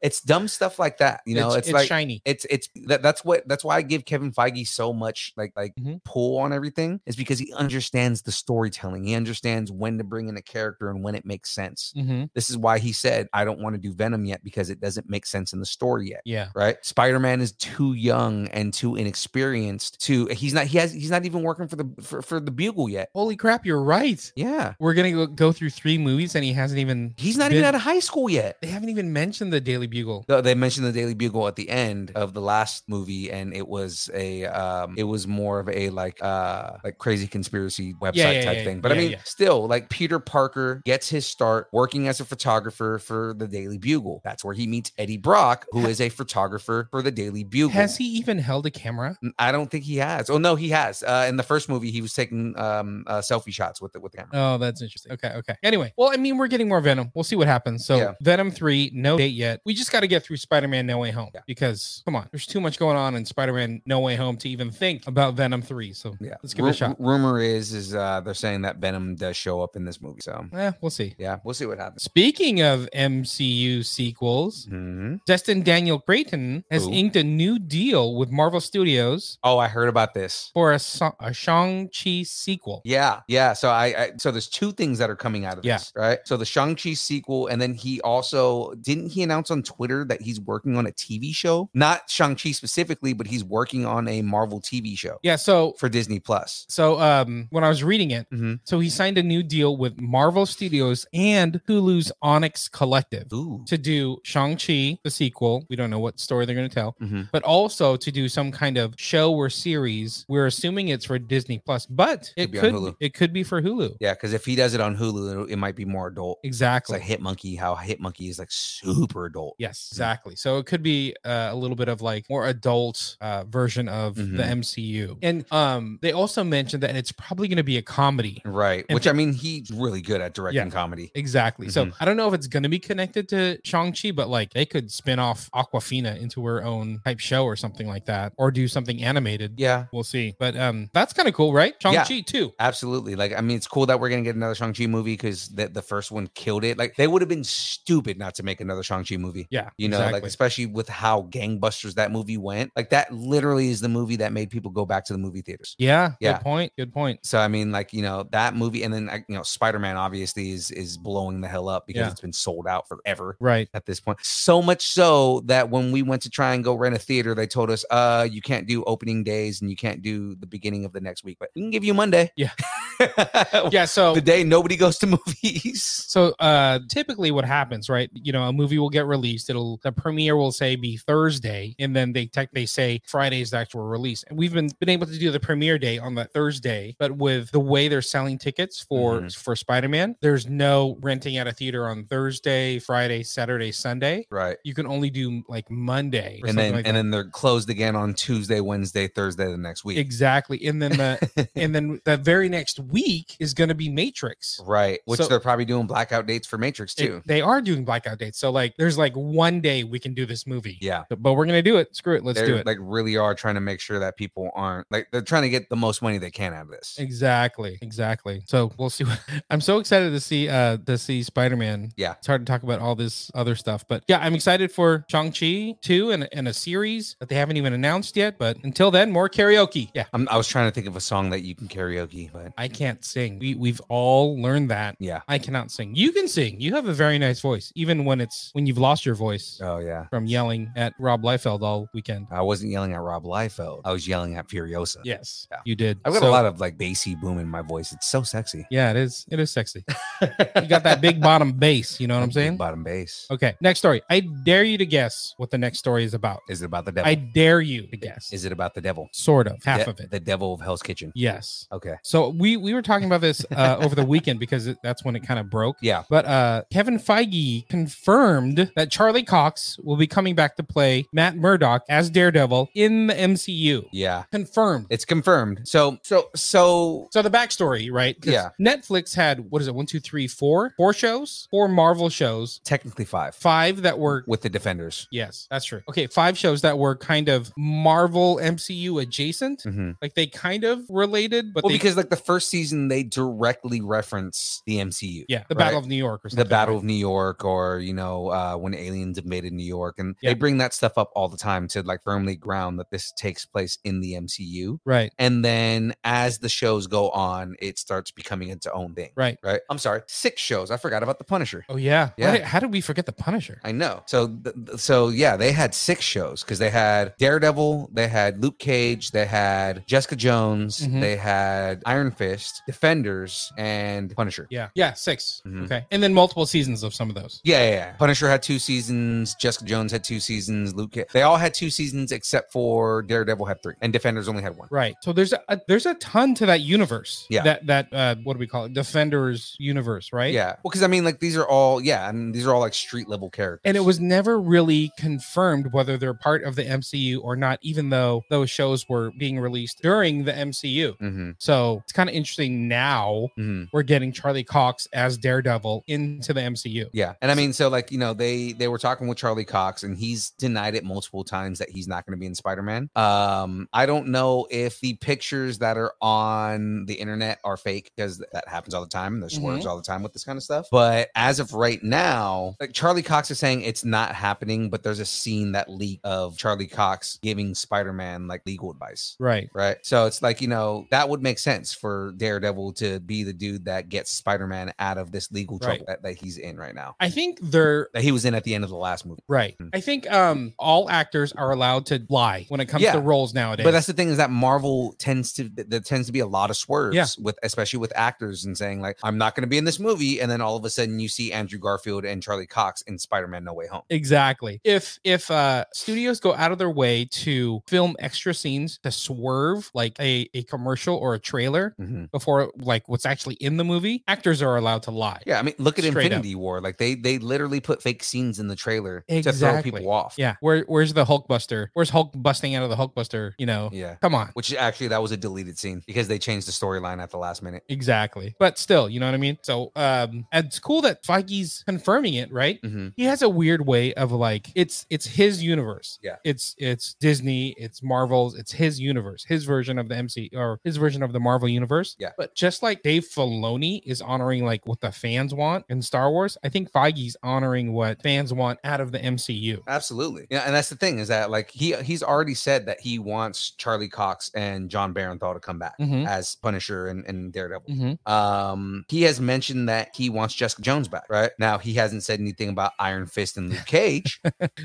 Speaker 6: it's dumb stuff like that. You know, it's, like
Speaker 4: shiny.
Speaker 6: it's it's that, that's what that's why I give Kevin Feige so much like like
Speaker 4: Mhm.
Speaker 6: pull on everything is because he understands the storytelling. He understands when to bring in a character and when it makes sense.
Speaker 4: hmm
Speaker 6: This is why he said I don't want to do Venom yet because it doesn't make sense in the story yet.
Speaker 4: Yeah.
Speaker 6: Right? Spider-Man is too young and too inexperienced to he's not he has he's not even working for the for, for the Bugle yet.
Speaker 4: Holy crap! You're right.
Speaker 6: Yeah.
Speaker 4: We're gonna go, go through three movies, and he hasn't even.
Speaker 6: He's not
Speaker 4: been-
Speaker 6: even out of high school yet.
Speaker 4: They haven't even mentioned the Daily Bugle.
Speaker 6: Though They mentioned the Daily Bugle at the end of the last movie, movie, and it was a um, it was more of a like uh like crazy conspiracy website
Speaker 4: yeah,
Speaker 6: type
Speaker 4: yeah,
Speaker 6: thing. But I
Speaker 4: yeah,
Speaker 6: mean,
Speaker 4: yeah.
Speaker 6: still like Peter Parker gets his start working as a photographer for the Daily Bugle. That's where he meets Eddie Brock, who is a photographer for the Daily Bugle.
Speaker 4: Has he even held a camera?
Speaker 6: N- I don't think he has. Oh no, he has. Uh, in the first movie, he was taking um uh, selfie shots with the with the camera.
Speaker 4: Oh, that's interesting. Okay, okay. Anyway, well, I mean, we're getting more Venom. We'll see what happens. So,
Speaker 6: Yeah.
Speaker 4: Venom 3, no date yet. We just got to get through Spider Man No Way Home
Speaker 6: Yeah.
Speaker 4: because, come on, there's too much going on in Spider Man No Way Home to even think about Venom 3. So,
Speaker 6: yeah,
Speaker 4: let's give it a
Speaker 6: Ru-
Speaker 4: shot.
Speaker 6: Rumor is is uh they're saying that Venom does show up in this movie. So
Speaker 4: eh, we'll see.
Speaker 6: yeah, we'll see what happens.
Speaker 4: Speaking of MCU sequels,
Speaker 6: Mhm.
Speaker 4: Destin Daniel Creighton has
Speaker 6: Who?
Speaker 4: inked a new deal with Marvel Studios
Speaker 6: Oh, I heard about this.
Speaker 4: for a, Sa- a Shang-Chi sequel.
Speaker 6: Yeah, yeah. So I, I so there's two things that are coming out of
Speaker 4: Yeah.
Speaker 6: this, right? So the Shang Chi sequel, and then he also didn't he announce on Twitter that he's working on a TV show, not Shang Chi specifically, but he's working on a Marvel TV show
Speaker 4: Yeah, so
Speaker 6: for Disney Plus.
Speaker 4: so um when I was reading it,
Speaker 6: Mhm.
Speaker 4: so he signed a new deal with Marvel Studios and Hulu's Onyx Collective
Speaker 6: Ooh,
Speaker 4: to do Shang-Chi the sequel. We don't know what story they're going to tell,
Speaker 6: Mhm.
Speaker 4: but also to do some kind of show or series. We're assuming it's for Disney Plus, but it
Speaker 6: Could be on
Speaker 4: could
Speaker 6: Hulu.
Speaker 4: it could be for Hulu.
Speaker 6: yeah, because if he does it on Hulu, it'll- it might be more adult. It's
Speaker 4: Exactly.
Speaker 6: like Mm-hmm. Hit Monkey, how Hit Monkey is like super adult.
Speaker 4: Yes, exactly. So it could be uh, a little bit of like more adult uh, version of the
Speaker 6: Mhm.
Speaker 4: MCU, and um, they also mentioned that it's probably going to be a comedy.
Speaker 6: Right,
Speaker 4: And
Speaker 6: which I mean, he's really good at directing
Speaker 4: Yeah.
Speaker 6: comedy.
Speaker 4: Exactly.
Speaker 6: Mm-hmm.
Speaker 4: So I don't know if it's going to be connected to Shang Chi, but like they could spin off Aquafina into her own type show or something like that, or do something animated.
Speaker 6: Yeah,
Speaker 4: we'll see. But um, that's kind of cool, right? Shang
Speaker 6: Yeah.
Speaker 4: Chi too.
Speaker 6: Absolutely. Like, I mean, it's cool that we're gonna get another Shang-Chi movie because the, the first one killed it. Like, they would have been stupid not to make another Shang-Chi movie.
Speaker 4: Yeah,
Speaker 6: You know, like
Speaker 4: exactly.
Speaker 6: especially with how gangbusters that movie went. Like that literally is the movie that made people go back to the movie theaters.
Speaker 4: yeah,
Speaker 6: Yeah.
Speaker 4: Good point. Good point.
Speaker 6: So I mean, like, you know, that movie and then like, you know, Spider-Man obviously is is blowing the hell up because
Speaker 4: Yeah.
Speaker 6: it's been sold out forever
Speaker 4: Right.
Speaker 6: at this point. So much so that when we went to try and go rent a theater, they told us, uh, you can't do opening days and you can't do the beginning of the next week, but we can give you Monday. [LAUGHS]
Speaker 4: Yeah.
Speaker 6: yeah
Speaker 4: Yeah. So
Speaker 6: Oh, the day nobody goes
Speaker 4: [LAUGHS]
Speaker 6: to movies.
Speaker 4: So uh typically what happens, right? You know, a movie will get released, it'll the premiere will say be Thursday, and then they tech they say Friday's the actual release. And we've been been able to do the premiere day on that Thursday, but with the way they're selling tickets for
Speaker 6: Mhm.
Speaker 4: for Spider-Man, there's no renting at a theater on Thursday, Friday, Saturday, Sunday.
Speaker 6: Right.
Speaker 4: You can only do like Monday or something
Speaker 6: And then
Speaker 4: like
Speaker 6: and
Speaker 4: that.
Speaker 6: then they're closed again on Tuesday, Wednesday, Thursday the next week.
Speaker 4: Exactly. And then the and then the very next week is going to be Matrix.
Speaker 6: [LAUGHS] right. Which
Speaker 4: So-
Speaker 6: they're probably doing blackout dates for Matrix
Speaker 4: It-
Speaker 6: too.
Speaker 4: they are doing blackout dates. So like there's like one day we can do this movie.
Speaker 6: yeah.
Speaker 4: But, but we're gonna do it. Screw it. Let's
Speaker 6: they
Speaker 4: do it.
Speaker 6: like really are trying to make sure that people aren't like they're trying to get the most money they can out of this.
Speaker 4: exactly. Exactly. So we'll see. What, [LAUGHS] I'm so excited to see uh to see Spider-Man.
Speaker 6: Yeah.
Speaker 4: It's hard to talk about all this other stuff, but yeah, I'm excited for Shang-Chi 2 and, and a series that they haven't even announced yet. But until then, more karaoke. Yeah.
Speaker 6: I'm, I was trying to think of a song that you can karaoke, but
Speaker 4: I can't sing. We we've all learned that.
Speaker 6: yeah.
Speaker 4: I cannot sing. You can sing. You have a very nice voice, even when it's when you've lost your voice
Speaker 6: Oh yeah.
Speaker 4: from yelling at Rob Liefeld all weekend.
Speaker 6: I wasn't yelling at Rob Liefeld. I was yelling at Furiosa.
Speaker 4: Yes,
Speaker 6: Yeah.
Speaker 4: you did.
Speaker 6: I've got a lot of like bassy boom in my voice. It's so sexy.
Speaker 4: Yeah, it is. It is sexy. you got that big
Speaker 6: [LAUGHS]
Speaker 4: bottom bass. You know what I'm
Speaker 6: Big
Speaker 4: saying?
Speaker 6: Bottom bass.
Speaker 4: Okay. Next story. I dare you to guess what the next story is about.
Speaker 6: Is it about the devil?
Speaker 4: I dare you to guess.
Speaker 6: Is it about the devil?
Speaker 4: sort of half
Speaker 6: De-
Speaker 4: of it?
Speaker 6: The devil of Hell's Kitchen.
Speaker 4: Yes.
Speaker 6: Okay.
Speaker 4: So we we were talking about this uh, over the
Speaker 6: [LAUGHS]
Speaker 4: weekend because it, that's when it kind of broke.
Speaker 6: Yeah.
Speaker 4: But uh, Kevin Feige confirmed that Charlie Cox will be coming back to play Matt Murdock as Daredevil in the MCU.
Speaker 6: Yeah.
Speaker 4: Confirmed.
Speaker 6: It's confirmed. So so so
Speaker 4: So the backstory, right? 'Cause
Speaker 6: Yeah.
Speaker 4: Netflix had what is it? One, two, three, four, four shows, four Marvel shows,
Speaker 6: technically five
Speaker 4: five that were.
Speaker 6: with the defenders.
Speaker 4: Yes, that's true. Okay, five shows that were kind of Marvel MCU adjacent,
Speaker 6: Mhm.
Speaker 4: like they kind of related, but
Speaker 6: Well,
Speaker 4: they,
Speaker 6: because like the first season, they directly reference the MCU.
Speaker 4: yeah, the
Speaker 6: right?
Speaker 4: Battle of New York or
Speaker 6: the
Speaker 4: something.
Speaker 6: Battle
Speaker 4: right?
Speaker 6: of New York, or you know, uh, when aliens invaded New York, and
Speaker 4: Yeah.
Speaker 6: they bring that stuff up all the time to like firmly ground that this takes place in the MCU.
Speaker 4: Right,
Speaker 6: And then as the shows go on, it starts becoming its own thing.
Speaker 4: right.
Speaker 6: Right. I'm sorry, six shows. I forgot about the Punisher.
Speaker 4: Oh yeah,
Speaker 6: Yeah.
Speaker 4: Why- how did we forget the Punisher?
Speaker 6: I know. So, th- th- so yeah, they had six shows because they had Daredevil, they had Luke Cage, they had Jessica Jones,
Speaker 4: Mhm.
Speaker 6: they had Iron Fist, Outcast, Defenders, and Punisher.
Speaker 4: Yeah. Yeah. 6
Speaker 6: Mhm.
Speaker 4: Okay. And then multiple seasons of some of those.
Speaker 6: Yeah, yeah, yeah. Punisher had two seasons. Jessica Jones had two seasons. Luke, Ca- they all had two seasons except for Daredevil had three, and Defenders only had one.
Speaker 4: Right. So there's a there's a ton to that universe.
Speaker 6: Yeah.
Speaker 4: That that uh what do we call it? Defenders universe, right?
Speaker 6: Yeah. Well, because I mean, like these are all, yeah, I mean, these are all like street level characters.
Speaker 4: And it was never really confirmed whether they're part of the MCU or not, even though those shows were being released during the MCU.
Speaker 6: hmm
Speaker 4: So it's kind of interesting now
Speaker 6: hmm
Speaker 4: we're getting Charlie Cox as Daredevil into the MCU.
Speaker 6: Yeah. And I mean, so like, you know, they they were talking with Charlie Cox and he's denied it multiple times that he's not going to be in Spider-Man. Um, I don't know if the pictures that are on the internet are fake because that happens all the time. There's swerves all the time with this kind of stuff. But as of right now, like Charlie Cox is saying it's not happening, but there's a scene that leaked of Charlie Cox giving Spider-Man like legal advice.
Speaker 4: Right.
Speaker 6: Right. So it's like, you know, that would make sense for Daredevil to be the dude that gets Spider Man out of this legal trouble
Speaker 4: Right.
Speaker 6: that, that he's in right now,
Speaker 4: I think they're
Speaker 6: that he was in at the end of the last movie.
Speaker 4: right. I think um all actors are allowed to lie when it comes
Speaker 6: Yeah.
Speaker 4: to roles nowadays.
Speaker 6: But that's the thing is that Marvel tends to, th- there tends to be a lot of swerves
Speaker 4: Yeah.
Speaker 6: with, especially with actors and saying, like, I'm not going to be in this movie. And then all of a sudden you see Andrew Garfield and Charlie Cox in Spider Man No Way Home.
Speaker 4: Exactly. If if uh studios go out of their way to film extra scenes to swerve like a, a commercial or a trailer
Speaker 6: Mhm.
Speaker 4: before like what's actually in the movie, actors are allowed to lie.
Speaker 6: Yeah. I mean, look at
Speaker 4: Straight up.
Speaker 6: Infinity War. Like, they, they literally put fake scenes in the trailer to throw
Speaker 4: Exactly.
Speaker 6: people off.
Speaker 4: Yeah. Where where's the Hulkbuster? Where's Hulk busting out of the Hulkbuster? You know,
Speaker 6: Yeah.
Speaker 4: come on.
Speaker 6: Which actually, that was a deleted scene because they changed the storyline at the last minute.
Speaker 4: Exactly. But still, you know what I mean? So um and it's cool that Feige's confirming it, right?
Speaker 6: Mm-hmm.
Speaker 4: He has a weird way of like it's it's his universe.
Speaker 6: Yeah.
Speaker 4: It's it's Disney, it's Marvel's, it's his universe, his version of the MC or his version of the Marvel universe.
Speaker 6: Yeah.
Speaker 4: But just like Dave Filoni is honoring like what the fans want in Star Wars, I think Feige's honoring what fans want out of the MCU.
Speaker 6: Absolutely. Yeah, and that's the thing is that like he he's already said that he wants Charlie Cox and John Barenthal to come back
Speaker 4: Mhm.
Speaker 6: as Punisher and, and Daredevil.
Speaker 4: Mm-hmm.
Speaker 6: Um he has mentioned that he wants Jessica Jones back, right? Now he hasn't said anything about Iron Fist and Luke
Speaker 4: [LAUGHS]
Speaker 6: Cage,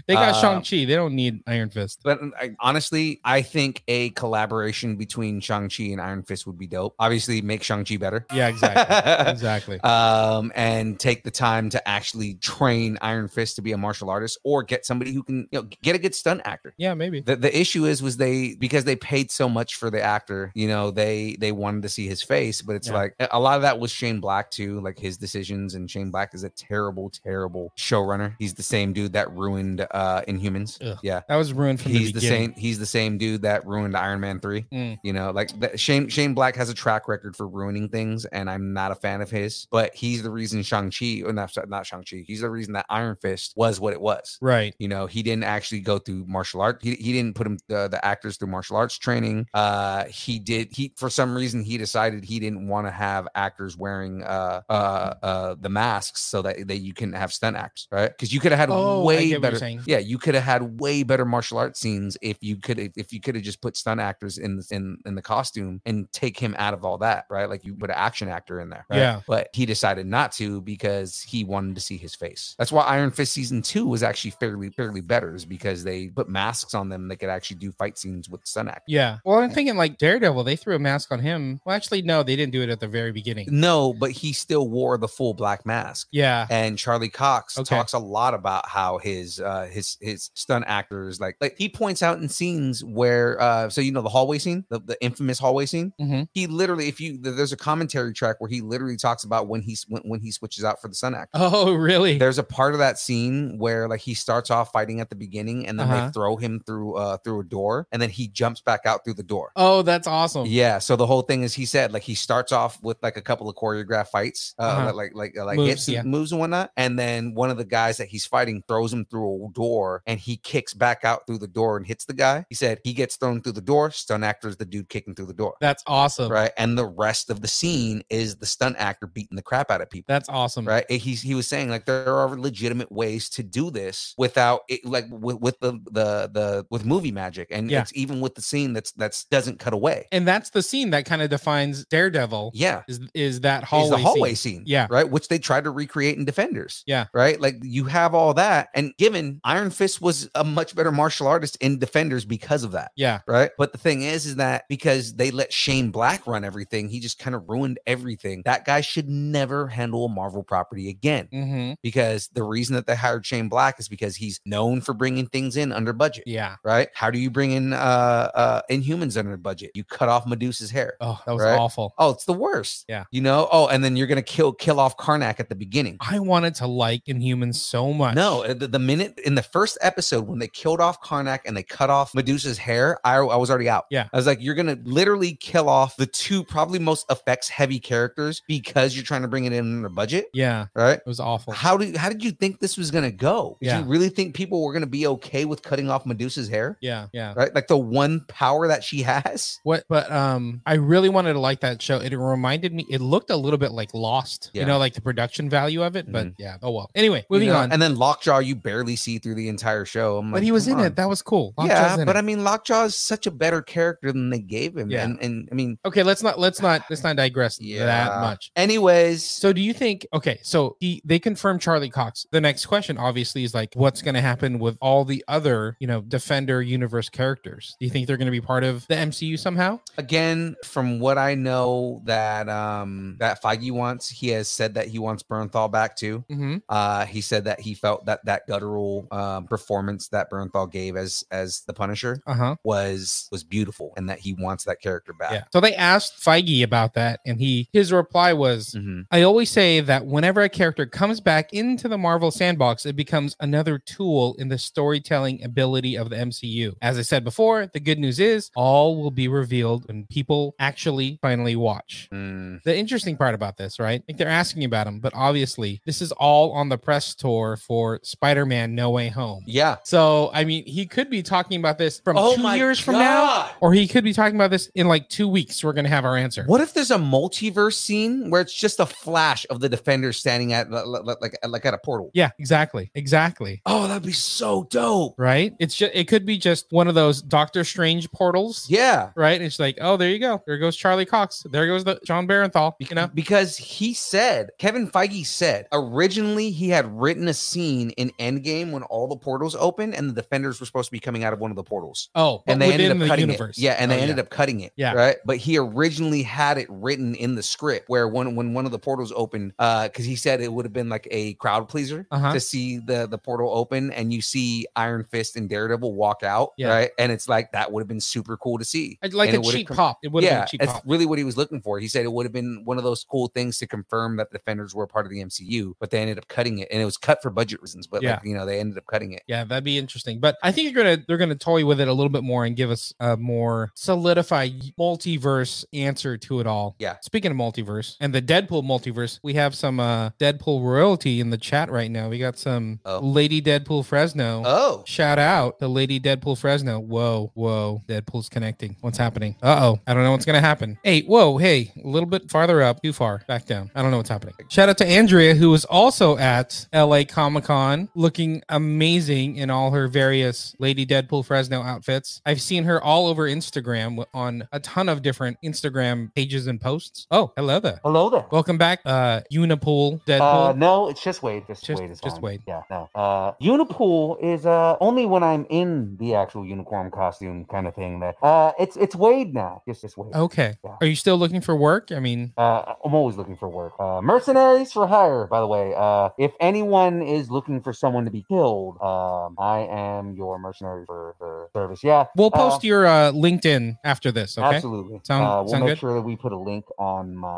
Speaker 4: They got
Speaker 6: Uh,
Speaker 4: Shang-Chi. They don't need Iron Fist.
Speaker 6: but uh, I, honestly, I think a collaboration between Shang-Chi and Iron Fist would be dope. Obviously, make Shang-Chi better.
Speaker 4: Yeah,
Speaker 6: [LAUGHS]
Speaker 4: exactly. exactly.
Speaker 6: um, and take the time to actually train Iron Fist to be a martial artist or get somebody who can, you know, get a good stunt actor.
Speaker 4: Yeah, maybe.
Speaker 6: The, the issue is was they because they paid so much for the actor, you know, they they wanted to see his face, but it's
Speaker 4: Yeah.
Speaker 6: like a lot of that was Shane Black too, like his decisions and Shane Black is a terrible terrible showrunner. He's the same dude that ruined uh Inhumans.
Speaker 4: Ugh.
Speaker 6: Yeah.
Speaker 4: That was ruined from
Speaker 6: He's
Speaker 4: the
Speaker 6: the
Speaker 4: beginning.
Speaker 6: same he's the same dude that ruined Iron Man 3.
Speaker 4: Mm.
Speaker 6: You know, like that, Shane Shane Black has a track record for ruining things, and I'm not a fan of his. But he's the reason Shang Chi, or not not Shang Chi. He's the reason that Iron Fist was what it was.
Speaker 4: Right.
Speaker 6: You know, he didn't actually go through martial art. He, he didn't put him the, the actors through martial arts training. Uh, he did. He for some reason he decided he didn't want to have actors wearing uh uh uh the masks so that that you couldn't have stunt acts, right? Because you could have had
Speaker 4: Oh, I
Speaker 6: way
Speaker 4: get what you're
Speaker 6: better.
Speaker 4: saying.
Speaker 6: Yeah, you could have had way better martial arts scenes if you could if you could have just put stunt actors in the- in in the costume and take him out of all that, right? Like you put an action actor in there. right?
Speaker 4: Yeah.
Speaker 6: but he decided not to because he wanted to see his face. That's why Iron Fist season two was actually fairly fairly better, is because they put masks on them. They could actually do fight scenes with Sun Act.
Speaker 4: Yeah. Well, I'm thinking like Daredevil, they threw a mask on him. Well, actually, no, they didn't do it at the very beginning.
Speaker 6: No, but he still wore the full black mask.
Speaker 4: Yeah.
Speaker 6: And Charlie Cox
Speaker 4: Okay.
Speaker 6: talks a lot about how his uh his his stunt actors like like he points out in scenes where uh so you know the hallway scene, the, the infamous hallway scene.
Speaker 4: Mhm.
Speaker 6: He literally if you there- there's a commentary track where he literally talks about when he's when, when he switches out for the stunt actor.
Speaker 4: [LAUGHS] Oh, really?
Speaker 6: there's a part of that scene where like he starts off fighting at the beginning and then
Speaker 4: Uh-huh.
Speaker 6: they throw him through uh through a door and then he jumps back out through the door
Speaker 4: Oh, that's awesome.
Speaker 6: yeah so the whole thing is he said like he starts off with like a couple of choreographed fights uh
Speaker 4: Uh-huh.
Speaker 6: like like like
Speaker 4: Moves,
Speaker 6: hits and
Speaker 4: yeah.
Speaker 6: moves and whatnot and then one of the guys that he's fighting throws him through a door and he kicks back out through the door and hits the guy he said he gets thrown through the door stunt actor is the dude kicking through the door
Speaker 4: That's awesome.
Speaker 6: right and the rest of the scene is the stunt actor beating the crap out of people
Speaker 4: That's awesome.
Speaker 6: right And he's he was saying like there are legitimate ways to do this without it like with, with the the the with movie magic and
Speaker 4: Yeah.
Speaker 6: it's even with the scene that's that's doesn't cut away
Speaker 4: And that's the scene that kind of defines Daredevil
Speaker 6: yeah
Speaker 4: is is that
Speaker 6: is
Speaker 4: hallway.
Speaker 6: the hallway
Speaker 4: scene.
Speaker 6: scene.
Speaker 4: Yeah.
Speaker 6: right which they tried to recreate in defenders
Speaker 4: Yeah.
Speaker 6: right like you have all that and given iron fist was a much better martial artist in defenders because of that
Speaker 4: Yeah.
Speaker 6: right but the thing is is that because they let shane black run everything everything. He just kind of ruined everything. That guy should never handle a Marvel property again
Speaker 4: Mm-hmm.
Speaker 6: because the reason that they hired Shane Black is because he's known for bringing things in under budget.
Speaker 4: Yeah.
Speaker 6: Right? How do you bring in uh uh Inhumans under budget? You cut off Medusa's hair.
Speaker 4: Oh, that was
Speaker 6: Right.
Speaker 4: awful.
Speaker 6: Oh, it's the worst.
Speaker 4: Yeah.
Speaker 6: You know? Oh, and then you're gonna kill kill off Karnak at the beginning.
Speaker 4: I wanted to like Inhumans so much.
Speaker 6: No, uh, the, the minute in the first episode when they killed off Karnak and they cut off Medusa's hair, I, I was already out.
Speaker 4: Yeah.
Speaker 6: I was like, you're gonna literally kill off the two probably most effects heavy characters because you're trying to bring it in under budget,
Speaker 4: Yeah,
Speaker 6: right?
Speaker 4: it was awful.
Speaker 6: How do how did you think this was gonna go? Did
Speaker 4: Yeah.
Speaker 6: you really think people were gonna be okay with cutting off Medusa's hair?
Speaker 4: Yeah, yeah.
Speaker 6: Right, like the one power that she [LAUGHS] has.
Speaker 4: What? But um, I really wanted to like that show. It reminded me. It looked a little bit like Lost.
Speaker 6: Yeah. Mm-hmm.
Speaker 4: You know, like the production value of it. But yeah. Oh well. Anyway,
Speaker 6: you
Speaker 4: moving
Speaker 6: know?
Speaker 4: on.
Speaker 6: and then Lockjaw, you barely see through the entire show. I'm
Speaker 4: but
Speaker 6: like,
Speaker 4: he was
Speaker 6: come
Speaker 4: in
Speaker 6: on.
Speaker 4: it. That was cool. Lockjaw's
Speaker 6: yeah,
Speaker 4: in
Speaker 6: but
Speaker 4: it.
Speaker 6: I mean, Lockjaw is such a better character than they gave him.
Speaker 4: Yeah.
Speaker 6: and, and I mean,
Speaker 4: okay. Let's not. Let's not. Let's not digress that
Speaker 6: Yeah.
Speaker 4: much.
Speaker 6: anyways,
Speaker 4: So do you think okay, so he they confirmed Charlie Cox. The next question obviously is like what's going to happen with all the other, you know, Defender universe characters? Do you think they're going to be part of the MCU somehow?
Speaker 6: again from what i know that um that feige wants he has said that he wants Bernthal back too
Speaker 4: Mhm.
Speaker 6: uh he said that he felt that that guttural um performance that Bernthal gave as as the punisher
Speaker 4: Uh-huh.
Speaker 6: was was beautiful and that he wants that character back
Speaker 4: Yeah. So they asked Feige about that and he his reply was
Speaker 6: Mhm.
Speaker 4: I always say that whenever a character comes back into the Marvel sandbox, it becomes another tool in the storytelling ability of the MCU. As I said before, the good news is all will be revealed when people actually finally watch.
Speaker 6: Mm,
Speaker 4: the interesting part about this, right? Like they're asking about him, but obviously this is all on the press tour for Spider-Man No Way Home.
Speaker 6: yeah
Speaker 4: So I mean, he could be talking about this from
Speaker 6: Oh
Speaker 4: two
Speaker 6: my
Speaker 4: years from now,
Speaker 6: God.
Speaker 4: or he could be talking about this in like two weeks. We're gonna have our answer.
Speaker 6: what if there's a multiverse scene where it's just a flash of the defender standing at li- li- like like at a portal
Speaker 4: Yeah, exactly, exactly.
Speaker 6: oh that'd be so dope
Speaker 4: Right? It's just it could be just one of those Doctor Strange portals.
Speaker 6: yeah
Speaker 4: Right? It's like, oh, there you go. There goes Charlie Cox. There goes the John Barenthal. You know?
Speaker 6: because he said Kevin Feige said originally he had written a scene in Endgame when all the portals opened and the defenders were supposed to be coming out of one of the portals.
Speaker 4: Oh, but
Speaker 6: And they
Speaker 4: within
Speaker 6: ended up
Speaker 4: the
Speaker 6: cutting
Speaker 4: universe.
Speaker 6: it. Yeah, and
Speaker 4: Oh,
Speaker 6: they ended up cutting it.
Speaker 4: Yeah.
Speaker 6: Right. But he originally had it written in the script where when when one of the portals opened, uh, because he said it would have been like a crowd pleaser
Speaker 4: Uh-huh.
Speaker 6: to see the the portal open and you see Iron Fist and Daredevil walk out.
Speaker 4: Yeah.
Speaker 6: Right. And it's like that would have been super cool to see.
Speaker 4: I'd Like
Speaker 6: And
Speaker 4: a
Speaker 6: it would've
Speaker 4: cheap
Speaker 6: com-
Speaker 4: pop. It would have been a cheap
Speaker 6: it's
Speaker 4: pop.
Speaker 6: really what he was looking for. He said it would have been one of those cool things to confirm that the Defenders were a part of the MCU, but they ended up cutting it, and it was cut for budget reasons. But
Speaker 4: Yeah.
Speaker 6: like, you know, they ended up cutting it.
Speaker 4: Yeah, that'd be interesting. But I think you're gonna they're gonna toy with it a little bit more and give us a more solidified multiverse answer to it all.
Speaker 6: Yeah.
Speaker 4: Speaking of multiverse and the Deadpool multiverse, we have some uh Deadpool royalty in the chat right now. We got some
Speaker 6: Oh.
Speaker 4: Lady Deadpool Fresno.
Speaker 6: Oh,
Speaker 4: Shout out to Lady Deadpool Fresno. Whoa, whoa. Deadpool's connecting. What's happening? Uh oh. I don't know what's going to happen. Hey, whoa, hey. A little bit farther up, too far, back down. I don't know what's happening. Shout out to Andrea, who was also at LA Comic Con looking amazing in all her various Lady Deadpool Fresno outfits. I've seen her all over Instagram on a ton of different Instagram pages and posts. Oh, hello there.
Speaker 6: hello there.
Speaker 4: Welcome back, uh, Unipool Deadpool.
Speaker 6: no, it's just Wade. Just,
Speaker 4: Just- Wade is just on. Wade.
Speaker 6: Yeah, no. Uh, Unipool is uh only when I'm in the actual unicorn costume kind of thing. That uh, it's it's Wade now. Just just Wade.
Speaker 4: Okay.
Speaker 6: Yeah.
Speaker 4: Are you still looking for work? I mean,
Speaker 6: Uh, I'm always looking for work. Uh, mercenaries for hire, by the way. Uh, if anyone is looking for someone to be killed, um, I am your mercenary for, for service. Yeah,
Speaker 4: We'll post
Speaker 6: you.
Speaker 4: your uh, LinkedIn after this, okay?
Speaker 6: Absolutely.
Speaker 4: Sound-
Speaker 6: uh, we'll
Speaker 4: sound
Speaker 6: make
Speaker 4: good?
Speaker 6: sure that we put a link on my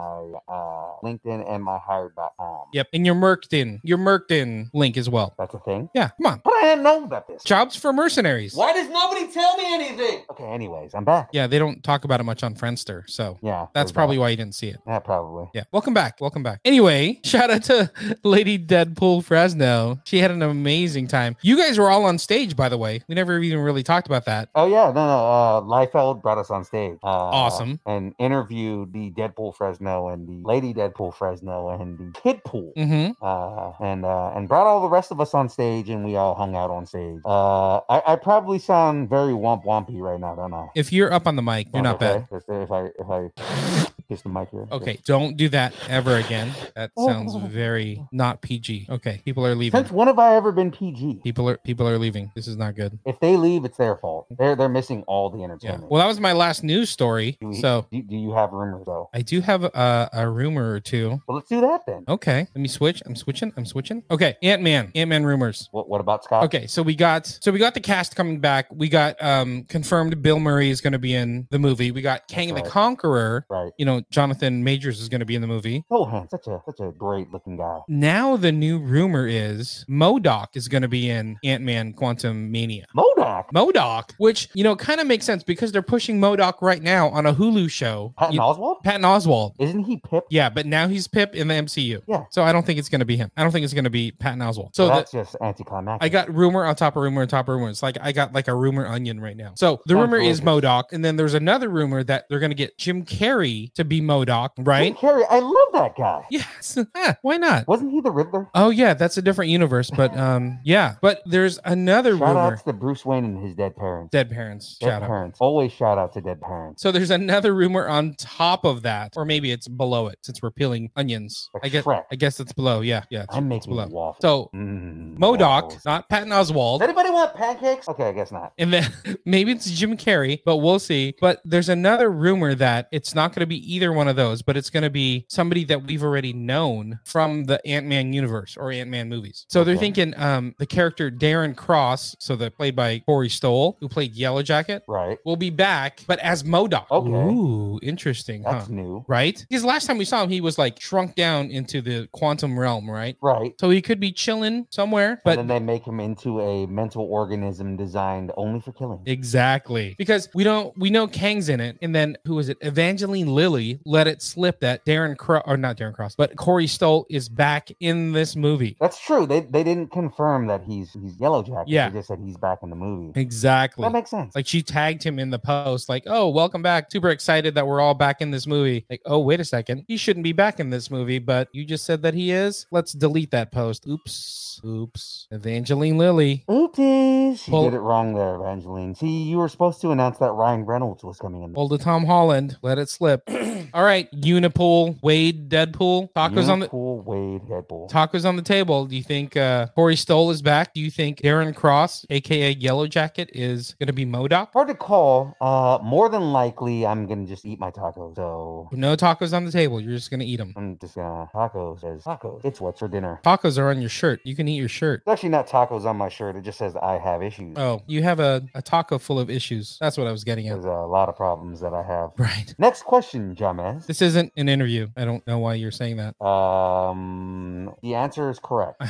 Speaker 6: uh, LinkedIn and my hired.com.
Speaker 4: Yep, and your Merked your Merked link as well.
Speaker 6: That's a thing.
Speaker 4: Yeah, come on.
Speaker 6: But I didn't know about this.
Speaker 4: Jobs for mercenaries.
Speaker 6: Why does nobody tell me anything? Okay, anyways, I'm back.
Speaker 4: Yeah, they don't talk about it much on Friendster, so
Speaker 6: Yeah,
Speaker 4: that's
Speaker 6: we're
Speaker 4: probably
Speaker 6: back.
Speaker 4: why you didn't see it.
Speaker 6: Yeah, probably.
Speaker 4: Yeah, welcome back, welcome back. Anyway, [LAUGHS] shout out to Lady Deadpool Fresno. She had an amazing time. You guys were all on stage, by the way. We never even really talked about that.
Speaker 6: Oh yeah, no, no. Uh, Liefeld brought us on stage. Uh,
Speaker 4: Awesome.
Speaker 6: And interviewed the Deadpool Fresno and the Lady Deadpool Fresno and the Kidpool.
Speaker 4: Mm-hmm.
Speaker 6: uh, and uh, and brought all the rest of us on stage, and we all hung out on stage. Uh, I, I probably sound very womp wompy right now, don't I?
Speaker 4: If you're up on the mic, you're
Speaker 6: Sound
Speaker 4: not
Speaker 6: okay?
Speaker 4: bad.
Speaker 6: Just If I if I
Speaker 2: Here's the mic here.
Speaker 4: Okay, don't do that ever again. That sounds very not PG. Okay, people are leaving.
Speaker 2: Since when have I ever been PG?
Speaker 4: People are people are leaving. This is not good.
Speaker 2: If they leave, it's their fault. They're they're missing all the
Speaker 4: Yeah.
Speaker 2: entertainment.
Speaker 4: Well, that was my last news story.
Speaker 2: do you,
Speaker 4: So
Speaker 2: do, do you have rumors though?
Speaker 4: I do have a, a rumor or two.
Speaker 2: Well, let's do that then.
Speaker 4: Okay, let me switch. I'm switching. I'm switching. Okay, Ant Man. Ant Man rumors.
Speaker 2: What what about Scott?
Speaker 4: Okay, so we got so we got the cast coming back. We got um confirmed Bill Murray is going to be in the movie. We got Kang
Speaker 2: That's
Speaker 4: the
Speaker 2: right.
Speaker 4: Conqueror.
Speaker 2: Right.
Speaker 4: You know, Jonathan Majors is going to be in the movie.
Speaker 2: Gohan, such a such a great looking guy.
Speaker 4: Now the new rumor is Modoc is going to be in Ant Man Quantum Mania.
Speaker 2: Modoc.
Speaker 4: Modoc, which you know kind of makes sense because they're pushing Modoc right now on a Hulu show.
Speaker 2: Patton
Speaker 4: You-
Speaker 2: Oswald?
Speaker 4: Patton Oswald.
Speaker 2: Isn't he Pip?
Speaker 4: Yeah, but now he's Pip in the MCU.
Speaker 2: Yeah.
Speaker 4: So I don't think it's going to be him. I don't think it's going to be Patton Oswald. So
Speaker 2: Well,
Speaker 4: the,
Speaker 2: that's just anticlimactic.
Speaker 4: I got rumor on top of rumor on top of rumor. It's like I got like a rumor onion right now. So the
Speaker 2: Sounds
Speaker 4: rumor is
Speaker 2: gorgeous.
Speaker 4: Modoc, and then there's another rumor that they're going to get Jim Carrey to be Modoc,
Speaker 2: Jim
Speaker 4: right?
Speaker 2: Carrey, I love that guy.
Speaker 4: [LAUGHS] Yes. Ah, why not?
Speaker 2: Wasn't he the Riddler?
Speaker 4: Oh yeah, that's a different
Speaker 2: [LAUGHS]
Speaker 4: universe, but um, yeah. But there's another
Speaker 2: Shout
Speaker 4: rumor.
Speaker 2: outs to Bruce Wayne and his dead parents.
Speaker 4: Dead parents.
Speaker 2: Dead
Speaker 4: Shout out.
Speaker 2: parents. Always shout out to dead parents.
Speaker 4: So there's another rumor on top of that, or maybe it's below it since we're peeling onions.
Speaker 2: Like
Speaker 4: I guess
Speaker 2: Shrek.
Speaker 4: I guess it's below. Yeah, yeah. it's-
Speaker 2: Oh, I'm
Speaker 4: it's
Speaker 2: making
Speaker 4: below.
Speaker 2: waffles.
Speaker 4: So
Speaker 2: Mm,
Speaker 4: Modoc,
Speaker 2: waffles.
Speaker 4: not Patton Oswald.
Speaker 2: Does anybody want pancakes? Okay, I guess not.
Speaker 4: And then [LAUGHS] maybe it's Jim Carrey, but we'll see. But there's another rumor that it's not going to be either one of those, but it's going to be somebody that we've already known from the Ant Man universe or Ant Man movies. So they're
Speaker 2: Okay.
Speaker 4: thinking um, the character Darren Cross, so that played by Corey Stoll, who played Yellow Jacket,
Speaker 2: Right.
Speaker 4: will be back, but as Modoc.
Speaker 2: Okay.
Speaker 4: Ooh, interesting,
Speaker 2: That's
Speaker 4: huh?
Speaker 2: new.
Speaker 4: Right? Because last time we saw him, he was like shrunk down into the quantum realm, right?
Speaker 2: Right.
Speaker 4: So he could be chilling somewhere, but
Speaker 6: Uh-huh.
Speaker 2: and then they make him into a mental organism designed only for killing.
Speaker 4: Exactly. Because we don't we know Kang's in it. And then who is it? Evangeline Lilly let it slip that Darren Cross or not Darren Cross, but Corey Stoll is back in this movie.
Speaker 2: That's true. They they didn't confirm that he's he's Yellow Jacket.
Speaker 4: Yeah.
Speaker 2: They just said he's back in the movie.
Speaker 4: Exactly.
Speaker 2: That
Speaker 6: Uh-huh.
Speaker 2: makes sense.
Speaker 4: Like she tagged him in the post, like, oh, welcome back. Super excited that we're all back in this movie. Like, oh, wait a second. He shouldn't be back in this movie, but you just said that he is. Let's delete that post. Oops. Oops. Evangeline Lilly.
Speaker 2: Oopsies. You
Speaker 4: Well-
Speaker 2: did it wrong there, Evangeline. See, you were supposed to announce that Ryan Reynolds was coming in.
Speaker 4: Old Tom Holland. Let it slip. all right. Unipool, Wade, Deadpool. Tacos on the
Speaker 2: Cool Wade Deadpool.
Speaker 4: Tacos on the table. Do you think uh, Corey Stoll is back? Do you think Darren Cross, aka Yellow Jacket, is going to be Modoc?
Speaker 2: Hard to call. Uh, more than likely, I'm gonna just eat my tacos. So
Speaker 4: No tacos on the table. You're just going to eat them.
Speaker 2: I'm just gonna tacos as tacos. It's what's for dinner.
Speaker 4: Tacos are on your shirt. You can eat your shirt.
Speaker 2: It's actually not tacos on my shirt. It just says I have issues.
Speaker 4: Oh, you have a, a taco full of issues. That's what I was getting
Speaker 2: [LAUGHS]
Speaker 4: at.
Speaker 2: There's uh, a lot of problems that I have.
Speaker 4: Right.
Speaker 2: Next question, James.
Speaker 4: This isn't an interview. I don't know why you're saying that. [LAUGHS]
Speaker 2: Um, the answer is correct.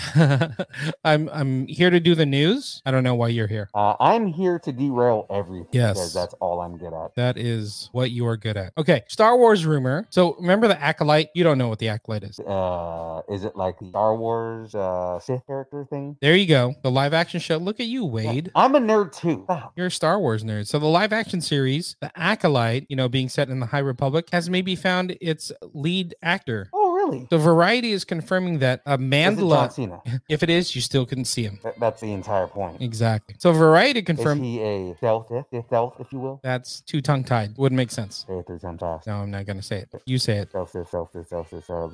Speaker 4: I'm I'm here to do the news. I don't know why you're here.
Speaker 2: Uh, I'm here to derail everything
Speaker 4: Yes.
Speaker 2: because that's all I'm good at.
Speaker 4: That is what you are good at. Okay, Star Wars rumor. So remember the acolyte? You don't know what the acolyte is.
Speaker 2: Uh, is it like the Star Wars uh, Sith character thing?
Speaker 4: There you go. The live action show. Look at you,
Speaker 2: Yeah,
Speaker 4: Wade.
Speaker 2: I'm a nerd too. Stop.
Speaker 4: You're a Star Wars nerd. So the live action series, The Acolyte, you know, being set in the High Republic, has maybe found its lead actor.
Speaker 2: Oh, really?
Speaker 4: The Variety is confirming that
Speaker 2: Is
Speaker 4: a
Speaker 2: it John
Speaker 4: Mandalore,
Speaker 2: Cena?
Speaker 4: [LAUGHS] if it is, you still couldn't see him.
Speaker 2: That- that's the entire point.
Speaker 4: Exactly. So Variety
Speaker 2: Is
Speaker 4: confirmed
Speaker 2: he a stealth, if, stealth, if you will?
Speaker 4: that's too tongue tied. Wouldn't make sense.
Speaker 2: Say it three times fast.
Speaker 4: No, I'm not going to say it. You say it.
Speaker 2: Stealth, stealth, stealth, stealth, stealth, stealth.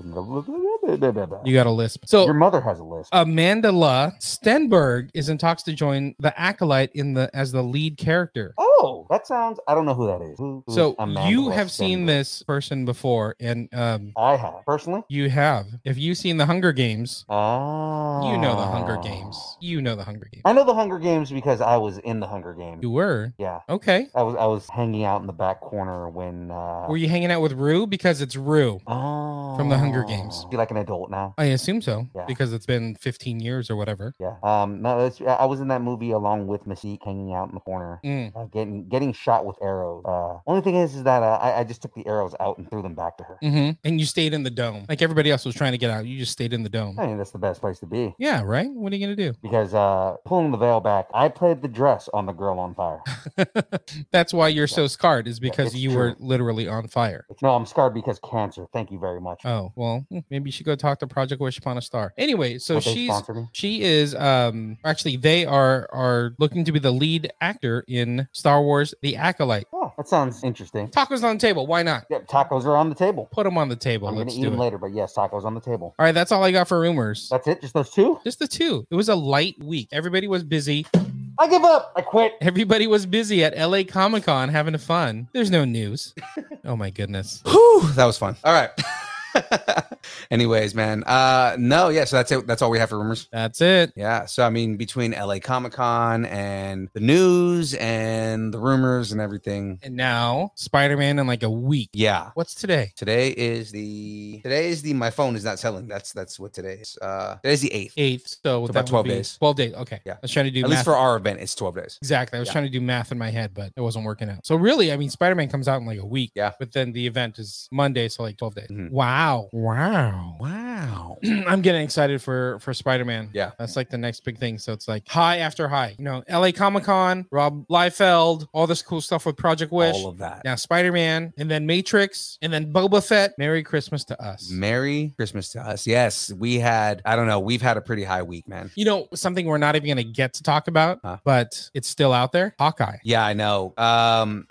Speaker 4: You got a lisp. So
Speaker 2: Your mother has a
Speaker 4: Uh,
Speaker 2: list.
Speaker 4: Amanda La Stenberg is in talks to join The Acolyte in the as the lead character.
Speaker 2: [LAUGHS] Oh, that sounds. I don't know who that is. Who- who's
Speaker 4: So
Speaker 2: Amanda
Speaker 4: you
Speaker 2: West
Speaker 4: have seen
Speaker 2: Stenberg?
Speaker 4: this person before, and um,
Speaker 2: I have personally.
Speaker 4: You have. If you've seen the Hunger Games,
Speaker 2: Ah,
Speaker 4: you know the Hunger Games. You know the Hunger Games.
Speaker 2: I know the Hunger Games because I was in the Hunger Games.
Speaker 4: You were.
Speaker 2: Yeah,
Speaker 4: Okay.
Speaker 2: I was. I was hanging out in the back corner when. Uh,
Speaker 4: Were you hanging out with Rue? Because it's Rue.
Speaker 2: oh,
Speaker 4: from the Hunger Games?
Speaker 2: You like an adult now?
Speaker 4: I assume so.
Speaker 2: Yeah.
Speaker 4: Because it's been 15 years or whatever.
Speaker 2: Yeah. Um. No, that's, I I was in that movie along with Mystique, hanging out in the corner.
Speaker 4: Mm.
Speaker 2: Uh, getting getting shot with arrows. Uh, only thing is, is that uh, I, I just took the arrows out and threw them back to her.
Speaker 4: hmm And you stayed in the dome. Like everybody else was trying to get out. You just stayed in the dome.
Speaker 2: I mean, that's the best place to be.
Speaker 4: Yeah, right? What are you going to do?
Speaker 2: because uh, pulling the veil back, I played the dress on the girl on
Speaker 4: [LAUGHS]
Speaker 2: fire.
Speaker 4: That's why you're so scarred, is because
Speaker 2: it's
Speaker 4: you were
Speaker 2: true.
Speaker 4: literally on fire.
Speaker 2: no, I'm scarred because cancer. Thank you very much.
Speaker 4: Oh, well, hmm, maybe you should go talk to Project Wish Upon a Star. Anyway, so
Speaker 2: Would they
Speaker 4: she's.
Speaker 2: sponsor me?
Speaker 4: She is um actually they are are looking to be the lead actor in Star Wars The Acolyte.
Speaker 2: Oh, That sounds interesting.
Speaker 4: Tacos on the table. Why not?
Speaker 2: Yep, tacos are on the table.
Speaker 4: Put them on the table.
Speaker 2: I'm gonna
Speaker 4: Let's
Speaker 2: eat
Speaker 4: do it.
Speaker 2: them later, but yes, tacos on the table.
Speaker 4: All right, that's all I got for rumors.
Speaker 2: That's it. Just those two.
Speaker 4: Just the two. It was a light week. Everybody was busy.
Speaker 2: I give up. I quit.
Speaker 4: Everybody was busy at LA Comic Con having fun. There's
Speaker 2: [LAUGHS]
Speaker 4: no news. oh my goodness.
Speaker 9: Whew,
Speaker 6: that was fun. All right. [LAUGHS] Anyways, man. Uh no, yeah, so that's it. That's all we have for rumors.
Speaker 4: That's it.
Speaker 6: Yeah. So I mean between LA Comic Con and the news and the rumors and everything.
Speaker 4: And now Spider Man in like a week.
Speaker 6: Yeah.
Speaker 4: What's today?
Speaker 6: Today is the today is the my phone is not selling. That's that's what today is. Uh today's the eighth.
Speaker 4: Eighth. So,
Speaker 6: about
Speaker 4: that would
Speaker 6: 12
Speaker 4: be-
Speaker 6: days.
Speaker 4: Twelve days. Okay.
Speaker 6: Yeah.
Speaker 4: I was trying to do
Speaker 6: At least
Speaker 4: math.
Speaker 6: for our event, it's 12 days.
Speaker 4: Exactly. I was
Speaker 6: Yeah.
Speaker 4: trying to do math in my head, but it wasn't working out. So really, I mean, Spider Man comes out in like a week.
Speaker 6: Yeah.
Speaker 4: But then the event is Monday, so like twelve days.
Speaker 6: Mhm.
Speaker 4: Wow. Wow.
Speaker 6: Wow.
Speaker 4: [CLEARS THROAT] I'm getting excited for for Spider Man.
Speaker 6: Yeah.
Speaker 4: that's like the next big thing. So it's like high after high. You know, L.A. Comic Con, Rob Liefeld, all this cool stuff with Project Wish.
Speaker 6: All of that.
Speaker 4: now Spider Man, and then Matrix, and then Boba Fett. Merry Christmas to
Speaker 6: Mm-hmm.
Speaker 4: us.
Speaker 6: Merry Christmas to us. Yes, we had, I don't know, we've had a pretty high week, man.
Speaker 4: you know, something we're not even going to get to talk about,
Speaker 6: Huh.
Speaker 4: but it's still out there. Hawkeye.
Speaker 6: Yeah, I know. Um,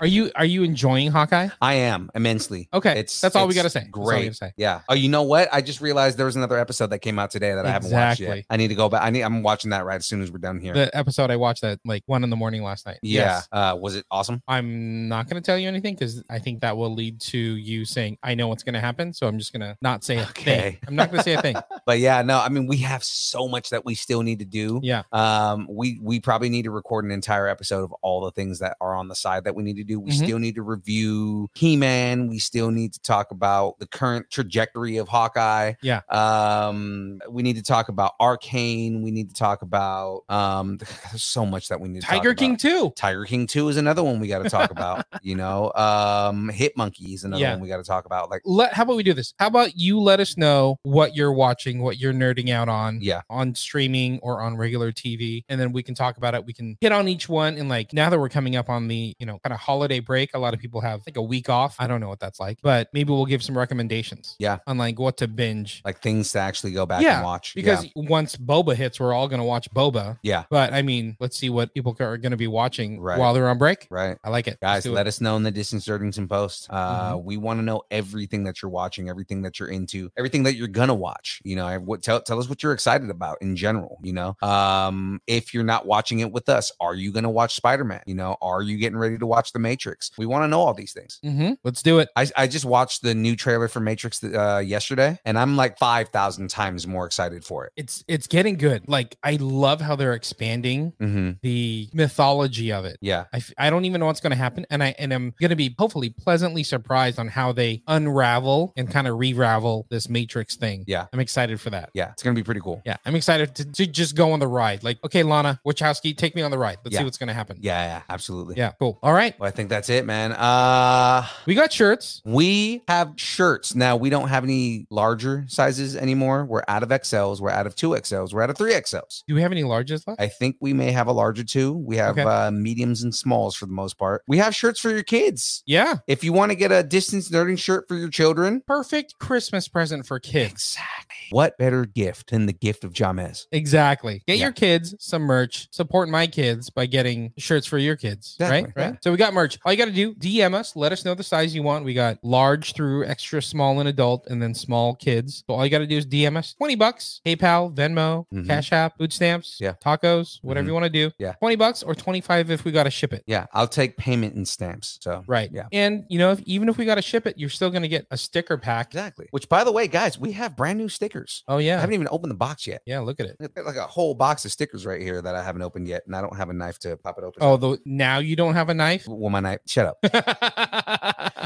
Speaker 4: Are you are you enjoying Hawkeye?
Speaker 6: I am immensely.
Speaker 4: Okay,
Speaker 6: It's
Speaker 4: that's all we
Speaker 6: it's
Speaker 4: gotta say. That's all we
Speaker 6: Great.
Speaker 4: gotta say.
Speaker 6: Yeah. Oh, you know what? I just realized there was another episode that came out today that I haven't watched yet.
Speaker 4: Exactly.
Speaker 6: I need to go back. I need I'm watching that right as soon as we're done here.
Speaker 4: The episode I watched at like one in the morning last night.
Speaker 6: yeah. Uh was it awesome?
Speaker 4: I'm not going to tell you anything because I think that will lead to you saying, I know what's going to happen. So I'm just going to not say a thing.
Speaker 6: Okay.
Speaker 4: I'm not going to say
Speaker 6: [LAUGHS]
Speaker 4: a thing.
Speaker 6: But yeah, no, I mean we have so much that we still need to do.
Speaker 4: Yeah.
Speaker 6: Um, we we probably need to record an entire episode of all the things that are on the side that we need to do. We
Speaker 4: Mhm.
Speaker 6: still need to review He Man. We still need to talk about the current trajectory of Hawkeye.
Speaker 4: Yeah.
Speaker 6: Um, we need to talk about Arcane. We need to talk about um. [LAUGHS] There's so much that we need. to talk
Speaker 4: Tiger King
Speaker 6: about.
Speaker 4: 2.
Speaker 6: Tiger King Two is another one we got to
Speaker 4: [LAUGHS]
Speaker 6: talk about. you know, um, Hit Monkey is another
Speaker 4: Yeah.
Speaker 6: one we got to talk about. Like,
Speaker 4: Let, how about we do this? How about you let us know what you're watching, what you're nerding out on
Speaker 6: yeah,
Speaker 4: on streaming or on regular TV, and then we can talk about it. We can hit on each one. And like now that we're coming up on the, you know, kind of holiday break, a lot of people have like a week off. I don't know what that's like, but maybe we'll give some recommendations.
Speaker 6: Yeah.
Speaker 4: On like what to binge.
Speaker 6: like things to actually go back
Speaker 4: Yeah,
Speaker 6: and watch
Speaker 4: because
Speaker 6: yeah.
Speaker 4: once Boba hits, we're all going to watch Boba.
Speaker 6: Yeah.
Speaker 4: But I mean, let's see what people are going to be watching
Speaker 6: Right.
Speaker 4: while they're on break.
Speaker 6: right.
Speaker 4: I like it. Mm-hmm.
Speaker 6: guys let us know in the distance Dirtington post uh we want to know everything that you're watching everything that you're into everything that you're gonna watch you know and what tell, tell us what you're excited about in general you know um if you're not watching it with us are you gonna watch spider-man you know are you getting ready to watch the matrix we want to know all these things
Speaker 4: hmm Let's do it.
Speaker 6: I, I just watched the new trailer for Matrix uh, yesterday, and I'm like 5,000 times more excited for it.
Speaker 4: It's it's getting good. Like I love how they're expanding
Speaker 6: Mm-hmm.
Speaker 4: the mythology of it.
Speaker 6: Yeah.
Speaker 4: I, f- I don't even know what's going to happen, and I and I'm going to be hopefully pleasantly surprised on how they unravel and kind of re-ravel this Matrix thing.
Speaker 6: Yeah.
Speaker 4: I'm excited for that.
Speaker 6: Yeah. It's going to be pretty cool.
Speaker 4: Yeah, I'm excited to, to just go on the ride. Like, okay, Lana Wachowski, take me on the ride. Let's see
Speaker 6: Yeah.
Speaker 4: what's going to happen.
Speaker 6: Yeah. Yeah. Absolutely.
Speaker 4: yeah, cool. All right,
Speaker 6: Well, I think that's it, man. Uh,
Speaker 4: we got shirts.
Speaker 6: We have shirts now. We don't have any larger sizes anymore. We're out of XLs. We're out of two XLs. We're out of three XLs.
Speaker 4: Do we have any larges left?
Speaker 6: I think we may have a larger two. We have
Speaker 4: Okay.
Speaker 6: uh, mediums and smalls for the most part. We have shirts for your kids.
Speaker 4: yeah.
Speaker 6: If you want to get a distance nerding shirt for your children,
Speaker 4: Perfect Christmas present for kids.
Speaker 6: exactly. What better gift than the gift of Jamez?
Speaker 4: Exactly. Get
Speaker 6: Yeah.
Speaker 4: your kids some merch. Support my kids by getting shirts for your kids.
Speaker 6: Exactly,
Speaker 4: Right? Right.
Speaker 6: yeah.
Speaker 4: So we got merch. All you got to do, DM us. Let us know the size you want. We got large through extra small and adult and then small kids. So all you got to do is DM us 20 bucks, PayPal, Venmo,
Speaker 6: Mhm.
Speaker 4: Cash App, food stamps,
Speaker 6: Yeah.
Speaker 4: tacos, whatever
Speaker 6: Mhm.
Speaker 4: you want to do.
Speaker 6: Yeah.
Speaker 4: 20 bucks or 25 if we got to ship it.
Speaker 6: Yeah, I'll take payment in stamps. So
Speaker 4: Right.
Speaker 6: Yeah.
Speaker 4: And, you know, if, even if we got to ship it, you're still going to get a sticker pack.
Speaker 6: Exactly. Which, by the way, guys, we have brand new stickers.
Speaker 4: Oh,
Speaker 6: I
Speaker 4: yeah.
Speaker 6: haven't even opened the box yet.
Speaker 4: Yeah. Look at it.
Speaker 6: I've got, Like a whole box of stickers right here that I haven't opened yet, and I don't have a knife to pop it open.
Speaker 4: Oh, the, now you don't have a knife? [LAUGHS]
Speaker 6: well, my knife. Shut up.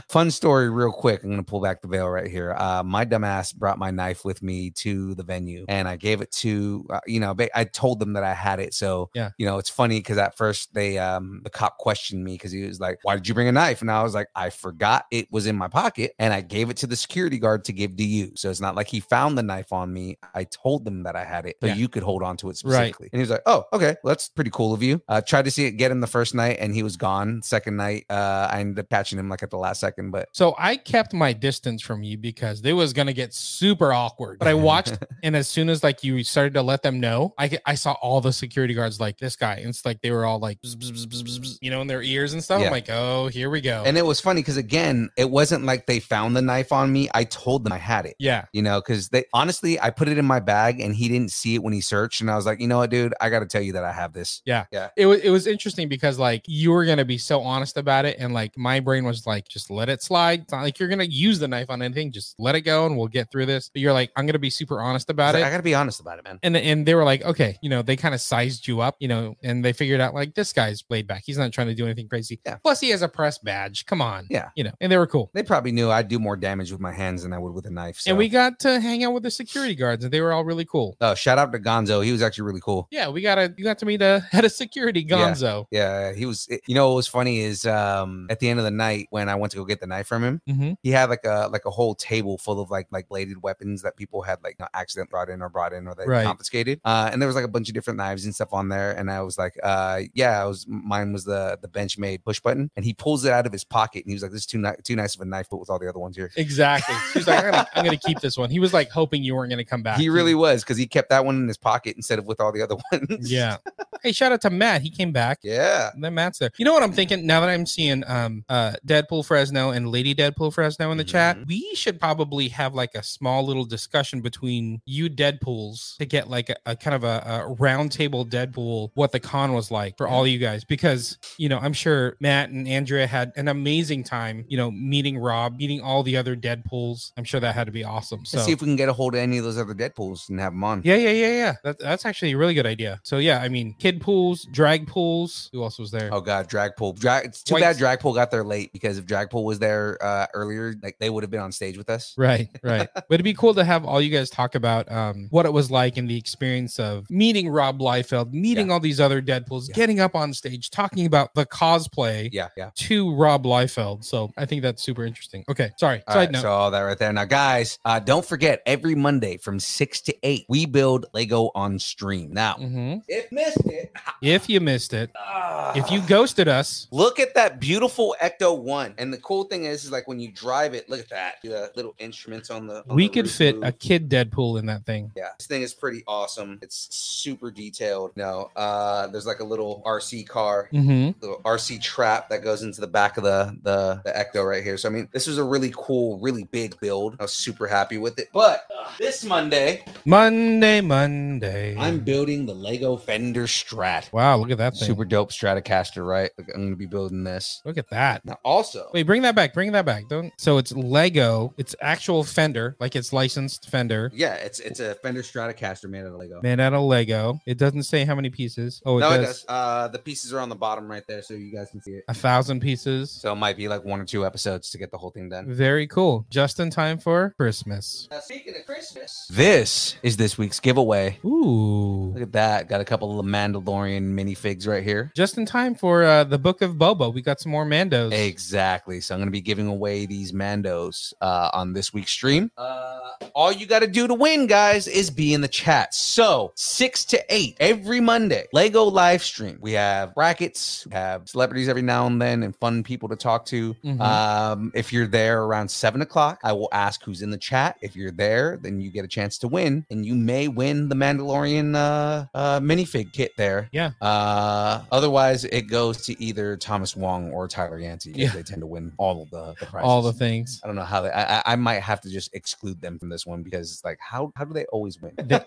Speaker 6: Fun story, real quick. I'm gonna pull back the veil right here. Uh, my dumbass brought my knife with me to the venue, and I gave it to uh, you know. ba- I told them that I had it, so
Speaker 4: Yeah.
Speaker 6: You know, it's funny because at first they um the cop questioned me because he was like, "Why did you bring a knife?" And I was like, "I forgot it was in my pocket, and I gave it to the security guard to give to you." So it's not like he found the knife on me. I told them that I had it, so
Speaker 4: Yeah.
Speaker 6: you could hold on to it
Speaker 4: Right.
Speaker 6: specifically. And he was like, "Oh, okay, well, that's pretty cool of you." Uh, tried to see it get him the first night, and he was gone. Second night, uh, I ended up catching him like at the last second, something, but
Speaker 4: So I kept my distance from you because it was gonna get super awkward. But I
Speaker 6: [LAUGHS]
Speaker 4: watched, and as soon as like you started to let them know, I ca- I saw all the security guards like this guy. And it's like they were all like, bzz, bzz, bzz, bzz, bzz, you know, in their ears and stuff.
Speaker 6: Yeah.
Speaker 4: I'm like, oh, here we go.
Speaker 6: and it was funny because again, it wasn't like they found the knife on me. I told them I had it.
Speaker 4: yeah,
Speaker 6: You know, because they honestly, I put it in my bag and he didn't see it when he searched. And I was like, you know what, dude, I got to tell you that I have this.
Speaker 4: it was it was interesting because like you were gonna be so honest about it, and like my brain was like, just let it slide. It's not like you're gonna use the knife on anything. Just let it go, and we'll get through this. But you're like, I'm gonna be super honest
Speaker 6: I,
Speaker 4: about
Speaker 6: was
Speaker 4: it.
Speaker 6: like, I got to be honest about it, man.
Speaker 4: and and they were like, okay, you know, they kind of sized you up, you know, and they figured out like this guy's laid back. He's not trying to do anything crazy.
Speaker 6: Yeah.
Speaker 4: Plus, he has a press badge. Come on,
Speaker 6: Yeah.
Speaker 4: you know, and they were cool.
Speaker 6: They probably knew I'd do more damage with my hands than I would with a knife. So.
Speaker 4: And we got to hang out with the security guards, and they were all really cool.
Speaker 6: oh, shout out to Gonzo. He was actually really cool.
Speaker 4: Yeah, we got a you got to meet a [LAUGHS] head of security,
Speaker 6: Yeah.
Speaker 4: Gonzo.
Speaker 6: Yeah, he was. eh, You know what was funny is um at the end of the night when I went to go get the knife from him,
Speaker 4: hmm
Speaker 6: he had like a like a whole table full of like like bladed weapons that people had like you know, accident brought in or brought in or they
Speaker 4: Right.
Speaker 6: confiscated. Uh, and there was like a bunch of different knives and stuff on there. And I was like, uh, yeah, I was mine was the the Benchmade push button, and he pulls it out of his pocket and he was like, this is too ni- too nice of a knife, but with all the other ones here.
Speaker 4: Exactly. He's like, I'm gonna, I'm gonna keep this one. He was like hoping you weren't gonna come back.
Speaker 6: He really was because he kept that one in his pocket instead of with all the other [LAUGHS] ones.
Speaker 4: yeah. Hey, shout out to Matt. He came back.
Speaker 6: yeah.
Speaker 4: Then Matt's there. You know what I'm thinking now that I'm seeing um uh Deadpool Fresno and Lady Deadpool Fresno in the chat. We should probably have like a small little discussion between you Deadpools to get like a, a kind of a, a round table Deadpool what the con was like for all you guys because you know I'm sure Matt and Andrea had an amazing time you know meeting Rob meeting all the other Deadpools. I'm sure that had to be awesome. So
Speaker 6: Let's see if we can get a hold of any of those other Deadpools and have them on.
Speaker 4: yeah, yeah, yeah, yeah. That, that's actually a really good idea. So yeah, I mean, kid pools, drag pools. Who else was there?
Speaker 6: Oh god, Dragpool. Drag. It's too
Speaker 4: White-
Speaker 6: bad Dragpool got there late because if Dragpool was there uh, earlier, like they would have been on stage with us. [LAUGHS]
Speaker 4: Right, right. but it'd be cool to have all you guys talk about um, what it was like and the experience of meeting Rob Liefeld, meeting all these other Deadpools,
Speaker 6: Yeah.
Speaker 4: getting up on stage, talking about the cosplay
Speaker 6: Yeah, yeah.
Speaker 4: to Rob Liefeld. So I think that's super interesting. Okay, sorry.
Speaker 6: All
Speaker 4: side
Speaker 6: right,
Speaker 4: note.
Speaker 6: so all that right there. Now, guys, uh, don't forget every Monday from six to eight, we build Lego on stream. Now,
Speaker 4: Mhm.
Speaker 6: if missed it, ah.
Speaker 4: If you missed it, if you ghosted us,
Speaker 6: look at that beautiful Ecto One, and the cool thing is, is like when you drive it, look at that the little instruments on the. on
Speaker 4: we
Speaker 6: the
Speaker 4: could
Speaker 6: roof
Speaker 4: fit
Speaker 6: move.
Speaker 4: a kid Deadpool in that thing.
Speaker 6: Yeah, this thing is pretty awesome. It's super detailed. No, uh, there's like a little RC car
Speaker 4: hmm
Speaker 6: little RC trap that goes into the back of the the the Ecto right here. So I mean, this was a really cool, really big build. I was super happy with it. But uh, this Monday,
Speaker 4: Monday, Monday.
Speaker 6: I'm building the Lego Fender Strat.
Speaker 4: wow, look at that thing.
Speaker 6: Super dope Stratocaster, right? Like, I'm gonna be building this.
Speaker 4: Look at that.
Speaker 6: Now also,
Speaker 4: Wait, bring that back. Bring that back. Don't. So it's Lego. It's actual Fender, like it's licensed Fender,
Speaker 6: yeah, it's it's a Fender Stratocaster made out of Lego.
Speaker 4: made out of Lego. It doesn't say how many pieces. Oh, it,
Speaker 6: no,
Speaker 4: does.
Speaker 6: it does. Uh, the pieces are on the bottom right there, so you guys can see it.
Speaker 4: A thousand pieces.
Speaker 6: So it might be like one or two episodes to get the whole thing done.
Speaker 4: Very cool. Just in time for Christmas.
Speaker 6: Now, speaking of Christmas, this is this week's giveaway.
Speaker 4: Ooh.
Speaker 6: Look at that. Got a couple of Mandalorian minifigs right here.
Speaker 4: Just in time for uh, the Book of Boba. We got some more Mandos.
Speaker 6: Exactly. So I'm going to be giving away these Mandos uh, on this week's stream. Uh, all you got to do to win, guys, is be in the chat. So six to eight every Monday, Lego live stream. We have brackets, we have celebrities every now and then, and fun people to talk to.
Speaker 4: Mhm.
Speaker 6: Um, if you're there around seven o'clock, I will ask who's in the chat. If you're there, then you get a chance to win, and you may win the Mandalorian uh, uh, minifig kit there.
Speaker 4: Yeah.
Speaker 6: Uh, otherwise, it goes to either Thomas Wong or Tyler Yancey. 'cause
Speaker 4: Yeah.
Speaker 6: They tend to win [LAUGHS] all of the, the prizes.
Speaker 4: All the things.
Speaker 6: I don't know how they. I, I- I might have to just exclude them from this one because it's like how how do they always win? [LAUGHS]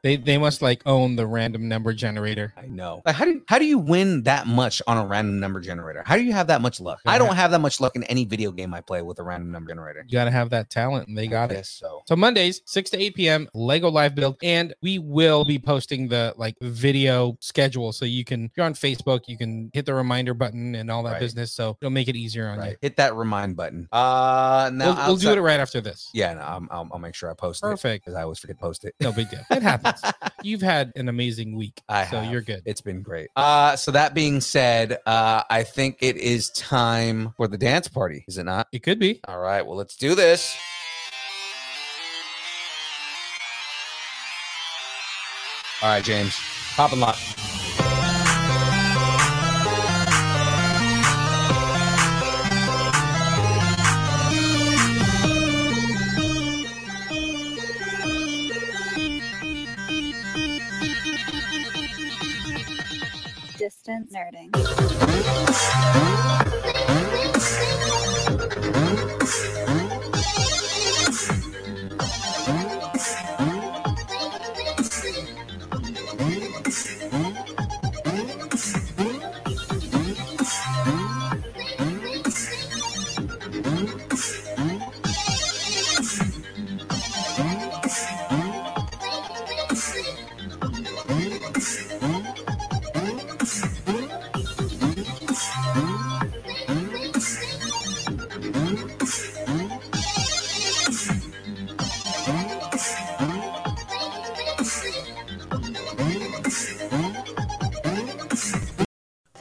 Speaker 4: They they must like own the random number generator.
Speaker 6: I know. Like how do how do you win that much on a random number generator? How do you have that much luck? I don't have that much luck in any video game I play with a random number generator.
Speaker 4: You got to have that talent, and they got it.
Speaker 6: Yes, So
Speaker 4: So Mondays, 6 to 8 p.m., Lego Live Build. And we will be posting the like video schedule. So you can, if you're on Facebook, you can hit the reminder button and all that
Speaker 6: Right.
Speaker 4: business. So it'll make it easier on
Speaker 6: right.
Speaker 4: you.
Speaker 6: hit that remind button. Uh, now
Speaker 4: we'll, we'll do it
Speaker 6: outside-
Speaker 4: right after this.
Speaker 6: Yeah, no, I'm, I'll, I'll make sure I post it
Speaker 4: Perfect.
Speaker 6: because I always forget to post it.
Speaker 4: No big deal. It
Speaker 6: [LAUGHS]
Speaker 4: happens. You've had an amazing week.
Speaker 6: I
Speaker 4: so
Speaker 6: have.
Speaker 4: you're good.
Speaker 6: It's been great. Uh, so that being said, uh, I think it is time for the dance party, is it not?
Speaker 4: It could be.
Speaker 6: All right, well, let's do this. All right, James, pop and lock.
Speaker 3: Distance nerding.
Speaker 6: [LAUGHS]